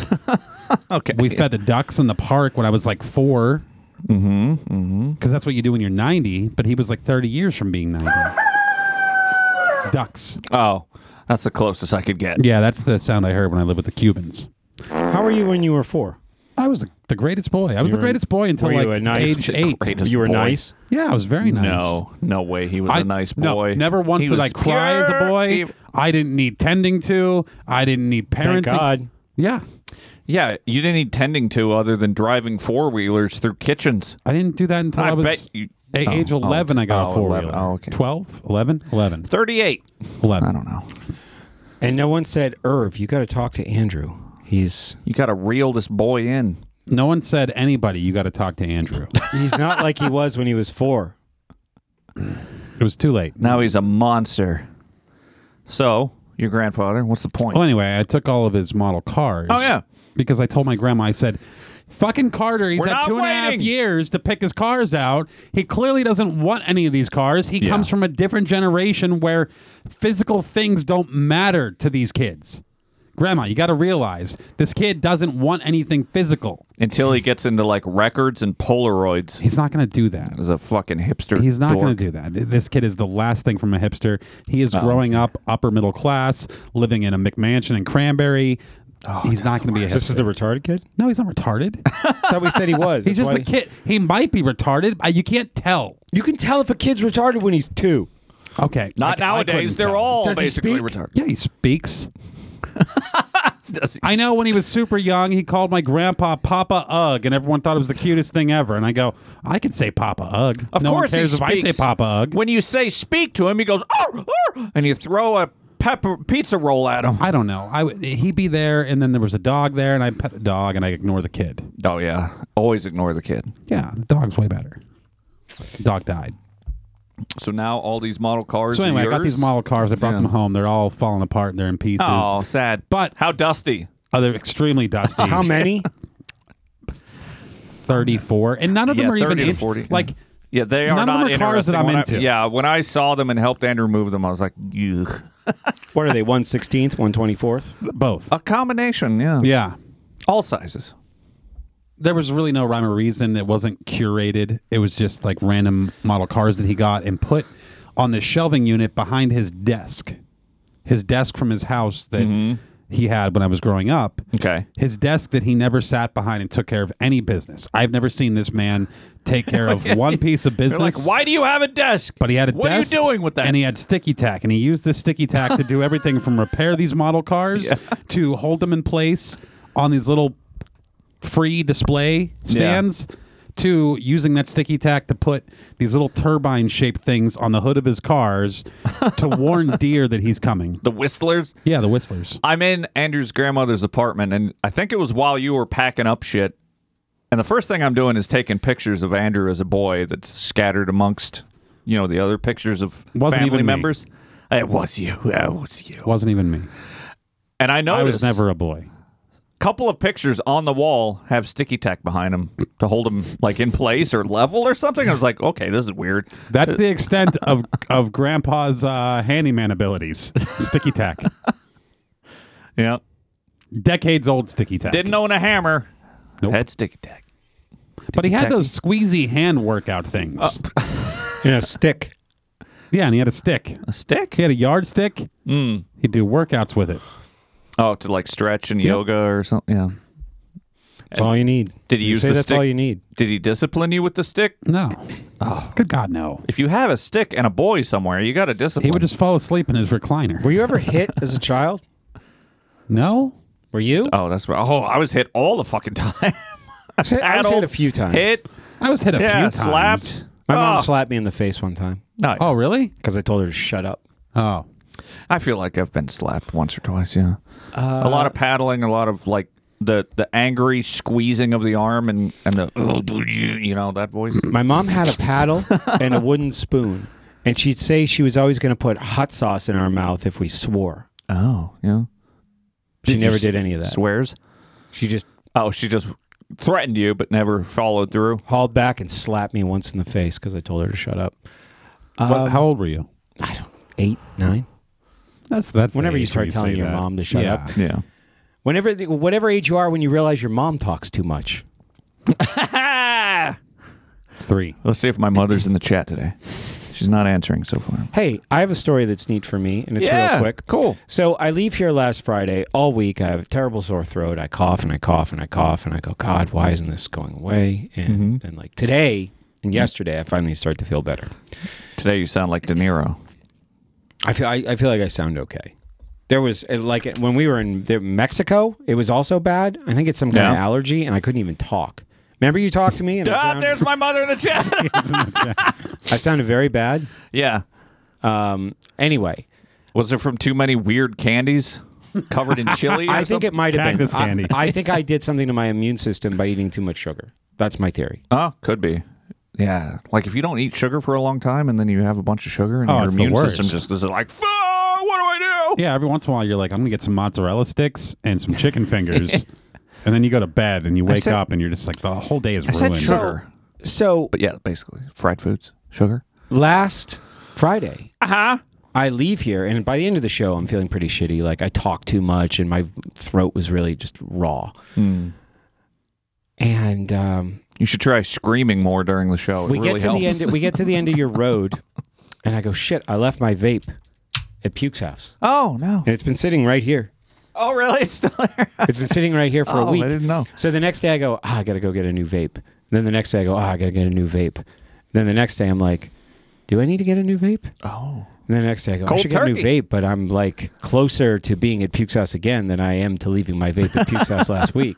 [SPEAKER 7] okay.
[SPEAKER 2] We fed the ducks in the park when I was like four. Mm
[SPEAKER 15] Mm-hmm,
[SPEAKER 2] hmm. Because that's what you do when you're 90, but he was like 30 years from being 90. ducks.
[SPEAKER 7] Oh, that's the closest I could get.
[SPEAKER 2] Yeah, that's the sound I heard when I lived with the Cubans.
[SPEAKER 1] How were you when you were four?
[SPEAKER 2] I was the greatest boy. I was
[SPEAKER 1] You
[SPEAKER 2] the
[SPEAKER 1] were-
[SPEAKER 2] greatest boy until
[SPEAKER 1] were
[SPEAKER 2] like
[SPEAKER 1] you a nice-
[SPEAKER 2] age eight.
[SPEAKER 7] Greatest
[SPEAKER 1] You were
[SPEAKER 7] boy.
[SPEAKER 1] nice?
[SPEAKER 2] Yeah, I was very nice.
[SPEAKER 7] No, no way. He was a
[SPEAKER 2] I-
[SPEAKER 7] nice
[SPEAKER 2] no,
[SPEAKER 7] boy.
[SPEAKER 2] never once
[SPEAKER 7] He
[SPEAKER 2] did
[SPEAKER 7] was
[SPEAKER 2] I cry as a
[SPEAKER 7] pure.
[SPEAKER 2] boy.
[SPEAKER 7] He-
[SPEAKER 2] I didn't need tending to. I didn't need parenting.
[SPEAKER 1] Thank God.
[SPEAKER 2] Yeah,
[SPEAKER 7] yeah, you didn't need tending to other than driving four wheelers through kitchens.
[SPEAKER 2] I didn't do that until I,
[SPEAKER 7] I
[SPEAKER 2] was
[SPEAKER 7] bet you-
[SPEAKER 2] a-
[SPEAKER 7] Oh,
[SPEAKER 2] age
[SPEAKER 7] oh,
[SPEAKER 2] 11. I got
[SPEAKER 7] oh,
[SPEAKER 2] a four
[SPEAKER 7] 11.
[SPEAKER 2] wheeler.
[SPEAKER 7] Oh, okay.
[SPEAKER 2] 12, 11, 11,
[SPEAKER 7] 38.
[SPEAKER 2] 11.
[SPEAKER 7] I don't know.
[SPEAKER 1] And no one said, Irv, you got to talk to Andrew. He's
[SPEAKER 7] You got to reel this boy in.
[SPEAKER 2] No one said anybody. You got to talk to Andrew.
[SPEAKER 1] he's not like he was when he was four.
[SPEAKER 2] it was too late.
[SPEAKER 7] Now he's a monster. So, your grandfather, what's the point?
[SPEAKER 2] Well, anyway, I took all of his model cars.
[SPEAKER 7] Oh, yeah.
[SPEAKER 2] Because I told my grandma, I said, fucking Carter, he's
[SPEAKER 7] We're
[SPEAKER 2] had
[SPEAKER 7] not
[SPEAKER 2] two and a half
[SPEAKER 7] waiting."
[SPEAKER 2] years to pick his cars out. He clearly doesn't want any of these cars. He
[SPEAKER 7] Yeah.
[SPEAKER 2] comes from a different generation where physical things don't matter to these kids. Grandma, you got to realize this kid doesn't want anything physical.
[SPEAKER 7] Until he gets into like records and Polaroids.
[SPEAKER 2] He's not going to do that.
[SPEAKER 7] He's a fucking hipster.
[SPEAKER 2] He's not going
[SPEAKER 7] dork. Oh,
[SPEAKER 2] to do that. Th- This kid is the last thing from a hipster. He is growing up upper middle class, living in a McMansion in Cranberry.
[SPEAKER 7] Oh,
[SPEAKER 2] he's not going to be a hipster.
[SPEAKER 1] This is the retarded kid?
[SPEAKER 2] No, he's not retarded.
[SPEAKER 1] I thought we said he was.
[SPEAKER 2] he's
[SPEAKER 1] That's
[SPEAKER 2] just
[SPEAKER 1] why-
[SPEAKER 2] the kid. He might be retarded. but You can't tell.
[SPEAKER 1] You can tell if a kid's retarded when he's two.
[SPEAKER 2] Okay.
[SPEAKER 7] Not
[SPEAKER 2] I- I
[SPEAKER 7] nowadays.
[SPEAKER 2] couldn't
[SPEAKER 7] They're
[SPEAKER 2] tell.
[SPEAKER 7] all
[SPEAKER 1] Does he
[SPEAKER 7] basically
[SPEAKER 1] speak?
[SPEAKER 7] retarded.
[SPEAKER 2] Yeah, he speaks. I know when he was super young, he called my grandpa Papa Ugg, and everyone thought it was the cutest thing ever. And I go, I could say Papa Ugg.
[SPEAKER 7] Of
[SPEAKER 2] no
[SPEAKER 7] course,
[SPEAKER 2] one cares
[SPEAKER 7] he
[SPEAKER 2] if I
[SPEAKER 7] speaks.
[SPEAKER 2] say Papa Ugg.
[SPEAKER 7] When you say speak to him, he goes, "Arr, arr," and you throw a pepper pizza roll at him.
[SPEAKER 2] I don't know. I w- he'd be there, and then there was a dog there, and I pet the dog, and I ignore the kid.
[SPEAKER 7] Oh yeah, always ignore the kid.
[SPEAKER 2] Yeah, the dog's way better. Dog died.
[SPEAKER 7] So now all these model cars.
[SPEAKER 2] So
[SPEAKER 7] are
[SPEAKER 2] anyway, I got
[SPEAKER 7] yours?
[SPEAKER 2] these model cars. I brought
[SPEAKER 7] Yeah.
[SPEAKER 2] them home. They're all falling apart. and They're in pieces.
[SPEAKER 7] Oh, sad.
[SPEAKER 2] But-
[SPEAKER 7] how dusty?
[SPEAKER 2] Oh, they're extremely dusty.
[SPEAKER 1] How many?
[SPEAKER 2] 34. And none of them
[SPEAKER 7] yeah,
[SPEAKER 2] are even
[SPEAKER 7] thirty to
[SPEAKER 2] in-
[SPEAKER 7] forty.
[SPEAKER 2] like
[SPEAKER 7] yeah, they are
[SPEAKER 2] none of
[SPEAKER 7] not
[SPEAKER 2] them are cars that
[SPEAKER 7] interesting.
[SPEAKER 2] I'm
[SPEAKER 7] When I-
[SPEAKER 2] into.
[SPEAKER 7] yeah, when I saw them and helped Andrew move them, I was like, Ugh.
[SPEAKER 1] What are they? One sixteenth, one twenty fourth.
[SPEAKER 2] both.
[SPEAKER 7] a combination. Yeah,
[SPEAKER 2] Yeah.
[SPEAKER 7] all sizes.
[SPEAKER 2] There was really no rhyme or reason. It wasn't curated. It was just like random model cars that he got and put on the shelving unit behind his desk. His desk from his house that he had when I was growing up.
[SPEAKER 7] Mm-hmm. Okay.
[SPEAKER 2] his desk that he never sat behind and took care of any business. I've never seen this man take care of one piece of
[SPEAKER 7] They're
[SPEAKER 2] business.
[SPEAKER 7] like, why do you have a desk?
[SPEAKER 2] But he had a
[SPEAKER 7] What
[SPEAKER 2] desk.
[SPEAKER 7] are you doing with that?
[SPEAKER 2] And he had sticky tack, and he used this sticky tack to do everything from repair these model cars to hold them in place on these little free display stands. To using that sticky tack to put these little turbine shaped things on the hood of his cars to warn deer that he's coming.
[SPEAKER 7] the Whistlers.
[SPEAKER 2] Yeah, the whistlers.
[SPEAKER 7] I'm in Andrew's grandmother's apartment, and I think it was while you were packing up shit. And the first thing I'm doing is taking pictures of Andrew as a boy that's scattered amongst, you know, the other pictures of
[SPEAKER 2] Wasn't
[SPEAKER 7] family
[SPEAKER 2] even me.
[SPEAKER 7] members. It was you. It was you.
[SPEAKER 2] It wasn't even me.
[SPEAKER 7] And I
[SPEAKER 2] I was
[SPEAKER 7] noticed
[SPEAKER 2] never a boy.
[SPEAKER 7] couple of pictures on the wall have sticky tack behind them to hold them like in place or level or something. I was like, okay, this is weird.
[SPEAKER 2] That's the extent of of Grandpa's uh, handyman abilities. Sticky tack,
[SPEAKER 7] Yeah.
[SPEAKER 2] decades old sticky tack.
[SPEAKER 7] Didn't own a hammer.
[SPEAKER 2] Nope.
[SPEAKER 7] Had sticky tack.
[SPEAKER 2] but he had
[SPEAKER 7] tacky.
[SPEAKER 2] those squeezy hand workout things.
[SPEAKER 1] You know, stick.
[SPEAKER 2] yeah, and he had a stick.
[SPEAKER 7] A stick?
[SPEAKER 2] He had a yardstick.
[SPEAKER 1] Hmm.
[SPEAKER 2] He'd do workouts with it.
[SPEAKER 7] Oh, to like stretch and yoga or something. Yeah.
[SPEAKER 1] That's all you need.
[SPEAKER 7] Did he
[SPEAKER 1] you
[SPEAKER 7] use
[SPEAKER 1] say
[SPEAKER 7] the
[SPEAKER 1] that's
[SPEAKER 7] stick?
[SPEAKER 1] all you need?
[SPEAKER 7] Did he discipline you with the stick?
[SPEAKER 2] No,
[SPEAKER 1] Oh.
[SPEAKER 2] good God, no.
[SPEAKER 7] If you have a stick and a boy somewhere, you got to discipline.
[SPEAKER 2] He would just fall asleep in his recliner.
[SPEAKER 1] Were you ever hit as a child?
[SPEAKER 2] No,
[SPEAKER 1] Were you?
[SPEAKER 7] Oh, that's right. Oh, I was hit all the fucking time.
[SPEAKER 1] I was hit, I was hit Ah.
[SPEAKER 7] Paddled,
[SPEAKER 1] a few times.
[SPEAKER 7] Hit.
[SPEAKER 2] I was hit a
[SPEAKER 7] yeah.
[SPEAKER 2] few times.
[SPEAKER 7] slapped.
[SPEAKER 1] My mom
[SPEAKER 7] Oh,
[SPEAKER 1] slapped me in the face one time
[SPEAKER 7] No,
[SPEAKER 2] Oh, really?
[SPEAKER 1] because I told her to shut up.
[SPEAKER 2] Oh,
[SPEAKER 7] I feel like I've been slapped once or twice. Yeah. a lot of
[SPEAKER 1] Uh,
[SPEAKER 7] paddling. A lot of like the the angry squeezing of the arm and and the oh, dude, you you know that voice.
[SPEAKER 1] My mom had a paddle and a wooden spoon, and she'd say she was always going to put hot sauce in our mouth if we swore.
[SPEAKER 7] oh yeah.
[SPEAKER 1] She
[SPEAKER 7] Did you
[SPEAKER 1] never
[SPEAKER 7] s-
[SPEAKER 1] did any of that.
[SPEAKER 7] Swears.
[SPEAKER 1] She just
[SPEAKER 7] Oh, she just threatened you, but never followed through.
[SPEAKER 1] hauled back and slapped me once in the face because I told her to shut up.
[SPEAKER 2] What- how old were you?
[SPEAKER 1] I don't eight, nine.
[SPEAKER 2] That's that's the
[SPEAKER 1] whenever you
[SPEAKER 2] age
[SPEAKER 1] start
[SPEAKER 2] we
[SPEAKER 1] telling
[SPEAKER 2] say
[SPEAKER 1] your
[SPEAKER 2] that.
[SPEAKER 1] mom to shut
[SPEAKER 2] Yeah.
[SPEAKER 1] up.
[SPEAKER 7] Yeah.
[SPEAKER 1] Whenever, the- whatever age you are, when you realize your mom talks too much.
[SPEAKER 2] Three.
[SPEAKER 7] Let's see if my mother's in the chat today. She's not answering so far.
[SPEAKER 1] Hey, I have a story that's neat for me, and it's
[SPEAKER 7] Yeah,
[SPEAKER 1] real quick. Cool. So I leave here last Friday. All week, I have a terrible sore throat. I cough and I cough and I cough and I go, God, why isn't this going away? And
[SPEAKER 7] Mm-hmm.
[SPEAKER 1] then, like today and yesterday, I finally start to feel better.
[SPEAKER 7] Today, you sound like De Niro.
[SPEAKER 1] I feel I, I feel like I sound okay. There was uh, like when we were in there- Mexico, it was also bad. I think it's some kind of
[SPEAKER 7] Yeah.
[SPEAKER 1] allergy, and I couldn't even talk. Remember you talked to me, and I,
[SPEAKER 7] Ah,
[SPEAKER 1] sound,
[SPEAKER 7] there's my mother in the chat.
[SPEAKER 1] I sounded very bad.
[SPEAKER 7] yeah.
[SPEAKER 1] Um. Anyway,
[SPEAKER 7] Was it from too many weird candies covered in chili? or
[SPEAKER 1] I think
[SPEAKER 7] something?
[SPEAKER 1] it might have been
[SPEAKER 2] Cactus
[SPEAKER 1] I-
[SPEAKER 2] candy.
[SPEAKER 1] I, think I did something to my immune system by eating too much sugar. That's my theory.
[SPEAKER 7] Oh, could be. Yeah, like if you don't eat sugar for a long time and then you have a bunch of sugar and
[SPEAKER 2] Oh,
[SPEAKER 7] your
[SPEAKER 2] it's the
[SPEAKER 7] immune
[SPEAKER 2] worst.
[SPEAKER 7] system just is like, "Fuck, what do I do?"
[SPEAKER 2] Yeah, every once in a while you're like, I'm gonna get some mozzarella sticks and some chicken fingers, and then you go to bed and you
[SPEAKER 7] I
[SPEAKER 2] wake
[SPEAKER 7] said-
[SPEAKER 2] up and you're just like, the whole day is
[SPEAKER 7] I said
[SPEAKER 2] ruined.
[SPEAKER 7] sugar,
[SPEAKER 1] So
[SPEAKER 7] but yeah, basically fried foods, sugar.
[SPEAKER 1] last Friday,
[SPEAKER 7] Uh huh.
[SPEAKER 1] I leave here, and by the end of the show, I'm feeling pretty shitty. Like I talked too much, and my throat was really just raw.
[SPEAKER 7] Hmm.
[SPEAKER 1] And um,
[SPEAKER 7] You should try screaming more during the show. It
[SPEAKER 1] we get
[SPEAKER 7] really
[SPEAKER 1] to
[SPEAKER 7] helps.
[SPEAKER 1] the end. We get to the end of your road, and I go, "Shit! I left my vape at Puke's house,
[SPEAKER 7] oh no!
[SPEAKER 1] and it's been sitting right here.
[SPEAKER 7] Oh really? It's still there.
[SPEAKER 1] It's been sitting right here for
[SPEAKER 7] Oh,
[SPEAKER 1] a
[SPEAKER 7] I
[SPEAKER 1] week.
[SPEAKER 7] didn't know.
[SPEAKER 1] So the next day, I go, "Ah, I gotta go get a new vape. then the next day, I go, "Ah, I gotta get a new vape. Then the next day, I'm like, Do I need to get a new vape?
[SPEAKER 7] Oh,
[SPEAKER 1] And the next day, I go, I
[SPEAKER 7] Cold
[SPEAKER 1] should get a new
[SPEAKER 7] turkey.
[SPEAKER 1] vape, but I'm like closer to being at Puke's house again than I am to leaving my vape at Puke's house last week.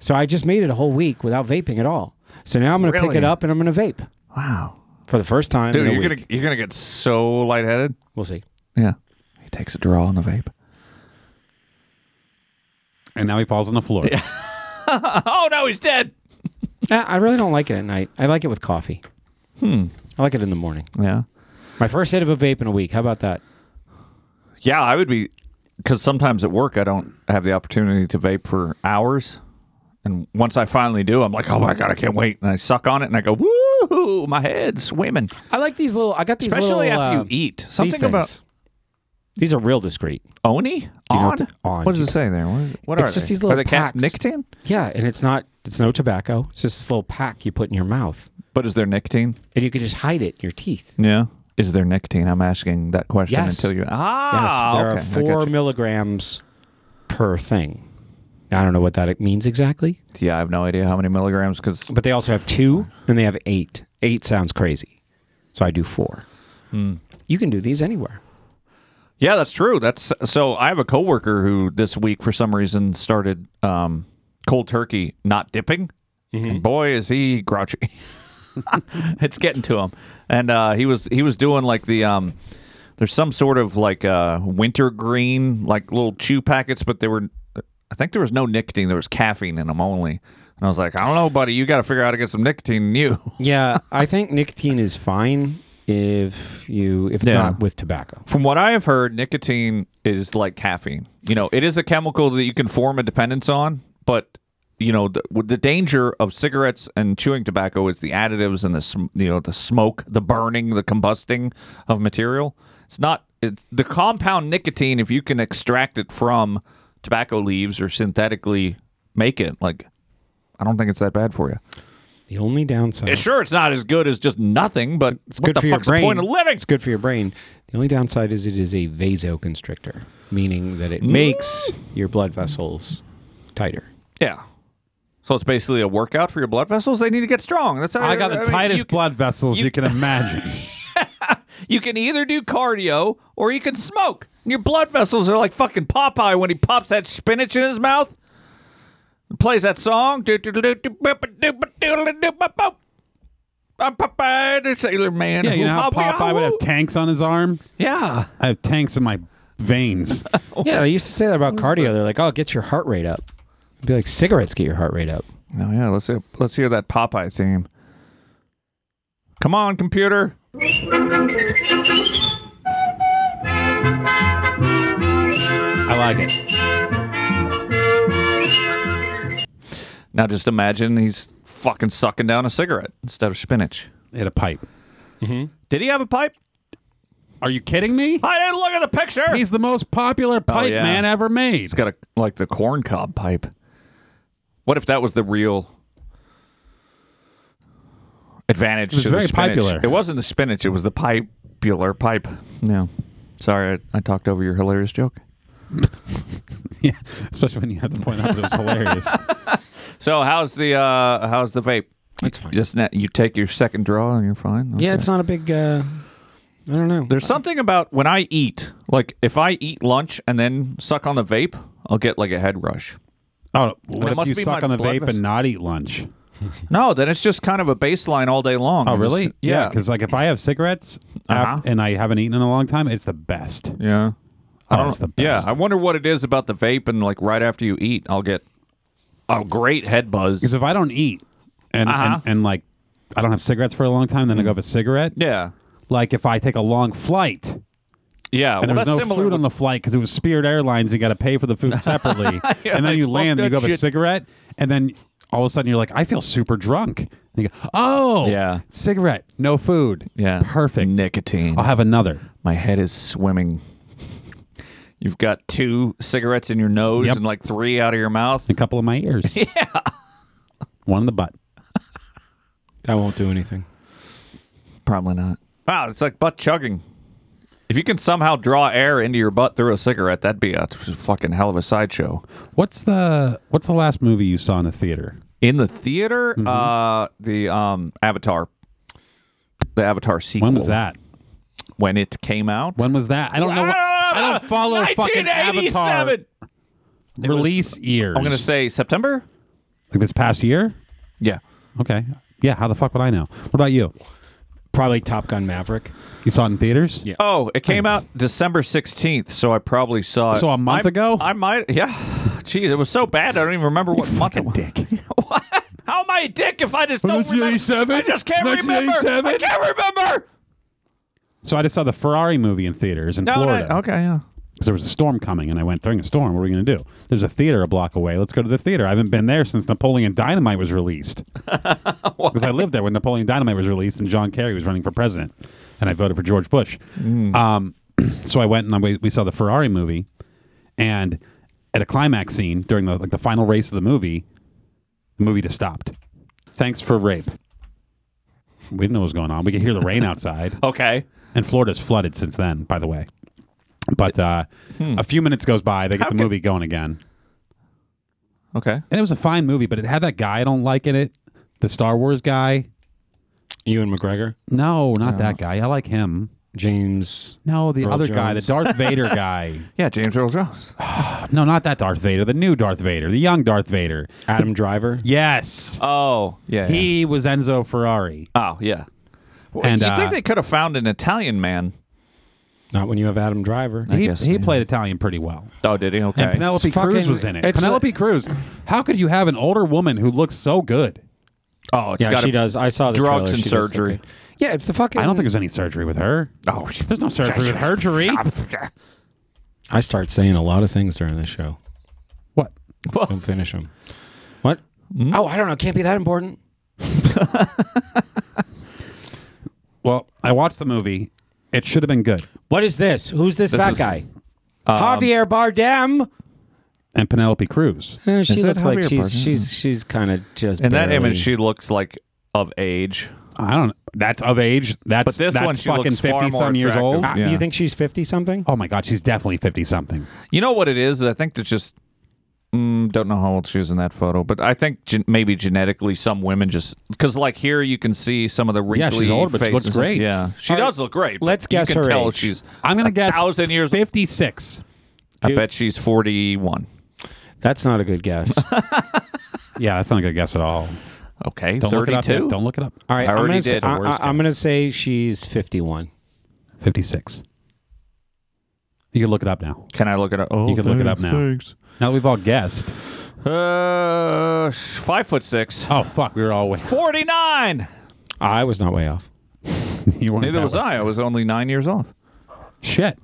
[SPEAKER 1] So I just made it a whole week without vaping at all. So now I'm going to pick it
[SPEAKER 7] Really?
[SPEAKER 1] up and I'm going to vape
[SPEAKER 7] wow,
[SPEAKER 1] for the first time.
[SPEAKER 7] dude,
[SPEAKER 1] in a
[SPEAKER 7] you're
[SPEAKER 1] week.
[SPEAKER 7] gonna you're gonna get so lightheaded.
[SPEAKER 1] We'll see.
[SPEAKER 7] Yeah, he takes a draw on the vape.
[SPEAKER 2] and now he falls on the floor.
[SPEAKER 7] oh no, he's dead.
[SPEAKER 1] Uh, I really don't like it at night. I like it with coffee.
[SPEAKER 7] Hmm.
[SPEAKER 1] I like it in the morning.
[SPEAKER 7] Yeah.
[SPEAKER 1] My first hit of a vape in a week. How about that?
[SPEAKER 7] Yeah, I would be because sometimes at work I don't have the opportunity to vape for hours, and once I finally do, I'm like, oh my god, I can't wait, and I suck on it and I go, woo, my head's swimming.
[SPEAKER 1] I like these little. I got these
[SPEAKER 7] Especially
[SPEAKER 1] little,
[SPEAKER 7] after
[SPEAKER 1] um,
[SPEAKER 7] you eat.
[SPEAKER 1] These
[SPEAKER 7] Something about
[SPEAKER 1] things. These are real discreet.
[SPEAKER 7] oni
[SPEAKER 1] you know
[SPEAKER 7] on?
[SPEAKER 1] what the- on,
[SPEAKER 7] What does
[SPEAKER 1] you
[SPEAKER 7] it say there? What, is, what
[SPEAKER 1] It's
[SPEAKER 7] are
[SPEAKER 1] just
[SPEAKER 7] they?
[SPEAKER 1] these little
[SPEAKER 7] are they ca-
[SPEAKER 1] packs.
[SPEAKER 7] nicotine?
[SPEAKER 1] Yeah, and it's not. It's no tobacco. It's just this little pack you put in your mouth,
[SPEAKER 7] But is there nicotine?
[SPEAKER 1] and you can just hide it in your teeth.
[SPEAKER 7] Yeah. Is there nicotine? I'm asking that question
[SPEAKER 1] Yes.
[SPEAKER 7] until you.
[SPEAKER 1] Yes,
[SPEAKER 7] Ah,
[SPEAKER 1] there
[SPEAKER 7] okay,
[SPEAKER 1] are
[SPEAKER 7] I get
[SPEAKER 1] four
[SPEAKER 7] you.
[SPEAKER 1] milligrams per thing. I don't know what that means exactly,
[SPEAKER 7] Yeah, I have no idea how many milligrams because
[SPEAKER 1] but they also have two and they have eight. Eight sounds crazy, so I do four.
[SPEAKER 7] Hmm.
[SPEAKER 1] You can do these anywhere.
[SPEAKER 7] Yeah, that's true. That's so. I have a coworker who this week, for some reason, started um, cold turkey, not dipping, and boy, is he grouchy. it's getting to him, and uh, he was he was doing like the um, there's some sort of like uh, winter green like little chew packets, but they were I think there was no nicotine, there was caffeine in them only, and I was like, I don't know, buddy, you got to figure out how to get some nicotine in you.
[SPEAKER 1] Yeah, I think nicotine is fine if you if it's
[SPEAKER 7] Yeah.
[SPEAKER 1] not with tobacco.
[SPEAKER 7] From what I have heard, nicotine is like caffeine. You know, it is a chemical that you can form a dependence on, but you know, the, with the danger of cigarettes and chewing tobacco is the additives and the sm- you know the smoke, the burning, the combusting of material. It's not it's, the compound nicotine. If you can extract it from tobacco leaves or synthetically make it, like I don't think it's that bad for you.
[SPEAKER 1] The only downside.
[SPEAKER 7] It's sure it's not as good as just nothing, but
[SPEAKER 1] It's
[SPEAKER 7] what
[SPEAKER 1] good
[SPEAKER 7] the
[SPEAKER 1] for
[SPEAKER 7] fuck's
[SPEAKER 1] your brain.
[SPEAKER 7] the point of living?
[SPEAKER 1] It's good for your brain. The only downside is it is a vasoconstrictor, meaning that it makes your blood vessels tighter.
[SPEAKER 7] Yeah. So it's basically a workout for your blood vessels. They need to get strong. That's how
[SPEAKER 2] I got the
[SPEAKER 7] mean,
[SPEAKER 2] tightest
[SPEAKER 7] you,
[SPEAKER 2] blood vessels you, can imagine.
[SPEAKER 7] you can either do cardio or you can smoke. And your blood vessels are like fucking Popeye when he pops that spinach in his mouth. And plays that song. Do, do, do, do, do, boop, do, boop, do, do, do, boop, boop. I'm Popeye the Sailor Man.
[SPEAKER 2] yeah, you know how
[SPEAKER 7] Hoo-ha,
[SPEAKER 2] Popeye would have
[SPEAKER 7] wee-ha-woo.
[SPEAKER 2] tanks on his arm?
[SPEAKER 7] Yeah.
[SPEAKER 2] I have tanks in my veins.
[SPEAKER 1] Yeah, they used to say that about cardio. They're like, "Oh, get your heart rate up." I'd be like, "Cigarettes get your heart rate up."
[SPEAKER 7] Oh yeah. Let's hear, let's hear that Popeye theme. Come on, computer.
[SPEAKER 2] I like it.
[SPEAKER 7] Now just imagine he's fucking sucking down a cigarette instead of spinach.
[SPEAKER 2] Hit a pipe.
[SPEAKER 7] Did he have a pipe?
[SPEAKER 2] Are you kidding me?
[SPEAKER 7] I didn't look at the picture.
[SPEAKER 2] He's the most popular pipe
[SPEAKER 7] Oh, yeah.
[SPEAKER 2] man ever made.
[SPEAKER 7] He's got a like the corn cob pipe. What if that was the real advantage?
[SPEAKER 2] It was
[SPEAKER 7] to the
[SPEAKER 2] very
[SPEAKER 7] spinach?
[SPEAKER 2] popular.
[SPEAKER 7] It wasn't the spinach. It was the pipular pipe. No, sorry, I, I talked over your hilarious joke.
[SPEAKER 2] yeah, especially when you had to point out that it was hilarious.
[SPEAKER 7] So how's the uh how's the vape?
[SPEAKER 1] It's fine.
[SPEAKER 7] Just now, you take your second draw and you're fine.
[SPEAKER 1] Yeah,
[SPEAKER 7] Okay.
[SPEAKER 1] it's not a big. Uh, I don't know.
[SPEAKER 7] There's something about when I eat, like if I eat lunch and then suck on the vape, I'll get like a head rush.
[SPEAKER 2] Oh,
[SPEAKER 7] it
[SPEAKER 2] what if
[SPEAKER 7] must
[SPEAKER 2] you
[SPEAKER 7] be
[SPEAKER 2] suck
[SPEAKER 7] my
[SPEAKER 2] on the
[SPEAKER 7] blood
[SPEAKER 2] vape
[SPEAKER 7] vessel- Oh,
[SPEAKER 2] and not eat lunch?
[SPEAKER 7] No, then it's just kind of a baseline all day long.
[SPEAKER 2] Oh,
[SPEAKER 7] I'm just-
[SPEAKER 2] really?
[SPEAKER 7] yeah.
[SPEAKER 2] Because like if I have cigarettes
[SPEAKER 7] Uh-huh.
[SPEAKER 2] af- and I haven't eaten in a long time, it's the best.
[SPEAKER 7] Yeah. I
[SPEAKER 2] Oh,
[SPEAKER 7] don't-
[SPEAKER 2] it's the
[SPEAKER 7] yeah,
[SPEAKER 2] best.
[SPEAKER 7] I wonder what it is about the vape and like right after you eat, I'll get a great head buzz.
[SPEAKER 2] Because if I don't eat and,
[SPEAKER 7] Uh-huh. Hmm.
[SPEAKER 2] and and like I don't have cigarettes for a long time, then I go have a cigarette.
[SPEAKER 7] Yeah.
[SPEAKER 2] Like if I take a long flight
[SPEAKER 7] Yeah,
[SPEAKER 2] and
[SPEAKER 7] well,
[SPEAKER 2] there
[SPEAKER 7] that's
[SPEAKER 2] was no
[SPEAKER 7] similar
[SPEAKER 2] food
[SPEAKER 7] with-
[SPEAKER 2] on the flight because it was Spirit Airlines, you got to pay for the food separately, and then
[SPEAKER 7] like,
[SPEAKER 2] you
[SPEAKER 7] fuck
[SPEAKER 2] land and you
[SPEAKER 7] that
[SPEAKER 2] go have a
[SPEAKER 7] shit.
[SPEAKER 2] cigarette, and then all of a sudden you're like, I feel super drunk. And you go, oh
[SPEAKER 7] Yeah.
[SPEAKER 2] cigarette, no food.
[SPEAKER 7] Yeah.
[SPEAKER 2] perfect.
[SPEAKER 7] Nicotine.
[SPEAKER 2] I'll have another.
[SPEAKER 7] My head is swimming. You've got two cigarettes in your nose
[SPEAKER 2] Yep.
[SPEAKER 7] and like three out of your mouth.
[SPEAKER 2] A couple of my ears. yeah, one in the butt.
[SPEAKER 1] That won't do anything.
[SPEAKER 7] Probably not. Wow, it's like butt chugging. If you can somehow draw air into your butt through a cigarette, that'd be a fucking hell of a sideshow.
[SPEAKER 2] What's the What's the last movie you saw in the theater?
[SPEAKER 7] In the theater,
[SPEAKER 2] Mm-hmm.
[SPEAKER 7] uh, the um, Avatar, the Avatar sequel.
[SPEAKER 2] When was that?
[SPEAKER 7] When it came out?
[SPEAKER 2] When was that? I don't know. What, I don't follow fucking Avatar
[SPEAKER 7] 1987.
[SPEAKER 2] release years.
[SPEAKER 7] I'm gonna say September.
[SPEAKER 2] like this past year.
[SPEAKER 7] Yeah.
[SPEAKER 2] Okay. Yeah. How the fuck would I know? What about you?
[SPEAKER 1] Probably Top Gun Maverick.
[SPEAKER 2] You saw it in theaters? Yeah.
[SPEAKER 7] Oh, it came out December 16th, so I probably saw it.
[SPEAKER 2] So a month
[SPEAKER 7] I-
[SPEAKER 2] ago?
[SPEAKER 7] I might. Yeah. Jeez, it was so bad. I don't even remember what month it was.
[SPEAKER 2] Dick.
[SPEAKER 7] How am I a dick if I just don't remember? I just can't remember. I can't remember.
[SPEAKER 2] So I just saw the Ferrari movie in theaters in
[SPEAKER 7] No, no,
[SPEAKER 2] Florida.
[SPEAKER 7] okay, yeah.
[SPEAKER 2] Because there was a storm coming, and I went during a storm. What are we going to do? There's a theater a block away. Let's go to the theater. I haven't been there since Napoleon Dynamite was released. Because I lived there when Napoleon Dynamite was released and John Kerry was running for president, and I voted for George Bush. Um, so I went and I, we, we saw the Ferrari movie, and at a climax scene during the like the final race of the movie, the movie just stopped. Thanks for rape. We didn't know what was going on. We could hear the rain outside.
[SPEAKER 7] Okay.
[SPEAKER 2] And Florida's flooded since then, by the way. But uh,
[SPEAKER 1] Hmm.
[SPEAKER 2] a few minutes goes by, they get the movie going again.
[SPEAKER 7] Okay.
[SPEAKER 2] And it was a fine movie, but it had that guy I don't like in it, the Star Wars guy.
[SPEAKER 1] Ewan McGregor,
[SPEAKER 2] No, not that guy. I like him.
[SPEAKER 1] James.
[SPEAKER 2] No, the
[SPEAKER 1] Earl
[SPEAKER 2] other guy, the
[SPEAKER 1] Jones.
[SPEAKER 2] Darth Vader guy.
[SPEAKER 7] Yeah, James Earl Jones.
[SPEAKER 2] No, not that Darth Vader, the new Darth Vader, the young Darth Vader.
[SPEAKER 1] Adam Driver.
[SPEAKER 2] Yes.
[SPEAKER 7] Oh, yeah. yeah.
[SPEAKER 2] He was Enzo Ferrari.
[SPEAKER 7] Oh, yeah. Well,
[SPEAKER 2] And,
[SPEAKER 7] you
[SPEAKER 2] uh,
[SPEAKER 7] think they could have found an Italian man?
[SPEAKER 1] Not when you have Adam Driver.
[SPEAKER 2] He,
[SPEAKER 7] guess,
[SPEAKER 2] he
[SPEAKER 7] yeah.
[SPEAKER 2] played Italian pretty well.
[SPEAKER 7] Oh, did he? Okay.
[SPEAKER 2] And Penelope
[SPEAKER 1] It's fucking-
[SPEAKER 2] Cruz was in it.
[SPEAKER 1] it's
[SPEAKER 2] Penelope Cruz. How could you have an older woman who looks so good?
[SPEAKER 7] oh, it's
[SPEAKER 1] yeah,
[SPEAKER 7] got
[SPEAKER 1] she does. I saw the
[SPEAKER 7] drugs
[SPEAKER 1] trailer.
[SPEAKER 7] and
[SPEAKER 1] She does look
[SPEAKER 7] surgery.
[SPEAKER 1] good. Yeah, it's the fucking.
[SPEAKER 2] I don't think there's any surgery with her.
[SPEAKER 7] Oh,
[SPEAKER 2] There's no surgery with her, Jeree.
[SPEAKER 1] I start saying a lot of things during this show.
[SPEAKER 2] What?
[SPEAKER 1] Don't finish them. What? Oh, I don't know. Can't be that important.
[SPEAKER 2] Well, I watched the movie. It should have been good.
[SPEAKER 1] What is this? Who's this, fat
[SPEAKER 7] is,
[SPEAKER 1] guy?
[SPEAKER 7] Um,
[SPEAKER 1] Javier Bardem.
[SPEAKER 2] And Penelope Cruz.
[SPEAKER 1] Uh, she
[SPEAKER 7] that
[SPEAKER 1] looks like
[SPEAKER 7] Javier
[SPEAKER 1] she's
[SPEAKER 7] Bardem?
[SPEAKER 1] she's she's kind of just
[SPEAKER 7] In that
[SPEAKER 1] barely-
[SPEAKER 7] image, she looks like of age.
[SPEAKER 2] I don't. That's of age. That's
[SPEAKER 7] But this
[SPEAKER 2] that's
[SPEAKER 7] one, she
[SPEAKER 2] fucking
[SPEAKER 7] looks far
[SPEAKER 2] fifty some
[SPEAKER 7] more
[SPEAKER 2] years old.
[SPEAKER 1] Uh,
[SPEAKER 7] attractive. Yeah.
[SPEAKER 1] You think she's fifty something?
[SPEAKER 2] Oh my god, she's definitely fifty something.
[SPEAKER 7] You know what it is? I think that's just mm, don't know how old she is in that photo, but I think gen- maybe genetically some women just because like here you can see some of the
[SPEAKER 2] Yeah,
[SPEAKER 7] wrinkly.
[SPEAKER 2] she's older, but she
[SPEAKER 7] faces.
[SPEAKER 2] looks great.
[SPEAKER 7] Yeah, she
[SPEAKER 1] All right,
[SPEAKER 7] does look great. but
[SPEAKER 1] let's
[SPEAKER 7] you
[SPEAKER 1] guess
[SPEAKER 7] can
[SPEAKER 1] her
[SPEAKER 7] tell
[SPEAKER 1] age.
[SPEAKER 7] She's.
[SPEAKER 2] I'm gonna
[SPEAKER 7] a
[SPEAKER 2] guess
[SPEAKER 7] thousand years.
[SPEAKER 2] fifty six.
[SPEAKER 7] I bet she's forty-one.
[SPEAKER 1] That's not a good guess. All
[SPEAKER 2] Yeah, that's not a good guess at all.
[SPEAKER 7] Okay,
[SPEAKER 2] Don't look it up.
[SPEAKER 7] thirty-two.
[SPEAKER 2] Don't look it up.
[SPEAKER 1] right,
[SPEAKER 7] I
[SPEAKER 1] I'm
[SPEAKER 7] already
[SPEAKER 1] gonna
[SPEAKER 7] did.
[SPEAKER 1] Say, I,
[SPEAKER 7] The worst
[SPEAKER 1] am
[SPEAKER 7] guess.
[SPEAKER 1] going to say she's fifty-one.
[SPEAKER 2] Fifty six. You can look it up now.
[SPEAKER 7] Can I look it up? Oh,
[SPEAKER 2] You can look it up now. Now that we've all guessed.
[SPEAKER 7] Uh, sh- five foot six.
[SPEAKER 2] Oh fuck, we were all way.
[SPEAKER 7] Forty-nine.
[SPEAKER 1] I was not way off.
[SPEAKER 2] you weren't
[SPEAKER 7] Neither
[SPEAKER 2] that
[SPEAKER 7] was
[SPEAKER 2] way.
[SPEAKER 7] I. I was only nine years off.
[SPEAKER 2] Shit.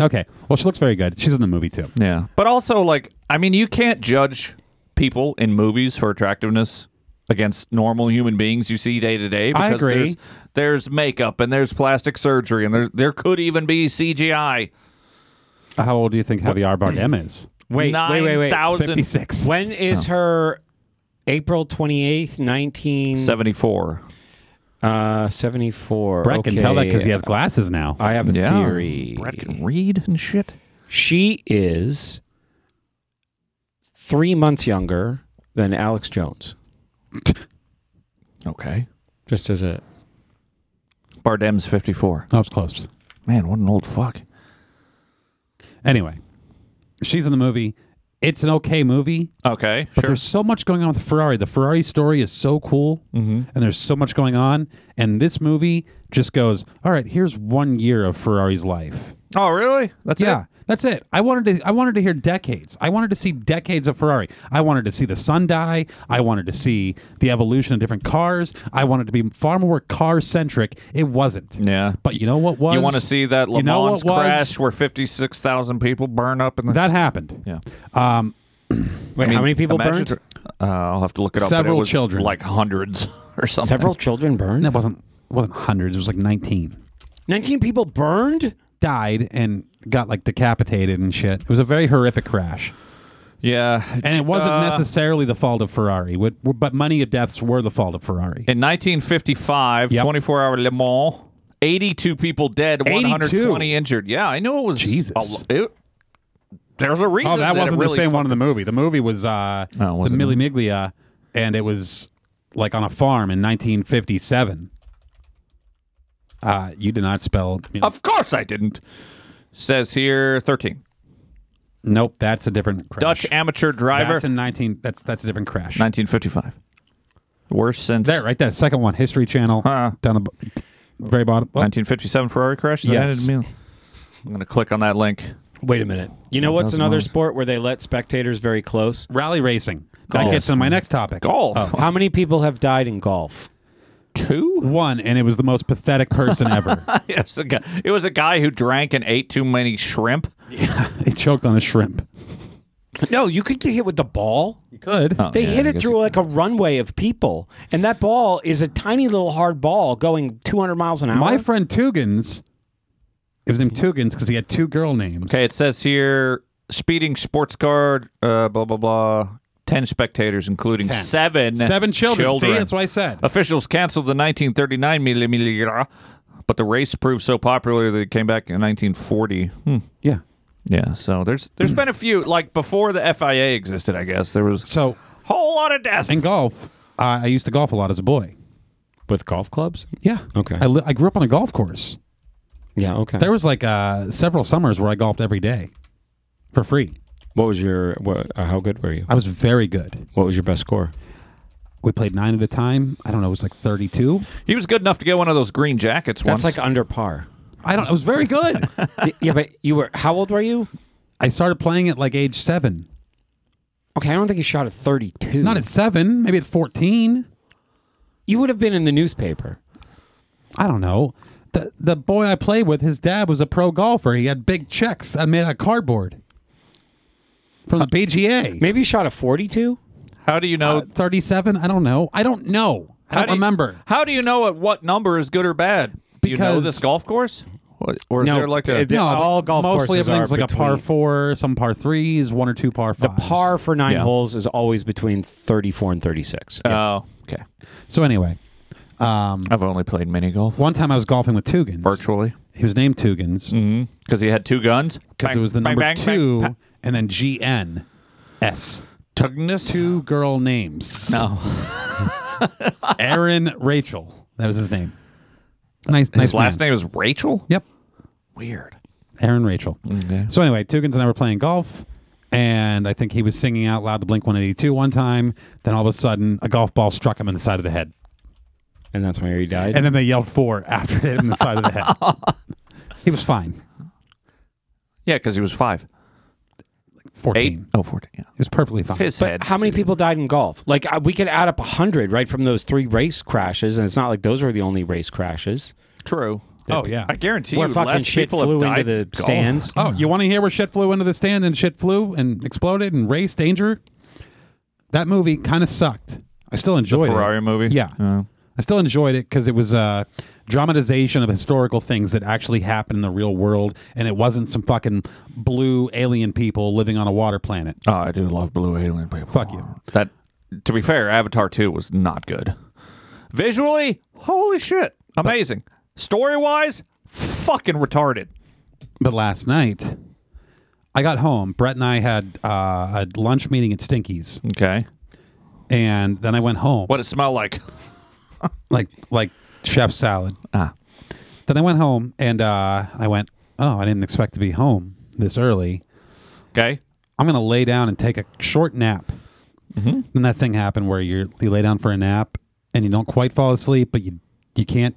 [SPEAKER 2] Okay. Well, she looks very good. She's in the movie too.
[SPEAKER 7] Yeah. But also, like, I mean, you can't judge people in movies for attractiveness against normal human beings you see day to day.
[SPEAKER 2] I
[SPEAKER 7] because
[SPEAKER 2] agree.
[SPEAKER 7] There's, there's makeup and there's plastic surgery and there there could even be CGI.
[SPEAKER 2] How old do you think Javier Bardem is?
[SPEAKER 1] Wait, wait, wait, wait.
[SPEAKER 7] 9,000.
[SPEAKER 2] 56.
[SPEAKER 1] When is her April 28th,
[SPEAKER 7] Mm.
[SPEAKER 1] 1974? Uh, 74.
[SPEAKER 2] Brett can tell that 'cause he has
[SPEAKER 1] glasses
[SPEAKER 2] now.
[SPEAKER 1] I have a
[SPEAKER 7] Yeah.
[SPEAKER 1] theory.
[SPEAKER 7] Brett can read and shit.
[SPEAKER 1] She is three months younger than Alex Jones.
[SPEAKER 7] Okay.
[SPEAKER 1] Just as a
[SPEAKER 7] Bardem's 54.
[SPEAKER 2] That was close.
[SPEAKER 7] Man, what an old fuck.
[SPEAKER 2] Anyway, she's in the movie. It's an okay movie,
[SPEAKER 7] Okay,
[SPEAKER 2] but
[SPEAKER 7] sure.
[SPEAKER 2] there's so much going on with Ferrari. The Ferrari story is so cool, mm-hmm. and there's so much going on. And this movie just goes, all right, here's one year of Ferrari's life.
[SPEAKER 7] Oh, really? That's
[SPEAKER 2] yeah, that's it. I wanted to I wanted to hear decades. I wanted to see decades of Ferrari. I wanted to see the sun die. I wanted to see the evolution of different cars. I wanted to be far more car centric. It wasn't.
[SPEAKER 7] Yeah.
[SPEAKER 2] But you know what was?
[SPEAKER 7] you want to see that Le
[SPEAKER 2] you know
[SPEAKER 7] Mans
[SPEAKER 2] what was?
[SPEAKER 7] crash where 56,000 people burn up in the
[SPEAKER 2] That happened.
[SPEAKER 7] Yeah.
[SPEAKER 2] Um,
[SPEAKER 1] Wait, how many people
[SPEAKER 7] imagine-
[SPEAKER 1] burned?
[SPEAKER 7] Uh, I'll have to look it up. but
[SPEAKER 2] Several
[SPEAKER 7] it was
[SPEAKER 2] children.
[SPEAKER 7] like hundreds or something.
[SPEAKER 1] Several children burned?
[SPEAKER 2] That wasn't wasn't hundreds. It was like nineteen.
[SPEAKER 1] 19 people burned?
[SPEAKER 2] Died and got like decapitated and shit. It was a very horrific crash,
[SPEAKER 7] Yeah,
[SPEAKER 2] and it wasn't
[SPEAKER 7] Uh,
[SPEAKER 2] necessarily the fault of Ferrari. Would- But many of deaths were the fault of Ferrari.
[SPEAKER 7] In 1955, 24-hour Le Mans, 82 people dead, 120 injured. Yeah, I know it was Jesus. there's a reason.
[SPEAKER 2] Oh, that,
[SPEAKER 7] it
[SPEAKER 2] wasn't
[SPEAKER 7] really
[SPEAKER 2] the same one in the movie. The movie was uh, the Milli Miglia, and it was like on a farm in 1957. Uh, you did not spell. Milli-
[SPEAKER 7] Of course I didn't. Says here 13.
[SPEAKER 2] nope, that's a different crash.
[SPEAKER 7] Dutch amateur driver.
[SPEAKER 2] That's in 19. That's that's a different crash.
[SPEAKER 7] 1955. Worst since
[SPEAKER 2] There, right there. Second one, History Channel, down the b- very bottom. Oh,
[SPEAKER 7] 1957 Ferrari crash. That
[SPEAKER 2] Yes.
[SPEAKER 7] ended me- I'm going to click on that link.
[SPEAKER 1] Wait a minute. You know what's
[SPEAKER 7] Thousand
[SPEAKER 1] another
[SPEAKER 7] miles.
[SPEAKER 1] sport where they let spectators very close?
[SPEAKER 2] Rally racing. That
[SPEAKER 1] Golf.
[SPEAKER 2] gets into my next topic.
[SPEAKER 7] Golf.
[SPEAKER 1] How many people have died in golf?
[SPEAKER 7] Two?
[SPEAKER 2] One, and it was the most pathetic person ever.
[SPEAKER 7] yes, a guy, it was a guy who drank and ate too many shrimp.
[SPEAKER 2] he choked on a shrimp.
[SPEAKER 1] No, you could get hit with the ball. You Oh,
[SPEAKER 2] could.
[SPEAKER 1] they hit it through like a runway of people, and that ball is a tiny little hard ball going 200 miles an hour.
[SPEAKER 2] My friend Tugans, it was named Tugans because he had two girl names.
[SPEAKER 7] Okay, it says here speeding sports car, uh, blah, blah, blah. 10 spectators, including
[SPEAKER 2] Ten.
[SPEAKER 7] seven
[SPEAKER 2] Seven children. Uh, See, that's what I said.
[SPEAKER 7] Officials canceled the 1939 millimeter, but the race proved so popular that it came back in 1940. Hmm.
[SPEAKER 2] Yeah.
[SPEAKER 7] Yeah, so there's there's been a few like before the FIA existed, I guess there was
[SPEAKER 2] So
[SPEAKER 7] whole lot of death.
[SPEAKER 2] in golf, I I used to golf a lot as a boy.
[SPEAKER 1] with golf clubs?
[SPEAKER 2] Yeah.
[SPEAKER 1] Okay.
[SPEAKER 2] I, li- I grew up on a golf course.
[SPEAKER 1] Yeah. Okay.
[SPEAKER 2] There was like uh, several summers where I golfed every day for free.
[SPEAKER 1] What was your? What, uh, how good were you?
[SPEAKER 2] I was very good.
[SPEAKER 1] What was your best score?
[SPEAKER 2] We played nine at a time. I don't know. It was like 32.
[SPEAKER 7] He was good enough to get one of those green jackets once.
[SPEAKER 1] That's like under par.
[SPEAKER 2] I don't. I was very good.
[SPEAKER 1] Y- yeah, but you were. How old were you?
[SPEAKER 2] I started playing at like age seven.
[SPEAKER 1] Okay, I don't think you shot at 32.
[SPEAKER 2] Not at seven. Maybe at 14.
[SPEAKER 1] you would have been in the newspaper.
[SPEAKER 2] I don't know. The the boy I played with, his dad was a pro golfer. He had big checks I made out of cardboard from the PGA.
[SPEAKER 1] Maybe you shot a 42.
[SPEAKER 7] how do you know?
[SPEAKER 2] Oh, Thirty-seven. I don't know. I don't know. I
[SPEAKER 7] how
[SPEAKER 2] don't
[SPEAKER 7] do you-
[SPEAKER 2] remember.
[SPEAKER 7] How do you know at what number is good or bad? Do you know
[SPEAKER 2] Because-
[SPEAKER 7] this golf course? Or- Or is
[SPEAKER 1] No,
[SPEAKER 7] there like a Oh,
[SPEAKER 1] it- Yeah, all golf
[SPEAKER 2] mostly
[SPEAKER 1] courses
[SPEAKER 2] everything's
[SPEAKER 1] are
[SPEAKER 2] like a par
[SPEAKER 1] between-
[SPEAKER 2] four, some par threes, one or two par fives.
[SPEAKER 1] Par for nine
[SPEAKER 7] Yeah.
[SPEAKER 1] holes is always between 34 and 36.
[SPEAKER 7] Oh, okay.
[SPEAKER 2] So anyway, um,
[SPEAKER 7] I've only played mini golf
[SPEAKER 2] one time I was golfing with Tugans.
[SPEAKER 7] virtually
[SPEAKER 2] He was named Tugans
[SPEAKER 7] because he had two guns.
[SPEAKER 2] because it was the
[SPEAKER 7] Mm. Bang,
[SPEAKER 2] number
[SPEAKER 7] bang, bang,
[SPEAKER 2] two
[SPEAKER 7] bang,
[SPEAKER 2] and then G N S.
[SPEAKER 7] pa- Tugnus.
[SPEAKER 2] Two girl names.
[SPEAKER 7] No,
[SPEAKER 2] Aaron Rachel. That was his name. Nice, nice.
[SPEAKER 7] his last
[SPEAKER 2] man.
[SPEAKER 7] name is Rachel.
[SPEAKER 2] Yep.
[SPEAKER 7] Weird.
[SPEAKER 2] Aaron Rachel. So anyway, Tugans and I were playing golf, and I think he was singing out loud to Blink 182 one time. Then all of a sudden, a golf ball struck him in the side of the head,
[SPEAKER 1] And that's why he died.
[SPEAKER 2] and then they yelled four after it hit him in the side of the head. he was fine.
[SPEAKER 7] Yeah, because he was five,
[SPEAKER 2] 14.
[SPEAKER 7] eight,
[SPEAKER 2] He
[SPEAKER 7] oh, 14. Yeah,
[SPEAKER 2] was perfectly fine.
[SPEAKER 7] his head.
[SPEAKER 1] But how many people died in golf? Like I- we could add up hundred right from those three race crashes, and it's not like those were the only race crashes.
[SPEAKER 7] True.
[SPEAKER 2] Oh yeah.
[SPEAKER 7] I guarantee
[SPEAKER 1] Where
[SPEAKER 7] you,
[SPEAKER 1] fucking
[SPEAKER 7] less
[SPEAKER 1] shit
[SPEAKER 7] people have
[SPEAKER 1] flew into
[SPEAKER 7] died
[SPEAKER 1] the
[SPEAKER 7] golf.
[SPEAKER 1] stands.
[SPEAKER 2] Oh, you want to hear where shit flew into the stand and shit flew and exploded and raced danger? That movie kind of sucked. I still enjoyed it.
[SPEAKER 7] Ferrari movie?
[SPEAKER 2] Yeah. I still enjoyed it because it was a dramatization of historical things that actually happened in the real world, and it wasn't some fucking blue alien people living on a water planet.
[SPEAKER 7] Oh, I do love blue alien people.
[SPEAKER 2] Fuck you.
[SPEAKER 7] That, to be fair, Avatar 2 was not good. Visually, holy shit. Amazing. Story wise, fucking retarded.
[SPEAKER 2] But last night, I got home. Brett and I had uh, a lunch meeting at Stinky's,
[SPEAKER 7] Okay.
[SPEAKER 2] and then I went home.
[SPEAKER 7] What it smell like?
[SPEAKER 2] like like chef salad.
[SPEAKER 7] Ah.
[SPEAKER 2] Then I went home and uh, I went, oh, I didn't expect to be home this early.
[SPEAKER 7] Okay.
[SPEAKER 2] I'm gonna lay down and take a short nap.
[SPEAKER 7] Mhm.
[SPEAKER 2] Then that thing happened where you're you lay down for a nap and you don't quite fall asleep, but you you can't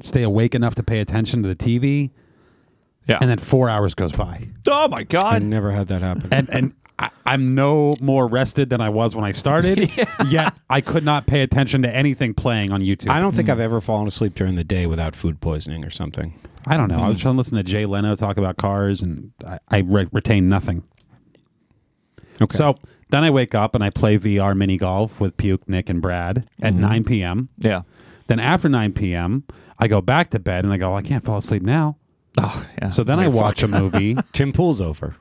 [SPEAKER 2] stay awake enough to pay attention to the TV.
[SPEAKER 7] Yeah.
[SPEAKER 2] And then four hours goes by,
[SPEAKER 7] Oh my
[SPEAKER 1] I
[SPEAKER 7] god.
[SPEAKER 1] never had that happen.
[SPEAKER 2] and and. I- I'm no more rested than I was when I started, yet I could not pay attention to anything playing on YouTube.
[SPEAKER 1] I don't think I've ever fallen asleep during the day without food poisoning or something.
[SPEAKER 2] I don't know. I was
[SPEAKER 7] Hmm.
[SPEAKER 2] trying to listen to Jay Leno talk about cars, and I, I re- retain nothing.
[SPEAKER 1] Okay.
[SPEAKER 2] So then I wake up and I play VR mini golf with Puke, Nick, and Brad at
[SPEAKER 7] Mm-hmm.
[SPEAKER 2] 9 p.m.
[SPEAKER 7] Yeah.
[SPEAKER 2] Then after 9 p.m., I go back to bed and I go, I can't fall asleep now.
[SPEAKER 7] Oh yeah.
[SPEAKER 2] So then I
[SPEAKER 7] Wait,
[SPEAKER 2] watch
[SPEAKER 7] fuck.
[SPEAKER 2] a movie.
[SPEAKER 1] Tim Pool's over.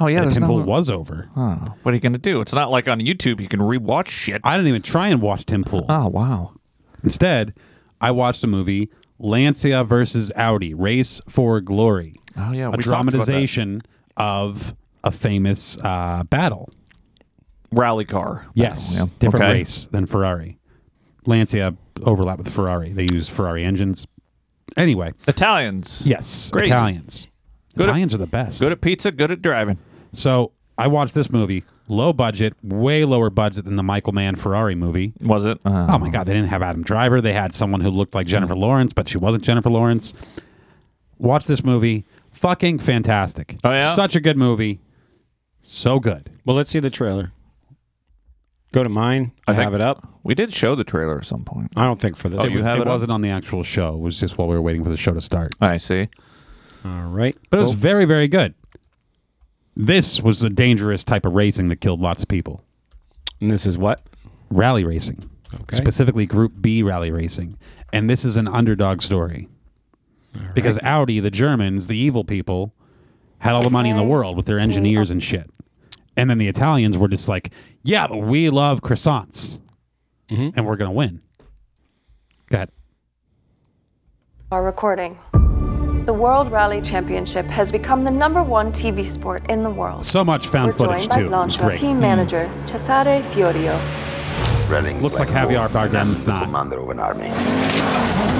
[SPEAKER 7] Oh yeah.
[SPEAKER 2] and
[SPEAKER 7] There's
[SPEAKER 2] Tim
[SPEAKER 7] no-
[SPEAKER 2] Pool was over.
[SPEAKER 7] Oh, what are you gonna do? It's not like on YouTube you can rewatch shit.
[SPEAKER 2] I didn't even try and watch Tim Pool.
[SPEAKER 7] Oh wow.
[SPEAKER 2] Instead, I watched a movie, Lancia versus Audi, Race for Glory.
[SPEAKER 7] Oh yeah.
[SPEAKER 2] a
[SPEAKER 7] we talked about that.
[SPEAKER 2] dramatization of a famous uh, battle.
[SPEAKER 7] rally car.
[SPEAKER 2] Yes,
[SPEAKER 7] Yeah.
[SPEAKER 2] different
[SPEAKER 7] Okay.
[SPEAKER 2] race than Ferrari. Lancia overlap with Ferrari. They use Ferrari engines. Anyway,
[SPEAKER 7] Italians.
[SPEAKER 2] yes,
[SPEAKER 7] Crazy.
[SPEAKER 2] Italians.
[SPEAKER 7] Good-
[SPEAKER 2] Italians are the best.
[SPEAKER 7] Good at pizza. Good at driving.
[SPEAKER 2] So I watched this movie, low budget, way lower budget than the Michael Mann Ferrari movie.
[SPEAKER 7] Was it? Uh,
[SPEAKER 2] Oh my God, they didn't have Adam Driver. They had someone who looked like Jennifer Lawrence, but she wasn't Jennifer Lawrence. Watch this movie. Fucking fantastic.
[SPEAKER 7] Oh, yeah?
[SPEAKER 2] Such a good movie. So good.
[SPEAKER 1] Well, let's see the trailer. Go to mine. I,
[SPEAKER 7] think-
[SPEAKER 1] have it up.
[SPEAKER 7] We did show the trailer at some point.
[SPEAKER 1] I don't think for this.
[SPEAKER 7] Oh, you
[SPEAKER 1] one.
[SPEAKER 7] have it.
[SPEAKER 2] it
[SPEAKER 7] up?
[SPEAKER 2] wasn't on the actual show. It was just while we were waiting for the show to start.
[SPEAKER 7] I see.
[SPEAKER 1] All right. Oh,
[SPEAKER 2] But it was very, very good. This was the dangerous type of racing that killed lots of people.
[SPEAKER 1] And this is what?
[SPEAKER 2] Rally racing,
[SPEAKER 1] Okay.
[SPEAKER 2] specifically Group B rally racing. And this is an underdog story. Because Audi, the Germans, the evil people, had all the money in the world with their engineers and shit. And then the Italians were just like, yeah, but we love croissants and we're going to win. Go ahead.
[SPEAKER 16] Our recording. The World Rally Championship has become the number one TV sport in the world.
[SPEAKER 2] So much found
[SPEAKER 16] We're
[SPEAKER 2] footage,
[SPEAKER 16] joined
[SPEAKER 2] too. It
[SPEAKER 16] by
[SPEAKER 2] was
[SPEAKER 16] Lancia
[SPEAKER 2] great. Hmm.
[SPEAKER 16] team manager Cesare Fiorio.
[SPEAKER 10] Running
[SPEAKER 2] Looks like Javier Bardem. It's not.
[SPEAKER 10] commander of an army.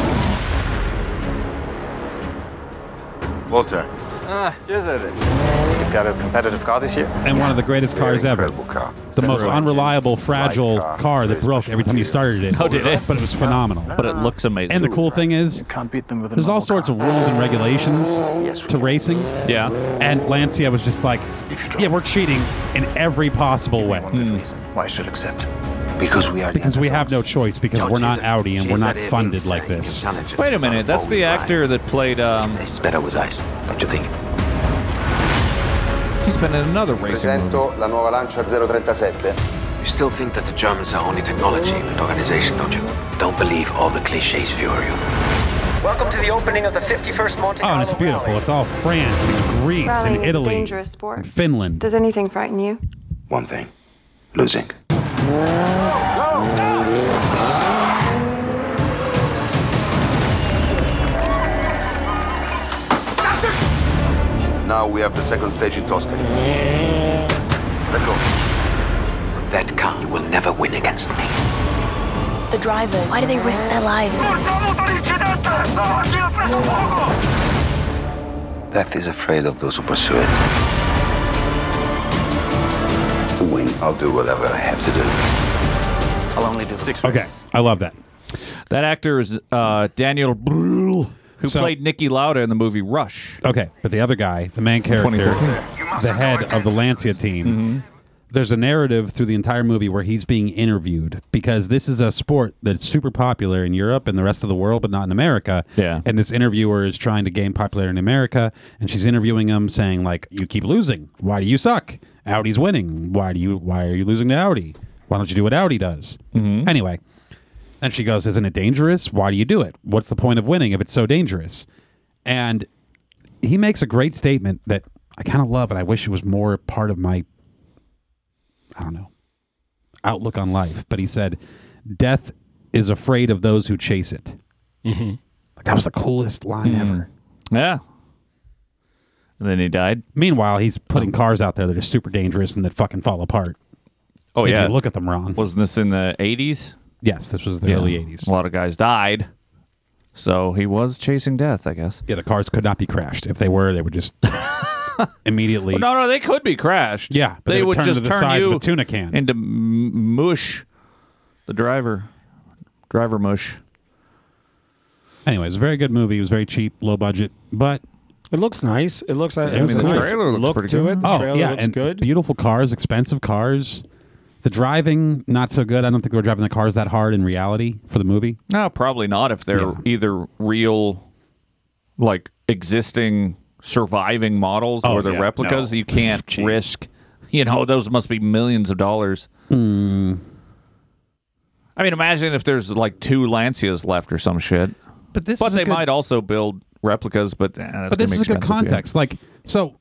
[SPEAKER 17] Walter,
[SPEAKER 11] Ah, here's it.
[SPEAKER 17] you've got a competitive car this year?
[SPEAKER 2] and one of the greatest cars ever. The most unreliable, fragile car that broke every time you started it.
[SPEAKER 7] Oh, did it?
[SPEAKER 2] But it was phenomenal.
[SPEAKER 7] But it looks amazing.
[SPEAKER 2] And the cool thing is,
[SPEAKER 17] Can't beat them with a
[SPEAKER 2] there's all
[SPEAKER 17] normal
[SPEAKER 2] sorts of rules and regulations to racing.
[SPEAKER 7] yeah.
[SPEAKER 2] And Lancia was just like, yeah, we're cheating in every possible way.
[SPEAKER 17] car. I should accept.
[SPEAKER 10] Because we are.
[SPEAKER 2] Because we have no choice, because we're not Audi and we're not
[SPEAKER 10] Cesare
[SPEAKER 2] funded like this.
[SPEAKER 7] Wait a minute. That's the actor that played. Um,
[SPEAKER 10] It's better with ice, don't you think?
[SPEAKER 7] he's been in another racing movie.
[SPEAKER 18] Presento la nuova Lancia 037.
[SPEAKER 10] You still think that the Germans are only technology and organization, don't you? Don't believe all the cliches, Furio.
[SPEAKER 9] Welcome to the opening of the 51st Monte
[SPEAKER 2] Oh, and it's beautiful. It's all France and Greece and
[SPEAKER 16] Rallying is a
[SPEAKER 2] Italy
[SPEAKER 16] dangerous sport.
[SPEAKER 2] and Finland.
[SPEAKER 16] Does anything frighten you?
[SPEAKER 10] One thing losing.
[SPEAKER 18] Now we have the second stage in Toscany. Let's go.
[SPEAKER 10] With that car, you will never win against me.
[SPEAKER 19] The drivers, why do they risk their lives?
[SPEAKER 10] Death is afraid of those who pursue it. To win, I'll do whatever I have to do.
[SPEAKER 17] I'll only do six
[SPEAKER 2] Okay, I love that.
[SPEAKER 7] That actor is uh, Daniel Brühl, who
[SPEAKER 2] So-
[SPEAKER 7] played Nicky Lauda in the movie Rush.
[SPEAKER 2] Okay, but the other guy, the main character,
[SPEAKER 7] 2013.
[SPEAKER 2] the head of the Lancia team, there's a narrative through the entire movie where he's being interviewed because this is a sport that's super popular in Europe and the rest of the world, but not in America.
[SPEAKER 7] Yeah.
[SPEAKER 2] And this interviewer is trying to gain popularity in America, and she's interviewing him, saying like, "You keep losing. Why do you suck? Audi's winning. Why do you? Why are you losing to Audi? Why don't you do what Audi does? Anyway, and she goes, Isn't it dangerous? Why do you do it? What's the point of winning if it's so dangerous? And he makes a great statement that I kind of love, and I wish it was more part of my, I don't know, outlook on life. But he said, Death is afraid of those who chase it.
[SPEAKER 7] Mm-hmm.
[SPEAKER 2] Like, that was the coolest line ever.
[SPEAKER 7] Yeah. And then he died.
[SPEAKER 2] Meanwhile, he's
[SPEAKER 7] Um,
[SPEAKER 2] putting cars out there that are super dangerous and that fucking fall apart.
[SPEAKER 7] Oh
[SPEAKER 2] if
[SPEAKER 7] yeah.
[SPEAKER 2] you look at them wrong.
[SPEAKER 7] Wasn't this in the eighties?
[SPEAKER 2] Yes, this was the early 80s.
[SPEAKER 7] A lot of guys died. So he was chasing death, I guess.
[SPEAKER 2] Yeah, the cars could not be crashed. If they were, they would just immediately.
[SPEAKER 7] Oh, No, no, they could be crashed.
[SPEAKER 2] Yeah, but
[SPEAKER 7] they,
[SPEAKER 2] they would
[SPEAKER 7] would
[SPEAKER 2] turn to
[SPEAKER 7] just
[SPEAKER 2] the
[SPEAKER 7] turn
[SPEAKER 2] size of
[SPEAKER 7] you
[SPEAKER 2] a tuna can.
[SPEAKER 7] into m- mush. The driver, driver mush.
[SPEAKER 2] Anyway, it was a very good movie. It was very cheap, low budget, but
[SPEAKER 1] it looks nice. It looks.
[SPEAKER 7] I mean, the trailer looks
[SPEAKER 1] look
[SPEAKER 7] pretty
[SPEAKER 1] to
[SPEAKER 7] good.
[SPEAKER 1] it. The
[SPEAKER 2] oh
[SPEAKER 1] trailer
[SPEAKER 2] yeah,
[SPEAKER 1] looks
[SPEAKER 2] and
[SPEAKER 1] good.
[SPEAKER 2] beautiful cars, expensive cars. The driving not so good. I don't think they were driving the cars that hard in reality for the movie.
[SPEAKER 7] No, probably not if they're either real, like existing surviving models
[SPEAKER 2] Oh,
[SPEAKER 7] or they're
[SPEAKER 2] yeah,
[SPEAKER 7] replicas.
[SPEAKER 2] no.
[SPEAKER 7] You can't risk. You know, those must be millions of dollars.
[SPEAKER 2] Hmm.
[SPEAKER 7] I mean, imagine if there's like two Lancias left or some shit.
[SPEAKER 2] But this
[SPEAKER 7] but
[SPEAKER 2] is a
[SPEAKER 7] they
[SPEAKER 2] good-
[SPEAKER 7] might also build replicas. But eh, that's
[SPEAKER 2] but this
[SPEAKER 7] gonna
[SPEAKER 2] is
[SPEAKER 7] be
[SPEAKER 2] a good
[SPEAKER 7] expensive, yeah.
[SPEAKER 2] context. Like, so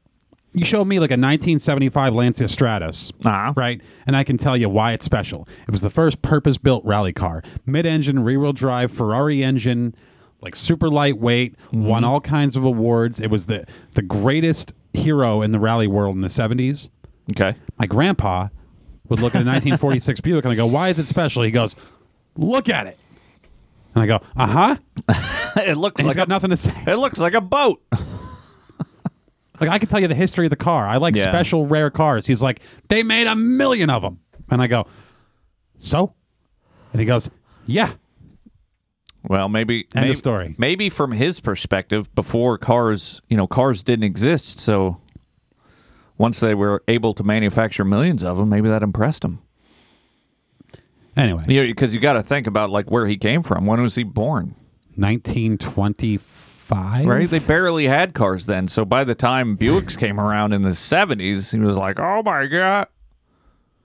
[SPEAKER 2] you show me like a 1975 Lancia Stratus,
[SPEAKER 7] Uh-huh.
[SPEAKER 2] right? And I can tell you why it's special. It was the first purpose-built rally car, mid-engine, rear-wheel drive, Ferrari engine, like super lightweight,
[SPEAKER 7] Mm-hmm.
[SPEAKER 2] won all kinds of awards. It was the the greatest hero in the rally world in the 70s.
[SPEAKER 7] Okay,
[SPEAKER 2] my grandpa would look at a 1946 Buick and I go, "Why is it special?" He goes, "Look at it." And I go, "Uh huh."
[SPEAKER 7] it looks
[SPEAKER 2] like he's got nothing to say.
[SPEAKER 7] It looks like a boat.
[SPEAKER 2] like I can tell you the history of the car. I like
[SPEAKER 7] Yeah.
[SPEAKER 2] special rare cars. He's like, they made a million of them, and I go, so, and he goes, yeah,
[SPEAKER 7] Well, maybe
[SPEAKER 2] End of
[SPEAKER 7] maybe,
[SPEAKER 2] story.
[SPEAKER 7] Maybe from his perspective, before cars, you know, cars didn't exist. So once they were able to manufacture millions of them, maybe that impressed him.
[SPEAKER 2] Anyway,
[SPEAKER 7] you because you got to think about like where he came from. When was he born?
[SPEAKER 2] 1925,
[SPEAKER 7] Right? They barely had cars then. So by the time Buicks came around in the seventies, he was like, "Oh my god!"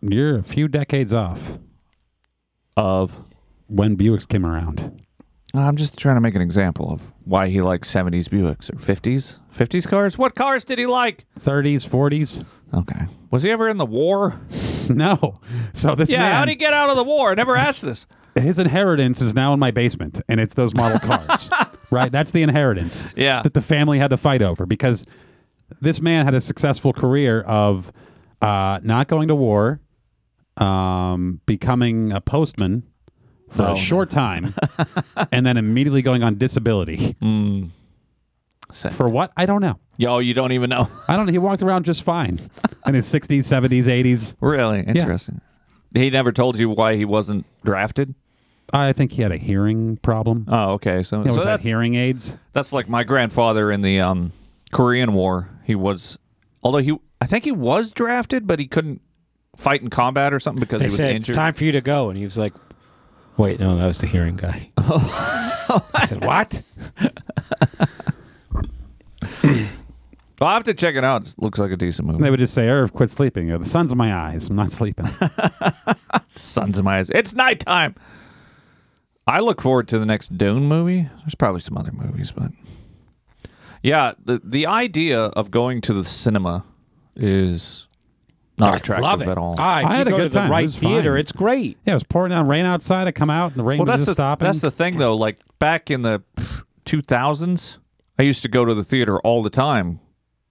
[SPEAKER 2] You're a few decades off
[SPEAKER 7] of
[SPEAKER 2] when Buicks came around.
[SPEAKER 7] I'm just trying to make an example of why he likes seventies Buicks or fifties, fifties cars. What cars did he like?
[SPEAKER 2] 30s, 40s.
[SPEAKER 7] Okay. Was he ever in the war?
[SPEAKER 2] No. So this
[SPEAKER 7] yeah,
[SPEAKER 2] man,
[SPEAKER 7] how'd he get out of the war? I never asked this.
[SPEAKER 2] his inheritance is now in my basement, and it's those model cars, right? That's the inheritance
[SPEAKER 7] Yeah.
[SPEAKER 2] that the family had to fight over because this man had a successful career of uh, not going to war, um, becoming a postman for
[SPEAKER 7] Oh.
[SPEAKER 2] a short time, and then immediately going on disability.
[SPEAKER 7] Mm.
[SPEAKER 2] For what? I don't know.
[SPEAKER 7] Yo, you don't even know.
[SPEAKER 2] I don't know. He walked around just fine in his 60s, 70s, 80s.
[SPEAKER 7] Really interesting. He never told you why he wasn't drafted.
[SPEAKER 2] I think he had a hearing problem.
[SPEAKER 7] Oh, okay. So,
[SPEAKER 2] Yeah, was
[SPEAKER 7] so
[SPEAKER 2] that
[SPEAKER 7] that's
[SPEAKER 2] hearing aids?
[SPEAKER 7] That's like my grandfather in the um, Korean War. He was, although he, I think he was drafted, but he couldn't fight in combat or something because
[SPEAKER 1] They
[SPEAKER 7] he was
[SPEAKER 1] said
[SPEAKER 7] injured.
[SPEAKER 1] it's time for you to go, and he was like, "Wait, no, that was the hearing guy." I said, "What?"
[SPEAKER 7] Well, I'll have to check it out. It looks like a decent movie.
[SPEAKER 2] They would just say, Irv, quit sleeping. Or, the sun's in my eyes. I'm not sleeping.
[SPEAKER 7] Sons of my eyes. It's nighttime. I look forward to the next Dune movie. There's probably some other movies, but yeah, the the idea of going to the cinema is not attractive
[SPEAKER 1] love it.
[SPEAKER 7] at all.
[SPEAKER 1] Ah, if
[SPEAKER 2] I
[SPEAKER 1] you
[SPEAKER 2] had a
[SPEAKER 1] go to
[SPEAKER 2] good
[SPEAKER 1] the
[SPEAKER 2] time. It
[SPEAKER 1] right
[SPEAKER 2] was fine.
[SPEAKER 1] theater, it's great.
[SPEAKER 2] yeah, it was pouring down rain outside. I come out and the rain
[SPEAKER 7] well,
[SPEAKER 2] was
[SPEAKER 7] that's
[SPEAKER 2] just
[SPEAKER 7] the
[SPEAKER 2] stopping.
[SPEAKER 7] that's the thing though. Like back in the 2000s, I used to go to the theater all the time,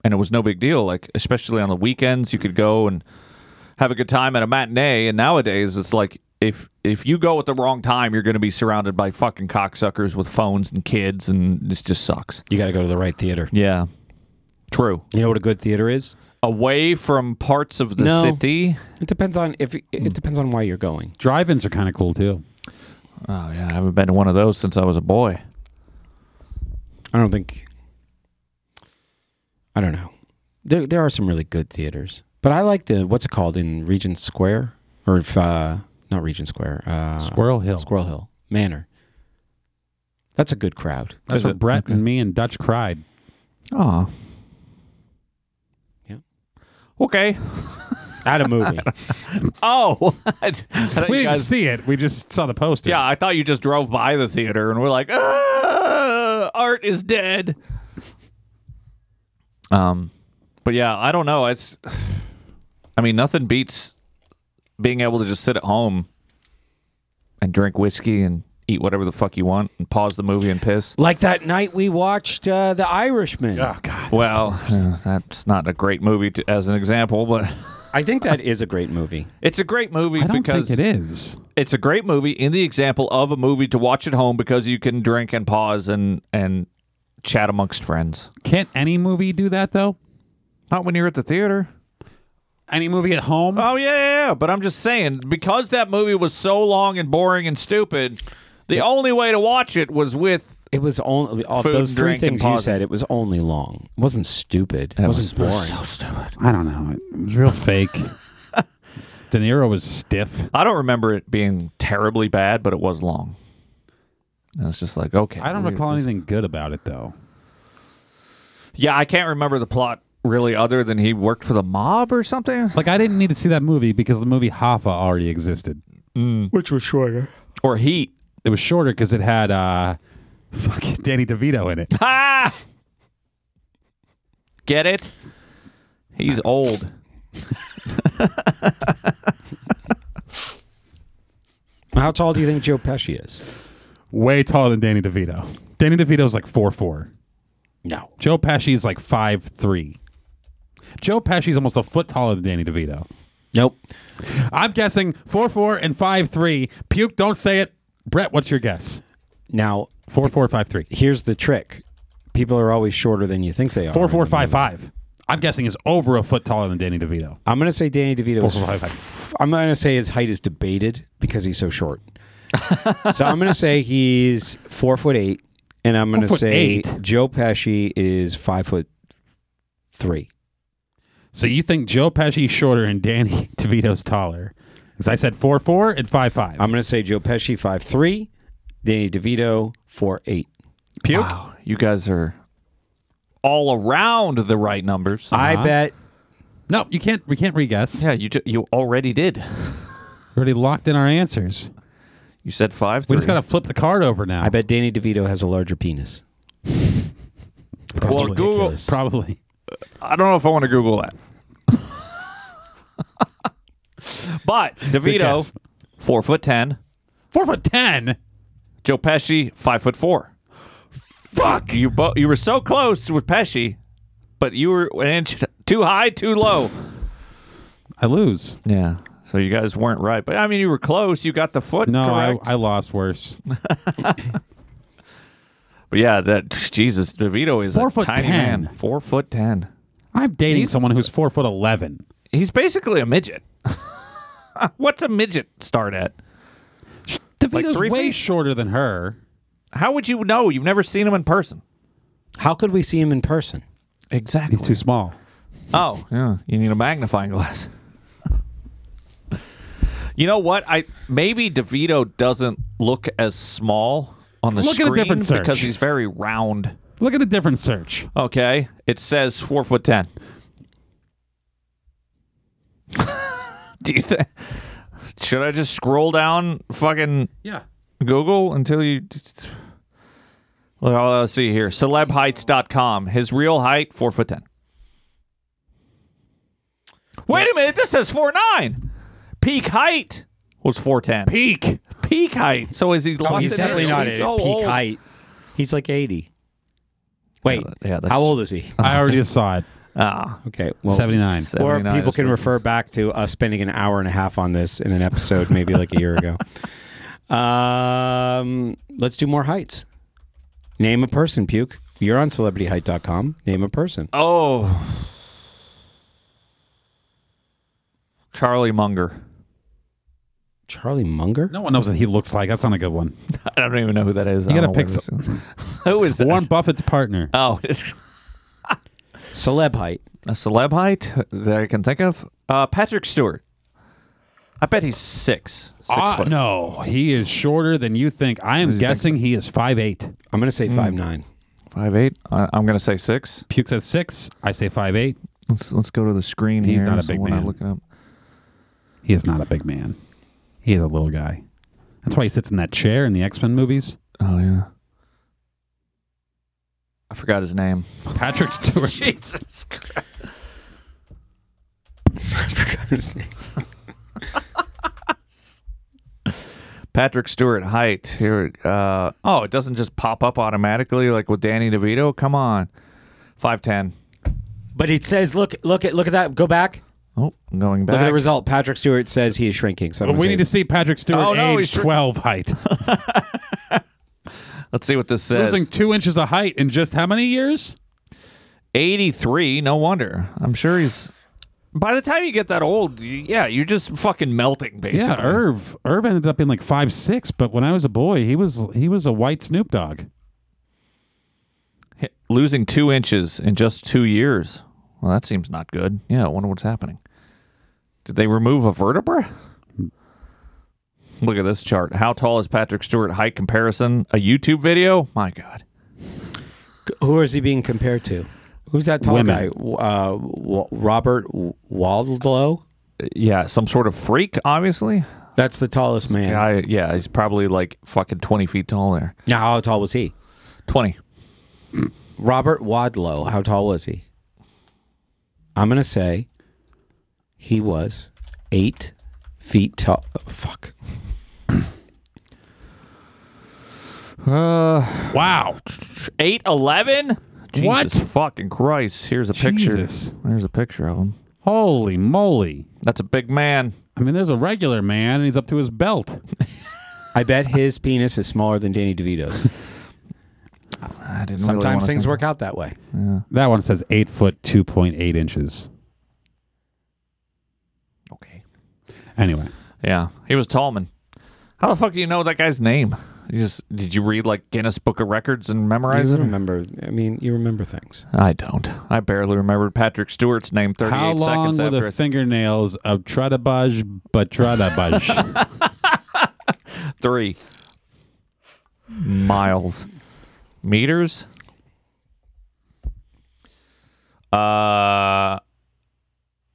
[SPEAKER 7] and it was no big deal. Like especially on the weekends, you could go and have a good time at a matinee. And nowadays, it's like if if you go at the wrong time, you're going to be surrounded by fucking cocksuckers with phones and kids, and this just sucks.
[SPEAKER 1] You got to go to the right theater.
[SPEAKER 7] Yeah, true.
[SPEAKER 1] You know what a good theater is?
[SPEAKER 7] Away from parts of the
[SPEAKER 1] No.
[SPEAKER 7] city.
[SPEAKER 1] It depends on if it, it depends on why you're going.
[SPEAKER 2] Drive-ins are kind of cool too.
[SPEAKER 7] Oh yeah, I haven't been to one of those since I was a boy.
[SPEAKER 1] I don't think. I don't know. There there are some really good theaters, but I like the what's it called in Regent Square or if, uh, not Regent Square, uh,
[SPEAKER 2] Squirrel Hill.
[SPEAKER 1] Squirrel Hill Manor. That's a good crowd.
[SPEAKER 2] That's
[SPEAKER 1] Is
[SPEAKER 2] where
[SPEAKER 1] it?
[SPEAKER 2] Brett and me and Dutch cried.
[SPEAKER 7] Oh.
[SPEAKER 1] Yeah.
[SPEAKER 7] Okay.
[SPEAKER 1] At a movie.
[SPEAKER 7] oh, I thought
[SPEAKER 2] we
[SPEAKER 7] you
[SPEAKER 2] didn't
[SPEAKER 7] guys-
[SPEAKER 2] see it. We just saw the poster.
[SPEAKER 7] Yeah, I thought you just drove by the theater and we're like, ah, art is dead. Um, but yeah, I don't know. It's, I mean, nothing beats being able to just sit at home and drink whiskey and eat whatever the fuck you want and pause the movie and piss.
[SPEAKER 1] Like that night we watched uh, The Irishman.
[SPEAKER 2] Oh God.
[SPEAKER 7] Well, uh, that's not a great movie to, as an example, but
[SPEAKER 1] I think that is a great movie.
[SPEAKER 7] it's a great movie
[SPEAKER 2] I don't
[SPEAKER 7] because
[SPEAKER 2] think it is.
[SPEAKER 7] it's a great movie in the example of a movie to watch at home because you can drink and pause and and chat amongst friends.
[SPEAKER 2] Can't any movie do that though?
[SPEAKER 7] Not when you're at the theater.
[SPEAKER 2] Any movie at home?
[SPEAKER 7] Oh yeah, yeah, yeah. But I'm just saying because that movie was so long and boring and stupid, the only way to watch it was with
[SPEAKER 1] It was only all
[SPEAKER 7] Food,
[SPEAKER 1] those three
[SPEAKER 7] drink, and
[SPEAKER 1] things you
[SPEAKER 7] pause.
[SPEAKER 1] said. It was only long. It wasn't stupid. It, wasn't boring.
[SPEAKER 7] stupid.
[SPEAKER 2] I don't know. It was real fake. De Niro was stiff.
[SPEAKER 7] I don't remember it being terribly bad, but it was long. And it's just like okay.
[SPEAKER 2] I don't
[SPEAKER 7] we-
[SPEAKER 2] recall
[SPEAKER 7] this-
[SPEAKER 2] anything good about it though.
[SPEAKER 7] Yeah, I can't remember the plot really, other than he worked for the mob or something,
[SPEAKER 2] Like I didn't need to see that movie because the movie Hoffa already existed.
[SPEAKER 5] Which was shorter.
[SPEAKER 7] or Heat.
[SPEAKER 2] It was shorter because it had uh, fucking Danny DeVito in it.
[SPEAKER 7] Ah! Get it? He's old.
[SPEAKER 1] How tall do you think Joe Pesci is?
[SPEAKER 2] Way taller than Danny DeVito. Danny DeVito's like four four.
[SPEAKER 1] No.
[SPEAKER 2] Joe Pesci's like five three. Joe Pesci's almost a foot taller than Danny DeVito.
[SPEAKER 1] Nope.
[SPEAKER 2] I'm guessing four four and five three. Puke, don't say it. Brett, what's your guess?
[SPEAKER 1] Now
[SPEAKER 2] Four four five three.
[SPEAKER 1] here's the trick: people are always shorter than you think they are.
[SPEAKER 2] Four four five five. I'm guessing is over a foot taller than Danny DeVito.
[SPEAKER 1] I'm gonna say Danny DeVito.
[SPEAKER 2] Four
[SPEAKER 1] is
[SPEAKER 2] four five five.
[SPEAKER 1] f- I'm gonna say his height is debated because he's so short. so I'm gonna say he's four foot eight, and I'm gonna
[SPEAKER 2] Four foot
[SPEAKER 1] say
[SPEAKER 2] eight?
[SPEAKER 1] Joe Pesci is five foot three.
[SPEAKER 2] So you think Joe Pesci's shorter and Danny DeVito's taller? Because I said four four and five five.
[SPEAKER 1] I'm gonna say Joe Pesci five three, Danny DeVito four eight.
[SPEAKER 2] Puke.
[SPEAKER 7] Wow, you guys are all around the right numbers. Uh-huh.
[SPEAKER 1] I bet
[SPEAKER 2] No, you can't. We can't re-guess.
[SPEAKER 7] yeah, you ju- you already did.
[SPEAKER 2] We already locked in our answers.
[SPEAKER 7] You said five.
[SPEAKER 2] We just
[SPEAKER 7] three.
[SPEAKER 2] got to flip the card over now.
[SPEAKER 1] I bet Danny DeVito has a larger penis.
[SPEAKER 7] Well,
[SPEAKER 2] Probably.
[SPEAKER 7] Google.
[SPEAKER 1] ridiculous.
[SPEAKER 2] Probably.
[SPEAKER 7] I don't know if I want to Google that. but DeVito,
[SPEAKER 2] guess.
[SPEAKER 7] four foot ten.
[SPEAKER 2] Four foot ten.
[SPEAKER 7] Joe Pesci, five foot four. Fuck you! Bo- you were so close with Pesci, but you were an inch too high, too low.
[SPEAKER 2] I lose.
[SPEAKER 7] Yeah. So you guys weren't right, but I mean, you were close. You got the foot
[SPEAKER 2] No, I,
[SPEAKER 7] correct.
[SPEAKER 2] I lost worse.
[SPEAKER 7] but yeah, that Jesus DeVito is
[SPEAKER 2] Four
[SPEAKER 7] a
[SPEAKER 2] foot
[SPEAKER 7] tiny
[SPEAKER 2] 10.
[SPEAKER 7] man. Four foot ten.
[SPEAKER 2] I'm dating someone who's four foot eleven.
[SPEAKER 7] He's basically a midget. What's a midget start at?
[SPEAKER 2] DeVito's
[SPEAKER 7] three
[SPEAKER 2] way
[SPEAKER 7] feet?
[SPEAKER 2] shorter than her.
[SPEAKER 7] How would you know? You've never seen him in person.
[SPEAKER 1] How could we see him in person?
[SPEAKER 7] Exactly.
[SPEAKER 2] He's too small.
[SPEAKER 7] Oh, yeah. You need a magnifying glass. you know what? I maybe DeVito doesn't look as small on the
[SPEAKER 2] Look at a
[SPEAKER 7] screen
[SPEAKER 2] different search.
[SPEAKER 7] because he's very round.
[SPEAKER 2] Look at the different search.
[SPEAKER 7] Okay, it says four foot ten. Do you think? Should I just scroll down fucking
[SPEAKER 2] Yeah.
[SPEAKER 7] Google until you? Just... Well, let's see here. Celebheights.com. His real height four foot ten. Wait a minute. This says four nine. Peak height was four ten.
[SPEAKER 2] Peak.
[SPEAKER 7] Peak height. So is he lost?
[SPEAKER 1] he's
[SPEAKER 7] an
[SPEAKER 1] definitely
[SPEAKER 7] inch?
[SPEAKER 1] not
[SPEAKER 7] He's
[SPEAKER 1] at
[SPEAKER 7] so
[SPEAKER 1] peak
[SPEAKER 7] old.
[SPEAKER 1] height. He's like 80. Wait,
[SPEAKER 7] Yeah, yeah, that's-
[SPEAKER 1] how old is he?
[SPEAKER 2] I already saw it.
[SPEAKER 7] Ah,
[SPEAKER 1] Okay, well,
[SPEAKER 2] Seventy nine.
[SPEAKER 1] Or
[SPEAKER 7] 79
[SPEAKER 1] people
[SPEAKER 7] is
[SPEAKER 1] can
[SPEAKER 7] what it
[SPEAKER 1] refer back to us spending an hour and a half on this in an episode, maybe like a year ago. Um, let's do more heights. Name a person, puke. You're on celebrityheight.com. Name a person.
[SPEAKER 7] Oh. Charlie Munger.
[SPEAKER 1] Charlie Munger?
[SPEAKER 2] No one knows what he looks like. That's not a good one.
[SPEAKER 7] I don't even know who that is.
[SPEAKER 2] You
[SPEAKER 7] I
[SPEAKER 2] gotta
[SPEAKER 7] don't know
[SPEAKER 2] pick
[SPEAKER 7] what it is. who is that?
[SPEAKER 2] Warren Buffett's partner.
[SPEAKER 7] Oh, it's
[SPEAKER 1] Celeb height.
[SPEAKER 7] a celeb height that I can think of. Uh, Patrick Stewart. I bet he's six. six
[SPEAKER 2] Ah,
[SPEAKER 7] foot.
[SPEAKER 2] no, he is shorter than you think. I am guessing he is five eight.
[SPEAKER 1] I'm going to
[SPEAKER 7] Hmm.
[SPEAKER 1] say five nine.
[SPEAKER 7] Five eight. I, I'm gonna say six.
[SPEAKER 2] Puke says six. I say five eight.
[SPEAKER 7] Let's let's go to the screen
[SPEAKER 2] He's
[SPEAKER 7] here.
[SPEAKER 2] not a
[SPEAKER 7] so
[SPEAKER 2] big
[SPEAKER 7] we're not
[SPEAKER 2] man.
[SPEAKER 7] looking up.
[SPEAKER 2] He is not a big man. He is a little guy. That's why he sits in that chair in the X Men movies.
[SPEAKER 7] Oh yeah. I forgot his name.
[SPEAKER 2] Patrick Stewart.
[SPEAKER 7] Jesus Christ.
[SPEAKER 1] I forgot his name.
[SPEAKER 7] Patrick Stewart height here. Uh, oh, it doesn't just pop up automatically like with Danny DeVito. Come on, five ten.
[SPEAKER 1] But it says, look, look at, look at that. Go back.
[SPEAKER 7] Oh, I'm going back.
[SPEAKER 1] Look at the result. Patrick Stewart says he is shrinking. So I'm
[SPEAKER 2] But
[SPEAKER 1] gonna
[SPEAKER 2] we
[SPEAKER 1] say-
[SPEAKER 2] need to see Patrick Stewart
[SPEAKER 7] Oh, no,
[SPEAKER 2] age
[SPEAKER 7] he's shri-
[SPEAKER 2] twelve height,
[SPEAKER 7] Let's see what this says.
[SPEAKER 2] losing two inches of height in just how many years?
[SPEAKER 7] 83. No wonder. I'm sure he's. By the time you get that old, y- yeah, you're just fucking melting, basically.
[SPEAKER 2] Yeah, Irv. Irv ended up in like five six, but when I was a boy, he was he was a white Snoop Dogg.
[SPEAKER 7] Hi- Losing two inches in just two years. Well, that seems not good. Yeah, I wonder what's happening. Did they remove a vertebra? Look at this chart. How tall is Patrick Stewart height comparison? A YouTube video? My God.
[SPEAKER 1] Who is he being compared to? Who's that tall
[SPEAKER 7] Women.
[SPEAKER 1] guy? W- Uh, w- Robert W- Waldo?
[SPEAKER 7] Yeah, some sort of freak, obviously.
[SPEAKER 1] That's the tallest man.
[SPEAKER 7] Yeah, I- yeah, he's probably like fucking 20 feet tall there.
[SPEAKER 1] Now, how tall was he?
[SPEAKER 7] 20.
[SPEAKER 1] Robert Wadlow. How tall was he? I'm gonna say he was eight feet tall. oh, fuck.
[SPEAKER 7] Uh,
[SPEAKER 2] wow.
[SPEAKER 7] 8'11?
[SPEAKER 2] What?
[SPEAKER 7] Jesus fucking Christ. Here's a picture.
[SPEAKER 2] Jesus.
[SPEAKER 7] There's a picture of him.
[SPEAKER 2] Holy moly!
[SPEAKER 7] That's a big man.
[SPEAKER 2] I mean, there's a regular man, and he's up to his belt.
[SPEAKER 1] I bet his penis is smaller than Danny DeVito's.
[SPEAKER 7] I didn't really
[SPEAKER 1] Sometimes
[SPEAKER 7] wanna
[SPEAKER 1] things
[SPEAKER 7] think-
[SPEAKER 1] work out that way.
[SPEAKER 7] Yeah.
[SPEAKER 2] That one says eight foot two point eight inches.
[SPEAKER 7] Okay.
[SPEAKER 2] Anyway,
[SPEAKER 7] Yeah. He was Tallman. How the fuck do you know that guy's name? You just did you read like Guinness Book of Records and memorize
[SPEAKER 1] You
[SPEAKER 7] it?
[SPEAKER 1] remember? I mean, you remember things.
[SPEAKER 7] I don't. I barely remembered Patrick Stewart's name 38
[SPEAKER 2] how long
[SPEAKER 7] seconds
[SPEAKER 2] were
[SPEAKER 7] after
[SPEAKER 2] the fingernails of Tradabaj Batradabaj?
[SPEAKER 7] it. three miles meters. Uh,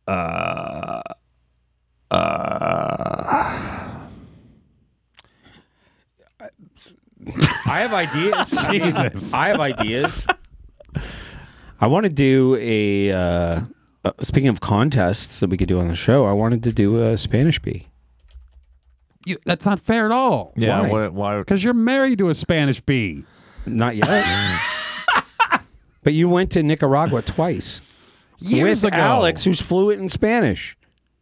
[SPEAKER 7] uh, uh.
[SPEAKER 1] I have ideas.
[SPEAKER 2] Jesus.
[SPEAKER 1] I have ideas. I want to do a. Uh, uh, speaking of contests that we could do on the show, I wanted to do a Spanish bee.
[SPEAKER 2] you, that's not fair at all.
[SPEAKER 7] Yeah.
[SPEAKER 1] Why?
[SPEAKER 7] Why? why
[SPEAKER 2] Because you're married to a Spanish bee.
[SPEAKER 1] Not yet. but you went to Nicaragua twice
[SPEAKER 2] Years
[SPEAKER 1] with
[SPEAKER 2] ago.
[SPEAKER 1] Alex, who's fluent in Spanish.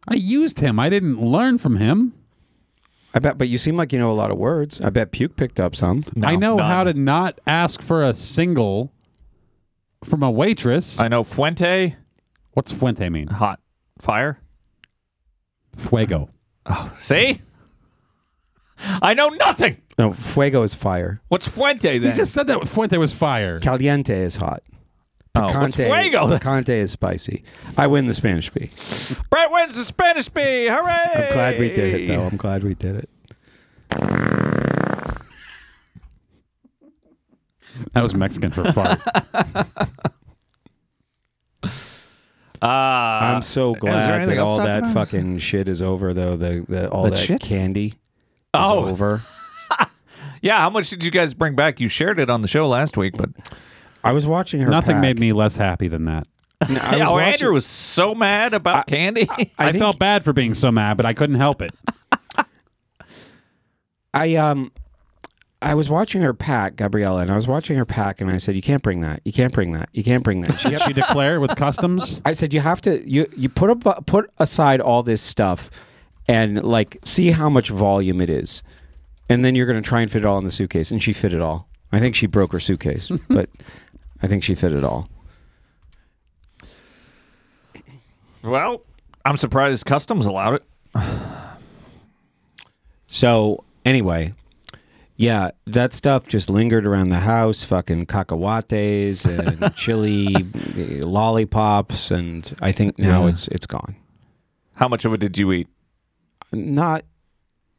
[SPEAKER 2] I used him. I didn't learn from him.
[SPEAKER 1] I bet, but you seem like you know a lot of words. I bet Puke picked up some.
[SPEAKER 7] No,
[SPEAKER 2] I know
[SPEAKER 7] none.
[SPEAKER 2] how to not ask for a single from a waitress.
[SPEAKER 7] I know Fuente.
[SPEAKER 2] What's Fuente mean?
[SPEAKER 7] Hot fire.
[SPEAKER 2] Fuego.
[SPEAKER 7] See? I know nothing.
[SPEAKER 1] No, fuego is fire.
[SPEAKER 7] What's Fuente
[SPEAKER 2] You
[SPEAKER 7] then?
[SPEAKER 2] just said that Fuente was fire.
[SPEAKER 1] Caliente is hot.
[SPEAKER 7] Oh, what's fuego then?
[SPEAKER 1] picante is spicy. I win the Spanish bee.
[SPEAKER 7] Brett wins the Spanish bee. Hooray!
[SPEAKER 1] I'm glad we did it, though. I'm glad we did it.
[SPEAKER 2] That was Mexican for fart.
[SPEAKER 7] Ah,
[SPEAKER 1] I'm so glad
[SPEAKER 7] Uh, anything
[SPEAKER 1] that
[SPEAKER 7] else
[SPEAKER 1] all
[SPEAKER 7] to talk
[SPEAKER 1] that
[SPEAKER 7] about?
[SPEAKER 1] fucking shit is over, though. The, the all
[SPEAKER 7] That
[SPEAKER 1] that,
[SPEAKER 7] shit?
[SPEAKER 1] candy is
[SPEAKER 7] Oh.
[SPEAKER 1] over.
[SPEAKER 7] yeah. How much did you guys bring back? You shared it on the show last week, but
[SPEAKER 1] I was watching her.
[SPEAKER 2] Nothing
[SPEAKER 1] pack.
[SPEAKER 2] made me less happy than that.
[SPEAKER 1] No, I was
[SPEAKER 7] yeah, oh,
[SPEAKER 1] watching-
[SPEAKER 7] Andrew was so mad about candy.
[SPEAKER 2] I,
[SPEAKER 1] think-
[SPEAKER 2] felt bad for being so mad, but I couldn't help it.
[SPEAKER 1] I um I was watching her pack, Gabriella, and I was watching her pack and I said, You can't bring that. You can't bring that. You can't bring that. She
[SPEAKER 2] Did she declare with customs?
[SPEAKER 1] I said you have to you you put a, put aside all this stuff and like see how much volume it is, and then you're going to try and fit it all in the suitcase. And she fit it all. I think she broke her suitcase, but I think she fit it all.
[SPEAKER 7] well, I'm surprised customs allowed it.
[SPEAKER 1] So anyway, yeah, that stuff just lingered around the house, fucking cacahuates and chili eh, lollipops, and I think now
[SPEAKER 7] Yeah.
[SPEAKER 1] it's it's gone.
[SPEAKER 7] How much of it did you eat?
[SPEAKER 1] Not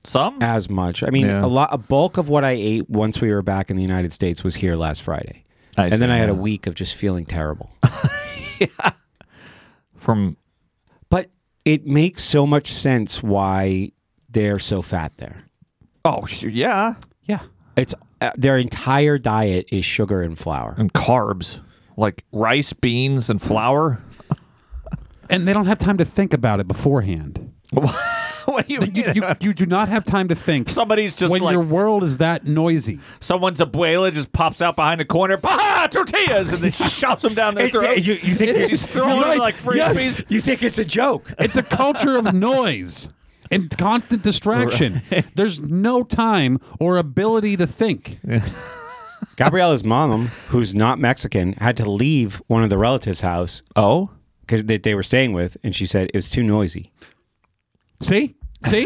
[SPEAKER 7] Some.
[SPEAKER 1] as much. I mean,
[SPEAKER 7] Yeah.
[SPEAKER 1] a lot, a bulk of what I ate once we were back in the United States was here last Friday,
[SPEAKER 7] I
[SPEAKER 1] and then
[SPEAKER 7] see,
[SPEAKER 1] I had a
[SPEAKER 7] yeah.
[SPEAKER 1] week of just feeling terrible.
[SPEAKER 7] from
[SPEAKER 1] But it makes so much sense why they're so fat there.
[SPEAKER 7] Oh sh- yeah,
[SPEAKER 1] yeah. It's uh, their entire diet is sugar and flour
[SPEAKER 7] and carbs, like rice, beans, and flour.
[SPEAKER 2] and they don't have time to think about it beforehand.
[SPEAKER 7] what do you mean?
[SPEAKER 2] You, you, you do not have time to think.
[SPEAKER 7] Somebody's just
[SPEAKER 2] when
[SPEAKER 7] like-
[SPEAKER 2] your world is that noisy.
[SPEAKER 7] Someone's abuela just pops out behind a corner, bah, tortillas, and then she shoves them down their
[SPEAKER 2] It-
[SPEAKER 7] throat.
[SPEAKER 2] you- you think it-
[SPEAKER 7] she's throwing
[SPEAKER 2] you're
[SPEAKER 7] them
[SPEAKER 2] right.
[SPEAKER 7] like frisbees?
[SPEAKER 2] Yes.
[SPEAKER 1] You think it's a joke?
[SPEAKER 2] It's a culture of noise and constant distraction. There's no time or ability to think.
[SPEAKER 1] Gabriella's mom, who's not Mexican, had to leave one of the relatives' house.
[SPEAKER 7] Oh,
[SPEAKER 1] because that they were staying with, and she said it's too noisy.
[SPEAKER 2] See, see,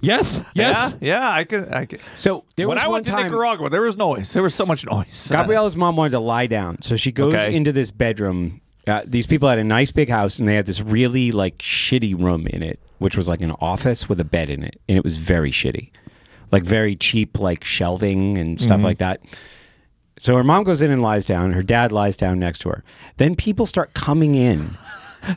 [SPEAKER 2] yes, yes.
[SPEAKER 7] Yeah, yeah, I could. I could.
[SPEAKER 1] So there
[SPEAKER 7] when
[SPEAKER 1] was
[SPEAKER 7] I
[SPEAKER 1] one
[SPEAKER 7] went to
[SPEAKER 1] time-
[SPEAKER 7] Nicaragua, there was noise. There was so much noise.
[SPEAKER 1] Gabriella's mom wanted to lie down, so she goes
[SPEAKER 7] Okay.
[SPEAKER 1] into this bedroom. Uh, these people had a nice big house, and they had this really like shitty room in it, which was like an office with a bed in it, and it was very shitty, like very cheap, like shelving and stuff
[SPEAKER 7] Mhm.
[SPEAKER 1] like that. So her mom goes in and lies down. Her dad lies down next to her. Then people start coming in.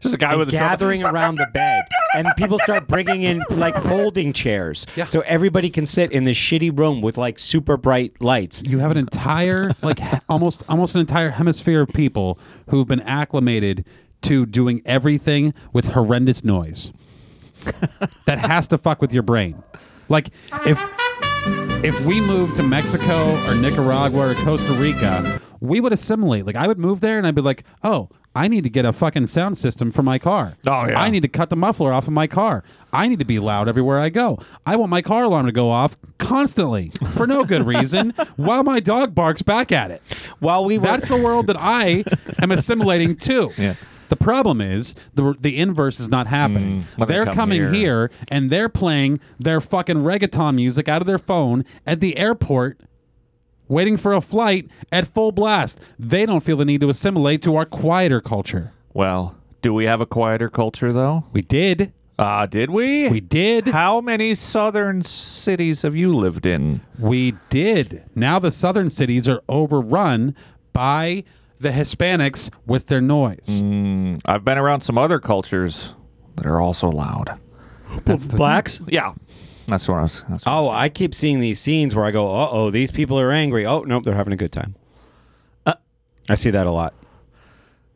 [SPEAKER 7] Just a guy
[SPEAKER 1] and
[SPEAKER 7] with a trumpet.
[SPEAKER 1] gathering around the bed, and people start bringing in like folding chairs, so everybody can sit in this shitty room with like super bright lights.
[SPEAKER 2] You have an entire, like he- almost, almost an entire hemisphere of people who've been acclimated to doing everything with horrendous noise. that has to fuck with your brain. Like if if we moved to Mexico or Nicaragua or Costa Rica, we would assimilate. Like I would move there and I'd be like, oh. I need to get a fucking sound system for my car. Oh yeah. I need to cut the muffler off of my car. I need to be loud everywhere I go. I want my car alarm to go off constantly for no good reason while my dog barks back at it.
[SPEAKER 1] While we
[SPEAKER 2] That's the world that I am assimilating to. Yeah. The problem is the the inverse is not happening.
[SPEAKER 7] Mm, let me
[SPEAKER 2] they're
[SPEAKER 7] come
[SPEAKER 2] coming
[SPEAKER 7] here.
[SPEAKER 2] here here and they're playing their fucking reggaeton music out of their phone at the airport waiting for a flight at full blast. They don't feel the need to assimilate to our quieter culture.
[SPEAKER 7] Well, do we have a quieter culture though?
[SPEAKER 2] We did.
[SPEAKER 7] Ah, did we? We
[SPEAKER 2] did.
[SPEAKER 7] How many southern cities have you lived in?
[SPEAKER 2] We did. Now the southern cities are overrun by the Hispanics with their noise.
[SPEAKER 7] Mm, I've been around some other cultures that are also loud.
[SPEAKER 1] Blacks?
[SPEAKER 7] Yeah. That's what I was. That's
[SPEAKER 1] oh, I keep seeing these scenes where I go, "Uh oh, these people are angry." Oh nope, they're having a good time.
[SPEAKER 7] Uh,
[SPEAKER 1] I see that a lot.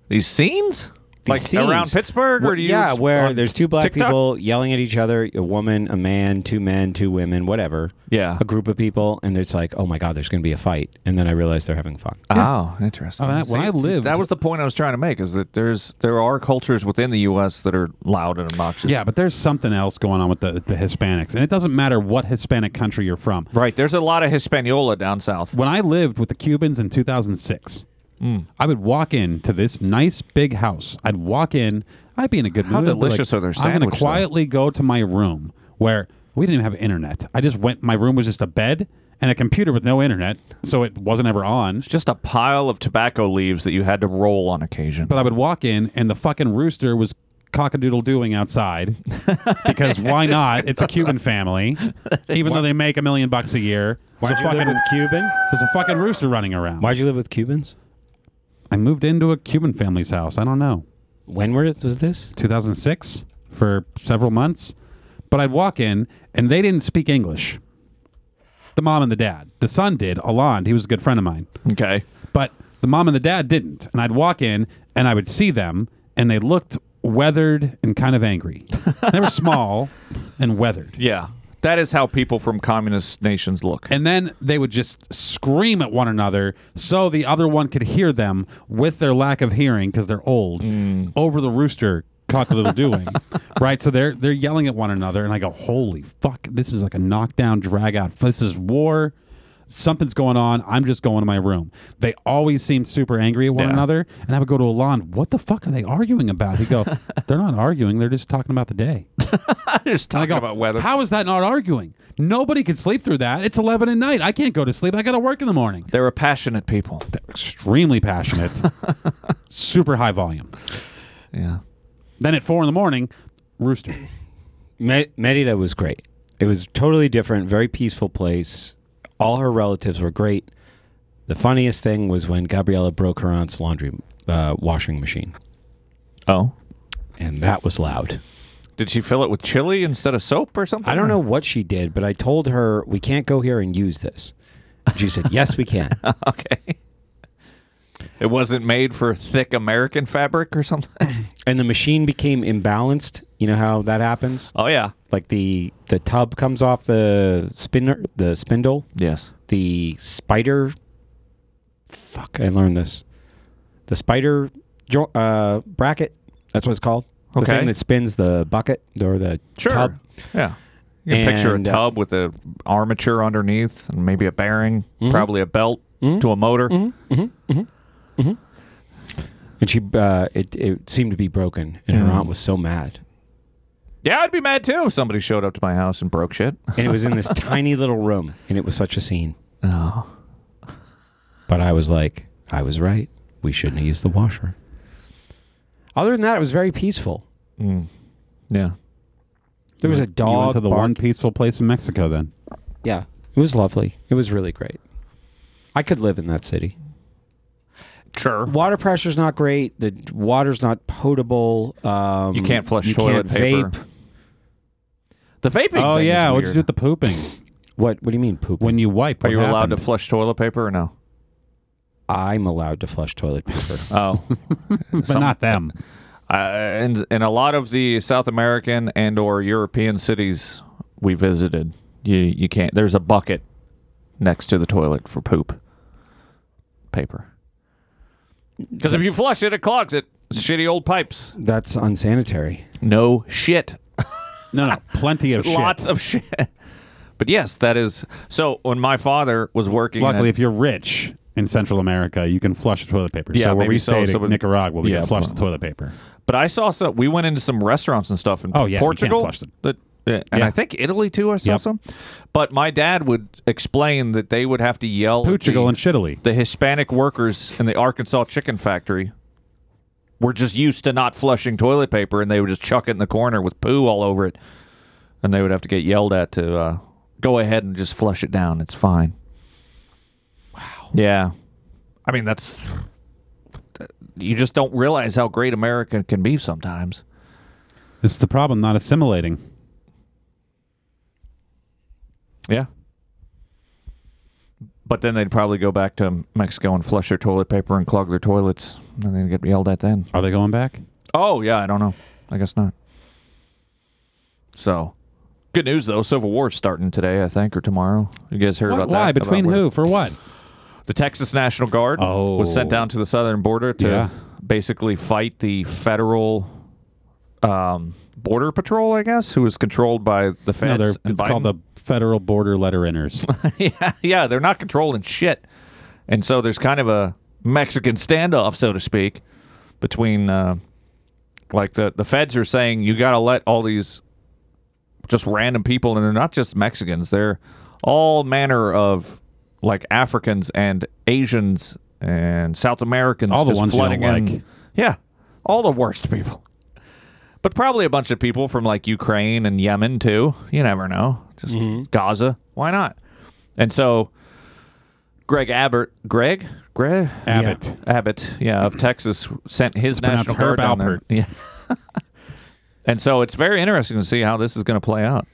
[SPEAKER 7] These scenes,
[SPEAKER 1] These
[SPEAKER 7] like
[SPEAKER 1] scenes.
[SPEAKER 7] around Pittsburgh, or
[SPEAKER 1] Where-
[SPEAKER 7] do you
[SPEAKER 1] yeah, where
[SPEAKER 7] on
[SPEAKER 1] there's two black
[SPEAKER 7] TikTok?
[SPEAKER 1] people yelling at each other, a woman, a man, two men, two women, whatever.
[SPEAKER 7] Yeah,
[SPEAKER 1] a group of people, and it's like, oh my god, there's going to be a fight, and then I realize they're having fun.
[SPEAKER 7] Oh, interesting.
[SPEAKER 2] Oh, that- when I lived-
[SPEAKER 7] that was the point I was trying to make: is that there's there are cultures within the U.S. that are loud and obnoxious.
[SPEAKER 2] Yeah, but there's something else going on with the, the Hispanics. And it doesn't matter what Hispanic country you're from.
[SPEAKER 7] right. There's a lot of Hispaniola down south.
[SPEAKER 2] When I lived with the Cubans in 2006,
[SPEAKER 7] Mm.
[SPEAKER 2] I would walk in to this nice big house. I'd walk in. I'd be in a good
[SPEAKER 7] How
[SPEAKER 2] mood. I'd be
[SPEAKER 7] delicious
[SPEAKER 2] like,
[SPEAKER 7] are their
[SPEAKER 2] I'm going
[SPEAKER 7] sandwich,
[SPEAKER 2] to
[SPEAKER 7] though?"
[SPEAKER 2] quietly go to my room where we didn't even have internet. I just went. My room was just a bed and a computer with no internet, so it wasn't ever on.
[SPEAKER 7] Just a pile of tobacco leaves that you had to roll on occasion.
[SPEAKER 2] But I would walk in, and the fucking rooster was cockadoodle doing outside because why not? It's a Cuban family, even though they make a million bucks a year.
[SPEAKER 1] Why'd
[SPEAKER 2] There's a
[SPEAKER 1] you live
[SPEAKER 2] fucking-
[SPEAKER 1] with Cuban?
[SPEAKER 2] There's a fucking rooster running around.
[SPEAKER 1] Why'd you live with Cubans?
[SPEAKER 2] I moved into a Cuban family's house. I don't know.
[SPEAKER 1] When were was this?
[SPEAKER 2] 2006 for several months. But I'd walk in and they didn't speak English. The mom and the dad. The son did, Alond. He was a good friend of mine.
[SPEAKER 7] Okay.
[SPEAKER 2] But the mom and the dad didn't. And I'd walk in and I would see them and they looked weathered and kind of angry. they were small and weathered.
[SPEAKER 7] Yeah, that is how people from communist nations look.
[SPEAKER 2] And then they would just scream at one another so the other one could hear them with their lack of hearing because they're old over the rooster cockatoo doing. Right? So they're they're yelling at one another and I go, "Holy fuck, this is like a knockdown drag out. This is war. Something's going on. I'm just going to my room." They always seem super angry at one
[SPEAKER 7] Yeah.
[SPEAKER 2] another, and I would go to Alon, "What the fuck are they arguing about?" He'd go, "They're not arguing. They're just talking about the day."
[SPEAKER 7] just talking about weather.
[SPEAKER 2] How is that not arguing? Nobody could sleep through that. It's 11 at night. I can't go to sleep. I got to work in the morning.
[SPEAKER 7] They're a passionate people.
[SPEAKER 2] Extremely passionate, super high volume.
[SPEAKER 7] Yeah.
[SPEAKER 2] Then at four in the morning, rooster.
[SPEAKER 1] Me- Merida was great. It was totally different, very peaceful place. All her relatives were great. The funniest thing was when Gabriella broke her aunt's laundry uh, washing machine.
[SPEAKER 7] Oh.
[SPEAKER 1] and that was loud.
[SPEAKER 7] Did she fill it with chili instead of soap or something?
[SPEAKER 1] I don't know what she did, but I told her we can't go here and use this. And She said, "Yes, we can."
[SPEAKER 7] okay. It wasn't made for thick American fabric or something.
[SPEAKER 1] And the machine became imbalanced. You know how that happens?
[SPEAKER 7] Oh yeah.
[SPEAKER 1] Like the the tub comes off the spinner, the spindle.
[SPEAKER 7] Yes.
[SPEAKER 1] The spider. Fuck! I learned this. The spider jo- uh, bracket. That's what it's called. The
[SPEAKER 7] Okay.
[SPEAKER 1] thing that spins the bucket or the
[SPEAKER 7] Sure.
[SPEAKER 1] tub.
[SPEAKER 7] Yeah. You can picture a
[SPEAKER 1] And, uh,
[SPEAKER 7] tub with a armature underneath and maybe a bearing, probably a belt to a motor.
[SPEAKER 1] And she, uh, it, it seemed to be broken, and
[SPEAKER 2] Mm.
[SPEAKER 1] her aunt was so mad.
[SPEAKER 7] Yeah, I'd be mad too if somebody showed up to my house and broke shit.
[SPEAKER 1] And it was in this tiny little room, and it was such a scene. Oh. But I was like, I was right. We shouldn't have used the washer. Other than that, it was very peaceful.
[SPEAKER 7] Yeah.
[SPEAKER 1] There was a
[SPEAKER 2] You went
[SPEAKER 1] dog.
[SPEAKER 2] to the
[SPEAKER 1] bark-
[SPEAKER 2] one peaceful place in Mexico then.
[SPEAKER 1] Yeah, it was lovely. It was really great. I could live in that city.
[SPEAKER 7] Sure.
[SPEAKER 1] Water pressure's not great. The water's not potable. Um,
[SPEAKER 7] You can't flush
[SPEAKER 1] you
[SPEAKER 7] toilet
[SPEAKER 1] can't
[SPEAKER 7] paper.
[SPEAKER 1] Vape.
[SPEAKER 7] The vaping.
[SPEAKER 2] Oh
[SPEAKER 7] thing
[SPEAKER 2] yeah,
[SPEAKER 7] is
[SPEAKER 2] what'd you
[SPEAKER 7] weird.
[SPEAKER 2] do with the pooping?
[SPEAKER 1] What What do you mean poop?
[SPEAKER 2] When you wipe,
[SPEAKER 7] Are
[SPEAKER 2] what
[SPEAKER 7] you allowed to
[SPEAKER 2] happened?
[SPEAKER 7] flush toilet paper or no?
[SPEAKER 1] I'm allowed to flush toilet paper.
[SPEAKER 2] Uh,
[SPEAKER 7] Oh,
[SPEAKER 2] but not them.
[SPEAKER 7] Uh, and in a lot of the South American and or European cities we visited, you you can't. There's a bucket next to the toilet for poop paper. Because if you flush it, it clogs it. It's shitty old pipes.
[SPEAKER 1] That's unsanitary.
[SPEAKER 7] No shit.
[SPEAKER 2] No, no, plenty of shit.
[SPEAKER 7] Lots of shit. But yes, that is. So when my father was working,
[SPEAKER 2] Luckily,
[SPEAKER 7] at,
[SPEAKER 2] if you're rich in Central America, you can flush the toilet paper.
[SPEAKER 7] Yeah,
[SPEAKER 2] so where
[SPEAKER 7] maybe
[SPEAKER 2] we
[SPEAKER 7] so,
[SPEAKER 2] stayed
[SPEAKER 7] so
[SPEAKER 2] at
[SPEAKER 7] it-
[SPEAKER 2] Nicaragua, we
[SPEAKER 7] yeah,
[SPEAKER 2] could flush the
[SPEAKER 7] but-
[SPEAKER 2] toilet paper.
[SPEAKER 7] But I saw some. We went into some restaurants and stuff in
[SPEAKER 2] Oh, yeah, you can't
[SPEAKER 7] Portugal.
[SPEAKER 2] flush them.
[SPEAKER 7] that- yeah, and
[SPEAKER 2] Yeah.
[SPEAKER 7] I think Italy too. I saw
[SPEAKER 2] Yep.
[SPEAKER 7] some. But my dad would explain that they would have to yell. at
[SPEAKER 2] Portugal
[SPEAKER 7] the,
[SPEAKER 2] and Chitaly.
[SPEAKER 7] The Hispanic workers in the Arkansas chicken factory were just used to not flushing toilet paper, and they would just chuck it in the corner with poo all over it, and they would have to get yelled at to uh, go ahead and just flush it down. It's fine. Wow. Yeah. I mean, that's you just don't realize how great America can be sometimes.
[SPEAKER 2] This is the problem, not assimilating.
[SPEAKER 7] Yeah. But then they'd probably go back to Mexico and flush their toilet paper and clog their toilets, and they'd get yelled at then.
[SPEAKER 2] Are they going back?
[SPEAKER 7] Oh yeah, I don't know. I guess not. So, good news though. Civil War's starting today, I think, or tomorrow. You guys heard
[SPEAKER 2] What?
[SPEAKER 7] about
[SPEAKER 2] Why?
[SPEAKER 7] that? About
[SPEAKER 2] Between
[SPEAKER 7] where-
[SPEAKER 2] who? For what?
[SPEAKER 7] The Texas National Guard
[SPEAKER 2] Oh.
[SPEAKER 7] was sent down to the southern border to
[SPEAKER 2] Yeah.
[SPEAKER 7] basically fight the federal um, border patrol, I guess, who is controlled by the
[SPEAKER 2] No,
[SPEAKER 7] feds.
[SPEAKER 2] they're,
[SPEAKER 7] and
[SPEAKER 2] it's called
[SPEAKER 7] Biden.
[SPEAKER 2] the Federal Border Letter Inners.
[SPEAKER 7] yeah, yeah, they're not controlling shit. And so there's kind of a Mexican standoff, so to speak, between uh, like the the feds are saying you got to let all these just random people, and they're not just Mexicans; they're all manner of like Africans and Asians and South Americans,
[SPEAKER 2] All the
[SPEAKER 7] just
[SPEAKER 2] ones you don't
[SPEAKER 7] flooding in.
[SPEAKER 2] like.
[SPEAKER 7] Yeah, all the worst people. But probably a bunch of people from like Ukraine and Yemen too. You never know. Just
[SPEAKER 2] Mm-hmm.
[SPEAKER 7] Gaza. Why not? And so Greg Abbott, Greg, Greg
[SPEAKER 2] Abbott.
[SPEAKER 7] Abbott, yeah, of Texas, sent his
[SPEAKER 2] pronounced
[SPEAKER 7] national guard
[SPEAKER 2] Herb
[SPEAKER 7] down there.
[SPEAKER 2] Alpert.
[SPEAKER 7] Yeah. and so it's very interesting to see how this is going to play out.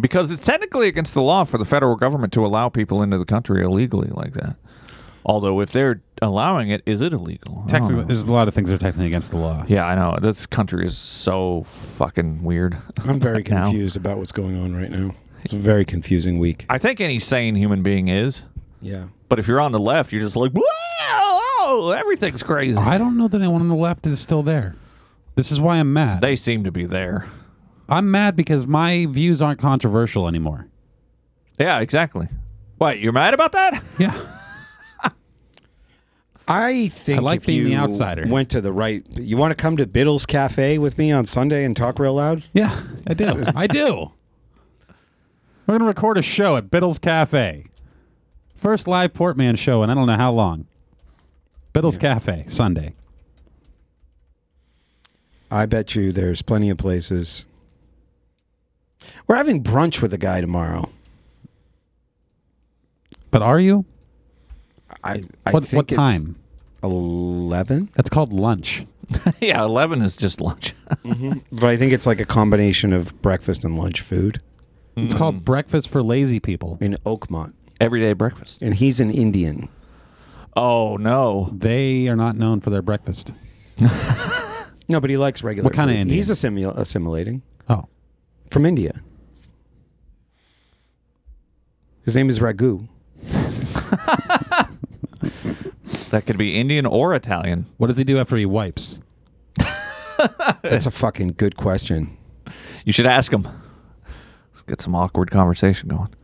[SPEAKER 7] Because it's technically against the law for the federal government to allow people into the country illegally like that. Although if they're allowing it, is it illegal? I don't
[SPEAKER 2] Technically,
[SPEAKER 7] know.
[SPEAKER 2] there's a lot of things that are technically against the law.
[SPEAKER 7] Yeah, I know. This country is so fucking weird.
[SPEAKER 1] I'm very
[SPEAKER 7] right now.
[SPEAKER 1] confused about what's going on right now. It's a very confusing week.
[SPEAKER 7] I think any sane human being is.
[SPEAKER 1] Yeah.
[SPEAKER 7] But if you're on the left, you're just like, whoa, oh, everything's crazy.
[SPEAKER 2] I don't know that anyone on the left is still there. This is why I'm mad.
[SPEAKER 7] They seem to be there.
[SPEAKER 2] I'm mad because my views aren't controversial anymore.
[SPEAKER 7] Yeah, exactly. What, you're mad about that?
[SPEAKER 2] Yeah.
[SPEAKER 1] I think
[SPEAKER 2] I like
[SPEAKER 1] if
[SPEAKER 2] being the
[SPEAKER 1] you
[SPEAKER 2] outsider.
[SPEAKER 1] Went to the right. You want to come to Biddle's Cafe with me on Sunday and talk real loud?
[SPEAKER 2] Yeah, I do. I do. We're going to record a show at Biddle's Cafe. First live Portman show in I don't know how long. Biddle's Cafe, Sunday.
[SPEAKER 1] I bet you there's plenty of places. We're having brunch with a guy tomorrow.
[SPEAKER 2] But are you?
[SPEAKER 1] I, I
[SPEAKER 2] what
[SPEAKER 1] think
[SPEAKER 2] what
[SPEAKER 1] it-
[SPEAKER 2] time?
[SPEAKER 1] eleven.
[SPEAKER 2] That's called lunch.
[SPEAKER 7] yeah, eleven is just lunch.
[SPEAKER 1] But I think it's like a combination of breakfast and lunch food.
[SPEAKER 7] Mm.
[SPEAKER 2] It's called breakfast for lazy people
[SPEAKER 1] in Oakmont.
[SPEAKER 7] Everyday breakfast.
[SPEAKER 1] And he's an Indian.
[SPEAKER 7] Oh no,
[SPEAKER 2] they are not known for their breakfast.
[SPEAKER 1] No, but he likes regular.
[SPEAKER 2] What kind of
[SPEAKER 1] food.
[SPEAKER 2] Indian?
[SPEAKER 1] He's assimil- assimilating.
[SPEAKER 2] Oh.
[SPEAKER 1] from India. His name is Raghu.
[SPEAKER 7] That could be Indian or Italian.
[SPEAKER 2] What does he do after he wipes?
[SPEAKER 1] That's a fucking good question.
[SPEAKER 7] You should ask him. Let's get some awkward conversation going.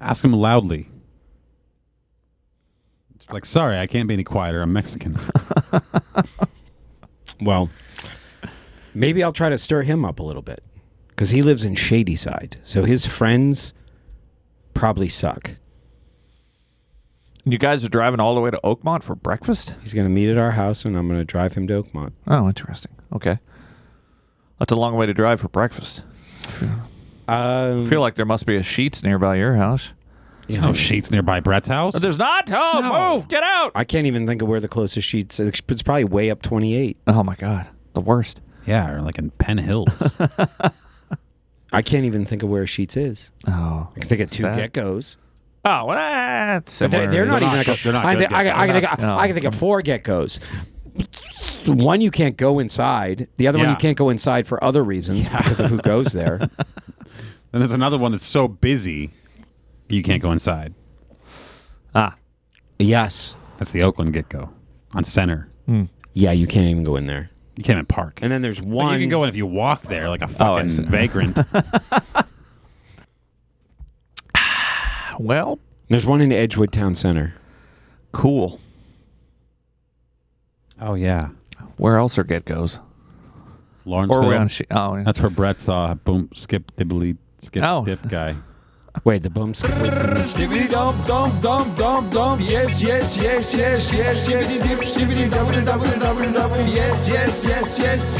[SPEAKER 2] Ask him loudly. It's like, sorry, I can't be any quieter. I'm Mexican.
[SPEAKER 1] Well, maybe I'll try to stir him up a little bit because he lives in Shadyside, so his friends probably suck.
[SPEAKER 7] You guys are driving all the way to Oakmont for breakfast?
[SPEAKER 1] He's going to meet at our house, and I'm going to drive him to Oakmont.
[SPEAKER 7] Oh, interesting. Okay. That's a long way to drive for breakfast.
[SPEAKER 1] Um,
[SPEAKER 7] I feel like there must be a Sheets nearby your house.
[SPEAKER 2] There's no Oh, sheets nearby Brett's house.
[SPEAKER 7] There's not. Oh, move. Get out.
[SPEAKER 1] I can't even think of where the closest sheets. It's probably way up 28.
[SPEAKER 7] Oh my god, the worst.
[SPEAKER 2] Yeah, or like in Penn Hills.
[SPEAKER 1] I can't even think of where Sheets is.
[SPEAKER 7] Oh,
[SPEAKER 1] I can think of two
[SPEAKER 7] sad.
[SPEAKER 1] geckos.
[SPEAKER 7] Oh, well, that's.
[SPEAKER 1] But they,
[SPEAKER 7] similar.
[SPEAKER 1] they're not even. Like a,
[SPEAKER 2] they're not
[SPEAKER 1] I,
[SPEAKER 2] good
[SPEAKER 1] think- I, I, I, can think of,
[SPEAKER 7] geckos.
[SPEAKER 1] I can think of four geckos. One you can't go inside. The other one
[SPEAKER 2] Yeah.
[SPEAKER 1] you can't go inside for other reasons because of who goes there.
[SPEAKER 2] And there's another one that's so busy, you can't go inside.
[SPEAKER 7] Ah,
[SPEAKER 1] yes.
[SPEAKER 2] That's the Oakland Get Go on Center.
[SPEAKER 1] Yeah, you can't even go in there.
[SPEAKER 2] You can't even park.
[SPEAKER 1] And then there's
[SPEAKER 2] But
[SPEAKER 1] one.
[SPEAKER 2] you can go in if you walk there like a
[SPEAKER 7] I
[SPEAKER 2] fucking
[SPEAKER 7] see.
[SPEAKER 2] vagrant.
[SPEAKER 7] Ah, well,
[SPEAKER 1] There's one in Edgewood Town Center.
[SPEAKER 7] cool.
[SPEAKER 2] oh yeah,
[SPEAKER 7] Where else are get goes? Or
[SPEAKER 2] Lawrenceville.
[SPEAKER 7] around. She- oh, yeah.
[SPEAKER 2] That's where Brett saw boom skip dibbly skip
[SPEAKER 7] Oh.
[SPEAKER 2] dip guy.
[SPEAKER 1] Wait, the bumps.
[SPEAKER 4] Skibbity dump dump dump dump dump. Yes yes yes yes yes. Skibbity dip skibbity double double double double. Yes yes yes yes.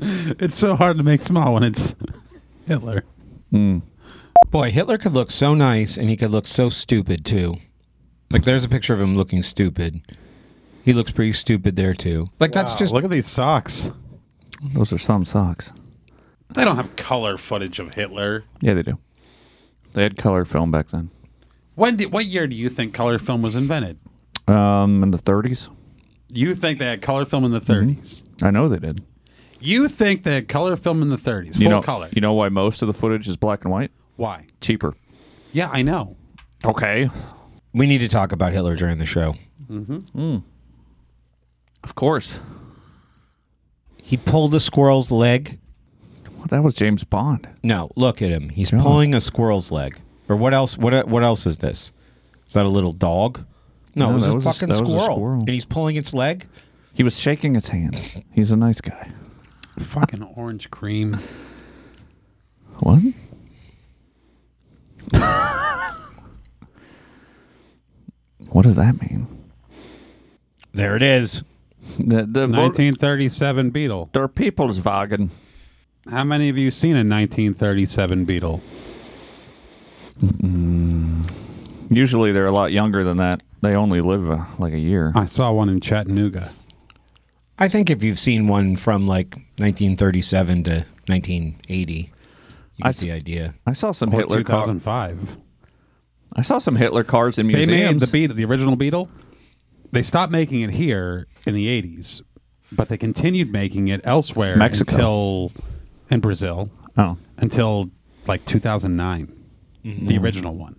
[SPEAKER 2] It's so hard to make small when it's Hitler.
[SPEAKER 1] Boy, Hitler could look so nice and he could look so stupid too. Like there's a picture of him looking stupid. He looks pretty stupid there too. Like that's
[SPEAKER 2] Wow,
[SPEAKER 1] just
[SPEAKER 2] look at these socks.
[SPEAKER 7] Those are some socks.
[SPEAKER 2] They don't have color footage of Hitler.
[SPEAKER 7] Yeah, they do. They had color film back then.
[SPEAKER 2] When did, what year do you think color film was invented?
[SPEAKER 7] Um, in the 30s.
[SPEAKER 2] You think they had color film in the 30s?
[SPEAKER 7] I know they did.
[SPEAKER 2] You think they had color film in the 30s,
[SPEAKER 7] you
[SPEAKER 2] full
[SPEAKER 7] know,
[SPEAKER 2] color?
[SPEAKER 7] You know why most of the footage is black and white?
[SPEAKER 2] Why?
[SPEAKER 7] Cheaper.
[SPEAKER 2] Yeah, I know.
[SPEAKER 7] Okay.
[SPEAKER 1] We need to talk about Hitler during the show.
[SPEAKER 2] Mm-hmm.
[SPEAKER 7] Of course.
[SPEAKER 1] He pulled a squirrel's leg.
[SPEAKER 7] that was James Bond.
[SPEAKER 1] No, look at him. He's pulling a squirrel's leg. Or what else? What what else is this? Is that a little dog? No, it
[SPEAKER 7] No,
[SPEAKER 1] was
[SPEAKER 7] that
[SPEAKER 1] a
[SPEAKER 7] was a s-
[SPEAKER 1] fucking
[SPEAKER 7] that was a
[SPEAKER 1] squirrel.
[SPEAKER 7] squirrel.
[SPEAKER 1] And he's pulling its leg.
[SPEAKER 7] He was shaking its hand. He's a nice guy.
[SPEAKER 2] Fucking orange cream.
[SPEAKER 7] What? what does that mean?
[SPEAKER 1] There it is.
[SPEAKER 7] The, the
[SPEAKER 2] 1937 Beetle.
[SPEAKER 7] Der Peopleswagen.
[SPEAKER 2] How many of you seen a 1937 Beetle?
[SPEAKER 7] Usually they're a lot younger than that. They only live uh, like a year.
[SPEAKER 2] I saw one in Chattanooga.
[SPEAKER 1] I think if you've seen one from like 1937 to 1980, you get
[SPEAKER 7] I s-
[SPEAKER 1] the idea.
[SPEAKER 7] I saw some
[SPEAKER 2] Or
[SPEAKER 7] Hitler cars.
[SPEAKER 2] 2005.
[SPEAKER 7] I saw some Hitler cars in
[SPEAKER 2] They made the
[SPEAKER 7] museums.
[SPEAKER 2] Beetle, the original Beetle. They stopped making it here in the 80s, but they continued making it elsewhere
[SPEAKER 7] Mexico.
[SPEAKER 2] until in Brazil.
[SPEAKER 7] Oh.
[SPEAKER 2] Until like 2009. The original one.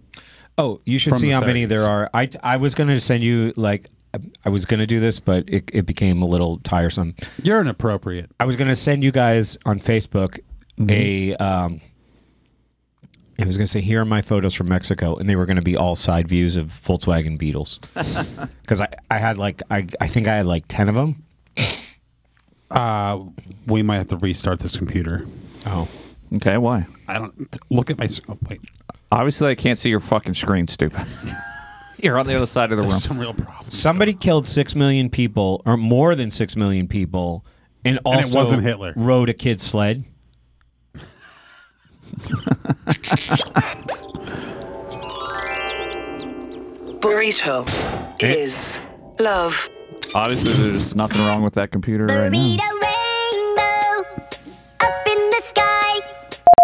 [SPEAKER 1] Oh, you should
[SPEAKER 2] From
[SPEAKER 1] see
[SPEAKER 2] the
[SPEAKER 1] how many
[SPEAKER 2] 30s.
[SPEAKER 1] there are. I, I was going to send you, like, I was going to do this, but it, it became a little tiresome.
[SPEAKER 2] You're inappropriate.
[SPEAKER 1] I was going to send you guys on Facebook a. Um, I was going to say, here are my photos from Mexico, and they were going to be all side views of Volkswagen Beetles. Because I, I had like, I, I think I had like 10 of them.
[SPEAKER 2] Uh, we might have to restart this computer.
[SPEAKER 1] Oh.
[SPEAKER 7] Okay, why?
[SPEAKER 2] I don't look at my. s- Oh, wait,
[SPEAKER 7] Obviously, I can't see your fucking screen, stupid. You're on the other side of the room.
[SPEAKER 2] there's some real problems.
[SPEAKER 1] Somebody killed 6 million people, or more than 6 million people, and also
[SPEAKER 2] it wasn't Hitler.
[SPEAKER 1] rode a kid's sled.
[SPEAKER 7] Burrito is love. Obviously, there's nothing wrong with that computer right now.